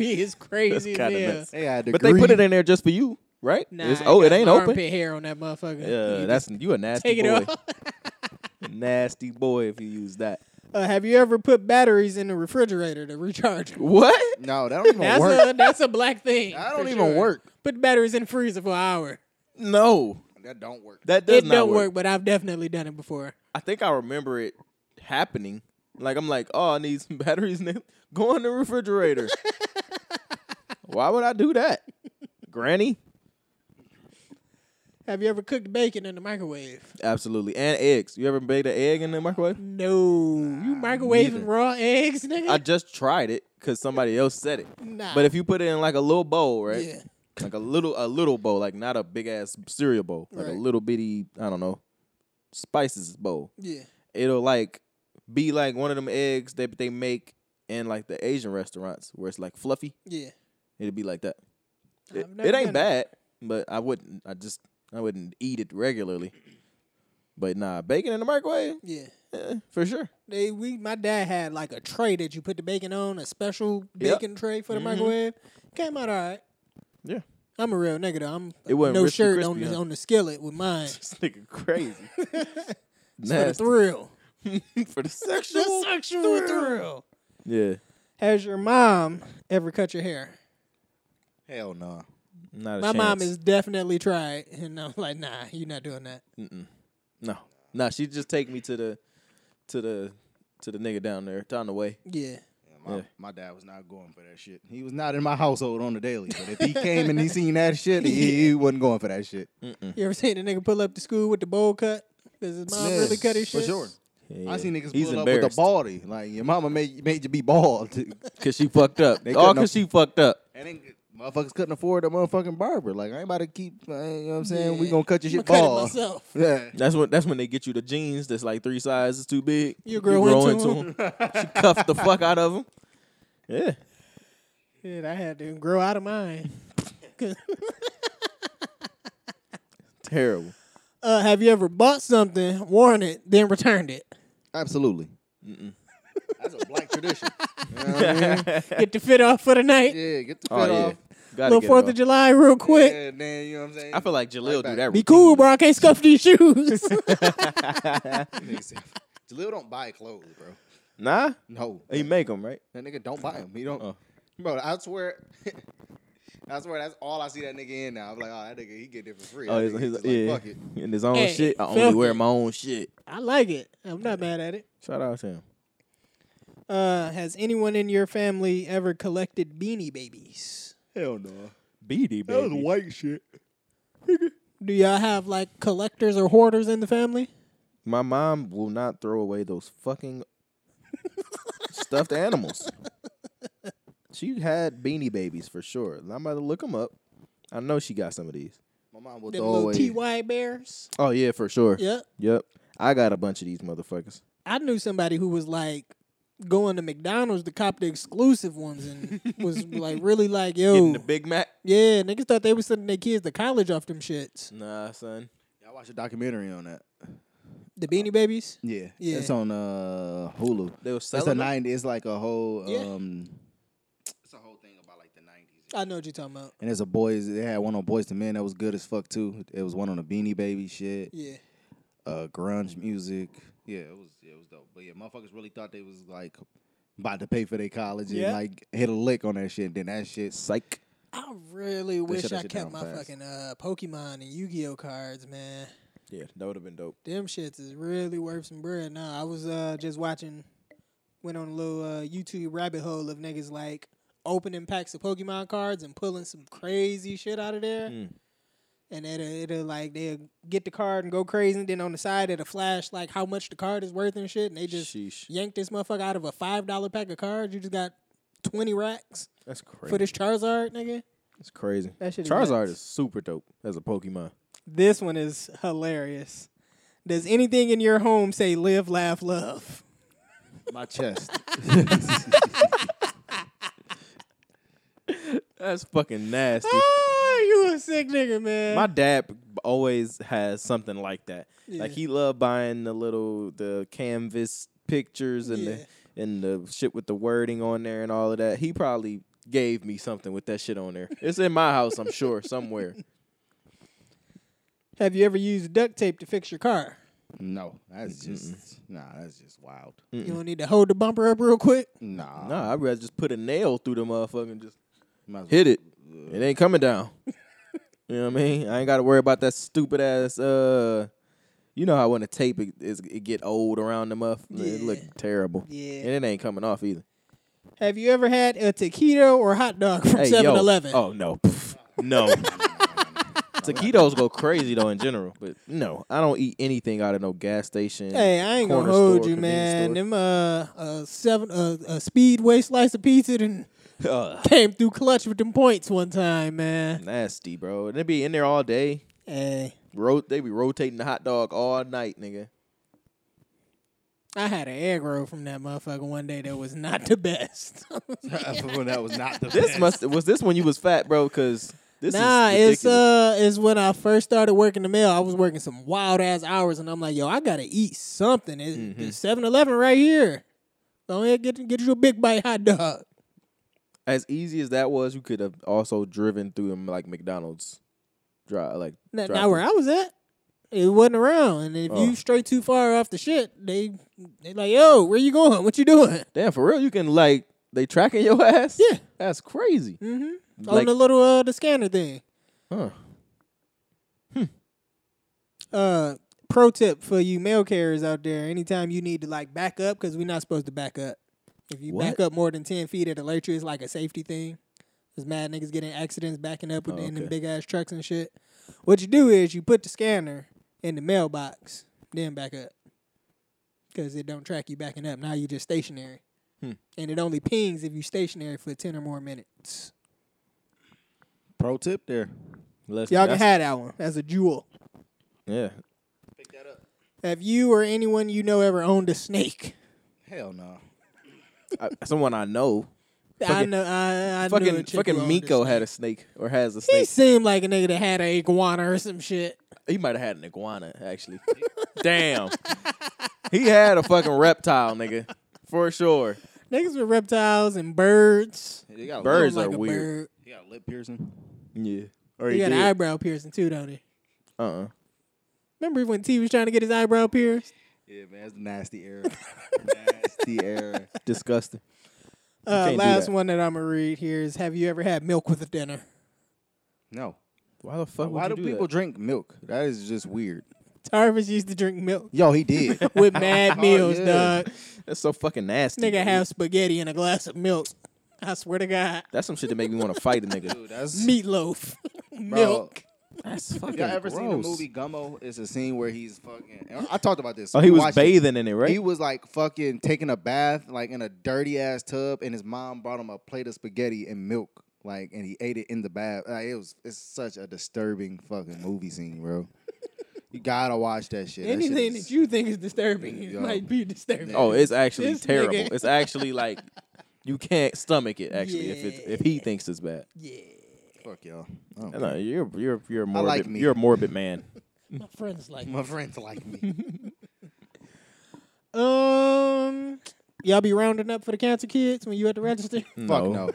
C: is crazy. as
B: kinda
C: hell.
B: nuts.
A: They got
B: But they put it in there just for you, right?
C: Nah,
B: It's- oh, it
C: got
B: ain't
C: some
B: open.
C: Armpit hair on that motherfucker.
B: Yeah,
C: You
B: that's you a nasty
C: take it
B: boy.
C: off.
B: nasty boy if you use that.
C: Uh, have you ever put batteries in the refrigerator to recharge? 'em?
B: What?
A: No, that don't even
C: That's
A: work.
C: a that's a black thing.
A: That
C: for
A: don't even
C: sure.
A: work.
C: Put the batteries in the freezer for an hour.
B: No.
A: That don't work.
B: That does
C: it
B: not
C: don't
B: work.
C: but I've definitely done it before.
B: I think I remember it happening. Like I'm like, oh, I need some batteries. Now. Go in the refrigerator. Why would I do that, Granny?
C: Have you ever cooked bacon in the microwave?
B: Absolutely. And eggs. You ever baked an egg in the microwave?
C: No, you microwaving
B: neither.
C: raw eggs, nigga.
B: I just tried it because somebody else said it.
C: Nah.
B: But if you put it in like a little bowl, right?
C: Yeah.
B: Like a little, a little bowl, like not a big ass cereal bowl, like a
C: Right.
B: little bitty, I don't know, spices bowl.
C: yeah,
B: it'll like be like one of them eggs that they make in like the Asian restaurants where it's like fluffy.
C: Yeah.
B: It'll be like that. It,
C: I've
B: it
C: never
B: ain't
C: done that.
B: bad, but I wouldn't. I just I wouldn't eat it regularly. But nah, bacon in the microwave,
C: Yeah.
B: eh, for sure.
C: They we my dad had like a tray that you put the bacon on, a special
B: Yep.
C: bacon tray for the
B: Mhm.
C: microwave. Came out all right.
B: Yeah.
C: I'm a real nigga though. I'm
B: It wasn't
C: no
B: Risky
C: shirt
B: Crispy,
C: on the
B: huh?
C: on the skillet with mine.
B: This nigga crazy.
C: It's for the
B: Nasty.
C: thrill.
B: for the sexual.
C: sexual thrill.
B: Yeah,
C: Has your mom ever cut your hair?
A: Hell no.
B: not a
C: My
B: chance.
C: mom has definitely tried, and I'm like, nah, you're not doing that.
B: no, no. She just take me to the to the to the nigga down there down the way.
C: Yeah,
A: My,
B: Yeah.
A: my dad was not going for that shit. He was not in my household on the daily. But if he came and he seen that shit, he, he wasn't going for that shit.
B: Mm.
C: you ever seen a nigga pull up to school with the bowl cut? Does his mom really cut his shit?
A: For sure.
B: Yeah.
A: I seen niggas
B: He's
A: pull up with a
B: embarrassed.
A: baldy. Like your mama made made you be bald. and
B: Cause she fucked up.
A: They
B: All
A: couldn't
B: cause she fucked up.
A: then motherfuckers couldn't afford a motherfucking barber. Like I ain't about to keep. I ain't- You know what I'm saying? We
C: Yeah.
A: gonna cut your
C: I'ma
A: shit
C: cut it
A: bald.
C: myself.
A: Yeah.
B: That's when that's when they get you the jeans that's like three sizes too big.
C: You grow into 'em.
B: them. she cuffed the fuck out of them. Yeah.
C: Shit, I had to grow out of mine.
B: Terrible.
C: Uh, have you ever bought something, worn it, then returned it?
A: Absolutely. That's a black tradition.
C: Get the fit off for the night.
A: Yeah, get the fit
B: Oh yeah.
A: off.
B: Gotta
C: Little
B: get it
C: Fourth
B: off.
C: of July, real quick.
A: Yeah, then you know what I'm saying.
B: I feel like Jaleel do
A: back.
B: that.
C: Be cool, bro. I can't scuff these shoes.
A: Nigga said, Jaleel don't buy clothes, bro.
B: Nah,
A: No,
B: he make them right.
A: that nigga don't buy them. He don't.
B: Oh.
A: Bro, I swear, I swear that's all I see that nigga in now. I'm like, oh, that nigga, he get it for free.
B: Oh,
A: That
B: he's,
A: nigga
B: he's
A: just
B: like, yeah,
A: fuck it.
B: in his own
C: Hey,
B: shit. I only
C: filthy.
B: wear my own shit.
C: I like it. I'm not mad at it.
B: Shout out to him.
C: Uh, has anyone in your family ever collected beanie babies?
A: Hell no,
B: BD baby.
A: white shit.
C: Do y'all have like collectors or hoarders in the family?
B: My mom will not throw away those fucking stuffed animals. She had beanie babies for sure. I'm about to look them up. I know she got some of these.
A: My mom will
C: Them
A: throw away.
C: little TY bears.
B: Oh yeah, for sure.
C: Yep.
B: Yep. I got a bunch of these motherfuckers.
C: I knew somebody who was like going to McDonald's to cop the exclusive ones and was like really like, yo,
B: Big Mac?
C: yeah, niggas thought they was sending their kids to college off them shits.
B: Nah, son.
A: I watched a documentary on that.
C: The beanie babies.
A: Yeah,
C: Yeah.
A: It's on uh Hulu.
B: They were
A: It's
B: selling
A: a
B: them?
A: ninety. It's like a whole.
C: Yeah.
A: um It's a whole thing about like the nineties.
C: I know what you're talking about.
A: And there's a boys. They had one on Boys to Men that was good as fuck too. It was one on the Beanie Baby shit.
C: Yeah.
A: uh, grunge music. Yeah, it was yeah, it was dope. But yeah, motherfuckers really thought they was like about to pay for their college
C: Yeah.
A: and like hit a lick on that shit. And then that shit.
B: Psych.
C: I really wish
A: shut that
C: I
A: shit down
C: kept my
A: fast.
C: fucking uh, Pokemon and Yu-Gi-Oh cards, man.
B: Yeah, that would have been dope.
C: Them shits is really worth some bread. Nah, I was uh just watching, went on a little uh, YouTube rabbit hole of niggas like opening packs of Pokemon cards and pulling some crazy shit out of there.
A: Hmm.
B: Mm.
C: And it'll, it'll like they'll get the card and go crazy. And then on the side it'll flash like how much the card is worth and shit. And they just
B: Sheesh.
C: yanked this motherfucker out of a five dollar pack of cards. You just got twenty racks
B: That's
C: for
B: crazy.
C: this Charizard, nigga.
B: That's crazy.
C: That shit is
B: Charizard
C: nuts.
B: is super dope as a Pokemon.
C: This one is hilarious. Does anything in your home say live, laugh, love?
A: My chest.
B: That's fucking nasty.
C: Oh, you a sick nigga, man.
B: My dad b- always has something like that. Like he loved buying the little the canvas pictures and
C: Yeah.
B: the and the shit with the wording on there and all of that. He probably gave me something with that shit on there. It's in my house, I'm sure, somewhere.
C: Have you ever used duct tape to fix your car?
A: no, that's just nah. That's just wild.
C: You don't need to hold the bumper up real quick. Ah.
A: Nah,
B: No, I'd rather just put a nail through the motherfucker and just
A: might as well-
B: hit it. It ain't coming down. you know what I mean? I ain't got to worry about that stupid ass. Uh, you know how when the tape it, is, it get old around the muff, it look
C: Yeah.
B: terrible.
C: Yeah.
B: and it ain't coming off either.
C: Have you ever had a taquito or hot dog from
B: Hey, yo.
C: 7-Eleven?
B: Oh no, Pff, no. Taquitos go crazy though in general, but no, I don't eat anything out of no gas station.
C: Hey, I ain't gonna
B: corner
C: hold
B: store,
C: you,
B: convenience
C: man.
B: store.
C: Them uh, uh seven uh, a speedway slice of pizza then
B: Ugh,
C: came through clutch with them points one time, man.
B: nasty, bro. And They be in there all day.
C: Hey,
B: Ro- they be rotating the hot dog all night, nigga.
C: I had an egg roll from that motherfucker one day that was not the best.
A: when that was not the
B: This
A: best.
B: must was this when you was fat, bro? Because this
C: nah,
B: is
C: it's
B: ridiculous.
C: uh, it's when I first started working the mail. I was working some wild ass hours, and I'm like, yo, I gotta eat something.
B: Mm-hmm.
C: It's Seven Eleven right here. Go ahead, get get you a big bite hot dog.
B: as easy as that was. You could have also driven through them like McDonald's, drive like
C: Not,
B: drive
C: not where I was at. It wasn't around, and if
B: Oh.
C: you stray too far off the shit, they they like, yo, where you going? What you doing?
B: Damn, for real, you can like they tracking your ass.
C: Yeah.
B: that's crazy.
C: Mm-hmm.
B: Like-
C: On the little uh, the scanner thing.
B: Huh.
C: uh pro tip for you mail carriers out there anytime you need to like back up because we're not supposed to back up if you back
B: What?
C: up more than 10 feet it alert you it's like a safety thing because mad niggas get in accidents backing up with
B: Oh,
C: the in them
B: okay.
C: big ass trucks and shit what you do is you put the scanner in the mailbox then back up because it don't track you backing up now you just stationary
B: Hmm.
C: and it only pings if you stationary for 10 or more minutes
A: Pro tip there.
B: Let's,
C: y'all can
B: that's-
C: have that one as a jewel
B: yeah.
A: Pick that up.
C: have you or anyone you know ever owned a snake
A: Hell no.
B: I- someone I know.
C: I
B: Fucking-
C: know. I, I knew a
B: fucking
C: chick who
B: fucking
C: owned
B: Miko
C: a
B: had a snake or has a
C: snake. He
B: snake.
C: seemed like a nigga that had an iguana or some shit.
B: He might have had an iguana actually. Damn, he had a fucking reptile, nigga, for sure.
C: Niggas with reptiles and birds.
A: They got a
B: Bird.
A: Lip,
B: Birds
C: Look
B: are
C: like a
B: weird.
C: Bird.
A: they got a lip piercing.
B: Yeah, or
C: He got an eyebrow piercing too, don't he?
B: Uh uh
C: Remember when T was trying to get his eyebrow pierced?
A: Yeah, man, it's the nasty era. nasty era.
B: disgusting.
C: Uh,
B: can't do
C: last
B: that.
C: one that I'm gonna read here is: Have you ever had milk with a dinner?
A: No.
B: Why the fuck?
A: Why do people drink milk? That is just weird.
C: Tarvis used to drink milk
A: Yo, he did.
C: with mad
A: Oh,
C: meals,
A: yeah.
C: dog.
B: That's so fucking nasty.
C: Nigga have spaghetti and a glass of milk. I swear to God,
B: That's some shit that make me want to fight a nigga.
A: Dude, that's
C: meatloaf, milk.
B: That's fucking.
A: Y'all ever seen the
B: gross.
A: movie Gummo? It's a scene where he's fucking. I talked about this.
B: Oh, he
A: We
B: was
A: watched it.
B: bathing in it, right?
A: He was like fucking taking a bath, like in a dirty ass tub, and his mom brought him a plate of spaghetti and milk, like, and he ate it in the bath. Like, it was, it's such a disturbing fucking movie scene, bro. you gotta watch that shit. That shit
C: Anything
A: is-
C: that you think is disturbing
A: Yo.
C: might be disturbing.
B: Oh, it's actually
C: This
B: terrible.
C: nigga.
B: It's actually like you can't stomach it. Actually, if it's if he thinks it's bad,
C: Yeah.
A: fuck y'all. I don't
B: no, you're you're you're a
A: I
B: morbid.
A: like me.
B: you're a morbid man.
C: My friends like
A: My friends like me.
C: Um, y'all be rounding up for the cancer kids when you at the register.
A: Fuck
B: No,
A: no.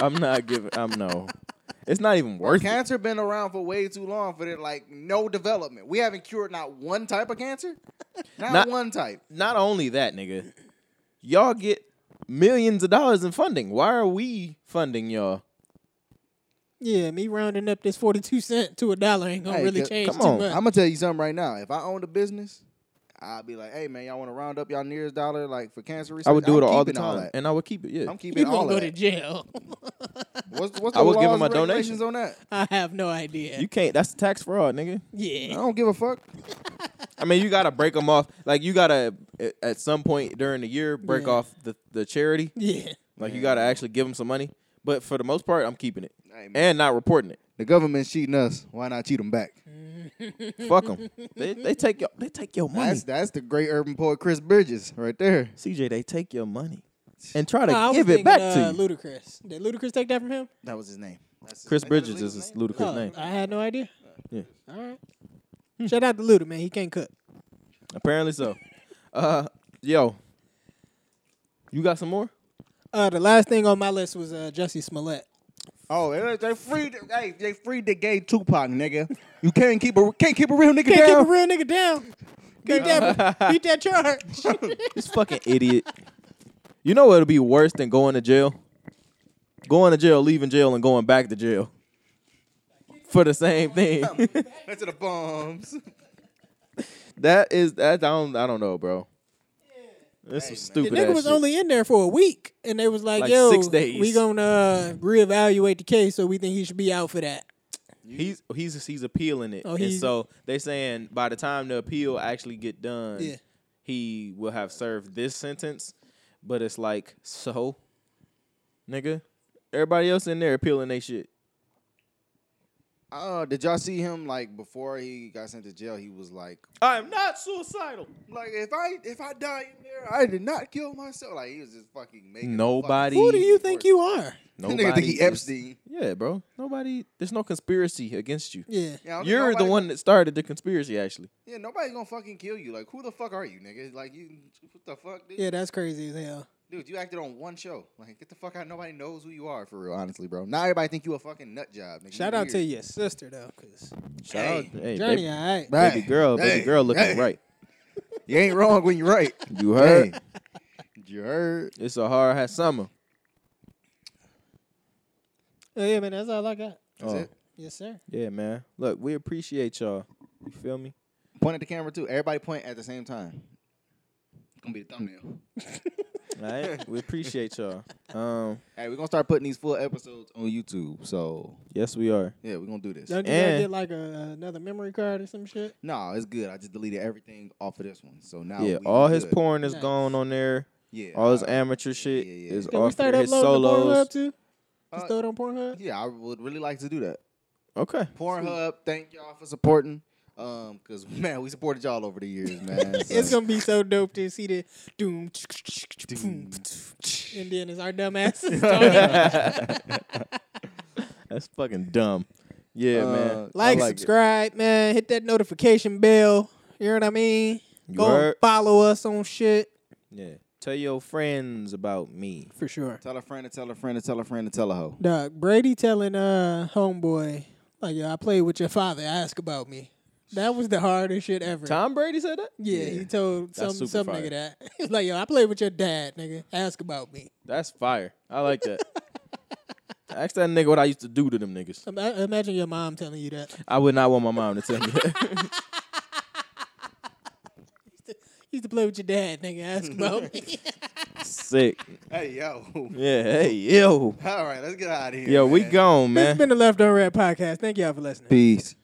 B: I'm not giving. I'm no. It's not even worth it.
A: Cancer been around for way too long for there, like no development. We haven't cured not one type of cancer. Not,
B: Not-
A: one type.
B: Not only that, nigga, y'all get millions of dollars in funding. Why are we funding y'all?
C: yeah, me rounding up this forty-two cent to a dollar ain't gonna
A: Hey,
C: really
A: c-
C: change
B: come
C: too
B: on,
C: much.
A: I'm gonna tell you something right now. If I owned a business, I'd be like, "Hey man, y'all want to round up y'all nearest dollar like for cancer research?"
B: I would do
A: I'm
B: it all the
A: keeping
B: time,
A: that.
B: and I would keep it. Yeah,
A: I'm
C: you
A: keeping
C: gonna
A: all
C: go
A: of
C: to
A: that.
C: jail?
A: What's, what's
B: I
A: the
B: would give
A: laws
B: him a
A: and regulations
B: donation.
A: on that.
C: I have no idea.
B: you can't. That's tax fraud, nigga.
A: I
C: yeah,
A: don't give a fuck.
B: I mean, you gotta break them off. Like you gotta a- at some point during the year break
C: Yeah.
B: off the the charity.
C: yeah.
B: Like you gotta actually give them some money. But for the most part, I'm keeping it
A: Hey, man,
B: and not reporting it.
A: the government's cheating us. Why not cheat them back?
B: Fuck them. They they take your they take your money.
A: That's that's the great urban poet Chris Bridges right there.
B: CJ, they take your money and try to
C: No, I was
B: give
C: thinking,
B: it back
C: uh,
B: to you.
C: Ludacris. Did Ludacris take that from him?
A: That was his name. That's his-
B: Chris
A: ain't that
B: Bridges
A: legal
B: is his
A: name?
B: ludicrous
C: oh,
B: name.
C: I had no idea.
B: Yeah.
C: All right. Hmm. Shout out to Luda, man. He can't cook.
B: Apparently so. Uh, yo, you got some more?
C: Uh, the last thing on my list was uh, Jesse Smollett.
A: Oh, they- they freed. Hey, they freed the gay Tupac, nigga. You can't keep a can't keep a real nigga
C: Can't
A: down.
C: keep a real nigga down. Beat that, beat that charge.
B: This fucking idiot. You know what'll be worse than going to jail? Going to jail, leaving jail, and going back to jail for the same thing.
A: Back to the bums.
B: that is that. I don't. I don't know, bro. That's some
C: The
B: stupid.
C: nigga
B: ass
C: was
B: shit.
C: only in there for a week, and they was like,
B: Like
C: "Yo,
B: six days.
C: we gonna uh, reevaluate the case, so we think he should be out for that."
B: He's he's he's appealing it,
C: Oh,
B: and
C: he-
B: so they saying by the time the appeal actually get done,
C: Yeah.
B: he will have served this sentence. But it's like so, nigga. Everybody else in there appealing they shit.
A: Uh, did y'all see him like before he got sent to jail? He was like,
B: I am not suicidal.
A: like if I if I die in there, I did not kill myself. Like he was just fucking making a fucking-
B: Nobody.
C: Who do you think you are?
A: Nigga think he
B: is-
A: Epstein.
B: Yeah, bro. Nobody. There's no conspiracy against you.
C: Yeah.
A: Yeah, I don't think
B: You're the
A: nobody-
B: one that started the conspiracy, actually.
A: Yeah, nobody's gonna fucking kill you. Like who the fuck are you, nigga? Like you, what the fuck, dude?
C: Yeah, that's crazy as hell.
A: Dude, you acted on one show. Like get the fuck out. Nobody knows who you are for real. Honestly, bro. Now everybody think you a fucking nut job. Nigga.
C: Shout out to your sister though, cause
B: Shout
A: Hey,
B: out- hey,
C: Journey,
B: baby,
C: all right.
A: Hey,
B: baby girl, baby
A: hey,
B: girl, looking
A: hey.
B: right.
A: You ain't wrong when you're right.
B: You heard?
A: Hey. You heard?
B: It's a hard hat summer.
C: Oh, yeah, man, that's all I got.
A: That's
B: Oh,
A: it.
C: Yes, sir.
B: Yeah, man. Look, we appreciate y'all. You feel me?
A: Point at the camera too. Everybody point at the same time. It's gonna be the thumbnail.
B: All right, we appreciate y'all. Um,
A: Hey, we're gonna start putting these full episodes on YouTube. So
B: yes, we are.
A: yeah, we're gonna do this.
C: Don't you gotta
B: And-
C: get like a, another memory card or some shit?
A: No, it's good. I just deleted everything off of this one. So now
B: yeah,
A: we
B: all his
A: good.
B: porn is
C: Nice.
B: gone on there.
A: yeah,
B: All his
A: uh,
B: amateur shit
A: yeah, yeah.
B: is
C: Can we
B: off
C: start
B: there. His
C: uploading to
B: solos.
C: Pornhub too? Just
A: Uh,
C: throw it on Pornhub.
A: Yeah, I would really like to do that.
B: Okay.
A: Pornhub, thank y'all for supporting. Um, cause man, we supported y'all over the years, man. So.
C: It's gonna be so dope to see the doom, and then it's our dumb asses. talking.
B: That's fucking dumb. Yeah,
A: Uh,
B: man.
C: like,
B: I it.
C: subscribe, man. Hit that notification bell. You know what I mean?
B: You
C: Go and
B: heard?
C: follow us on shit
B: Yeah. Tell your friends about me.
C: for sure.
A: tell a friend to tell a friend to tell a friend to tell a hoe.
C: Doc Brady telling uh homeboy like yo, I played with your father. Ask about me. That was the hardest shit ever.
B: Tom Brady said that?
C: Yeah, he told
B: That's
C: some
B: super
C: some
B: fire.
C: nigga that. He was like, yo, I played with your dad, nigga. Ask about me.
B: That's fire. I like that. Ask that nigga what I used to do to them niggas.
C: Im- uh, Imagine your mom telling you that.
B: I would not want my mom to tell me that.
C: You used to play with your dad, nigga. Ask about me.
B: Sick.
A: Hey yo.
B: Yeah, hey, yo.
A: All right, let's get out of here.
B: Yo, we
A: man.
B: gone,
C: This has
B: man.
C: been the Left on Red podcast. Thank y'all for listening.
A: Peace.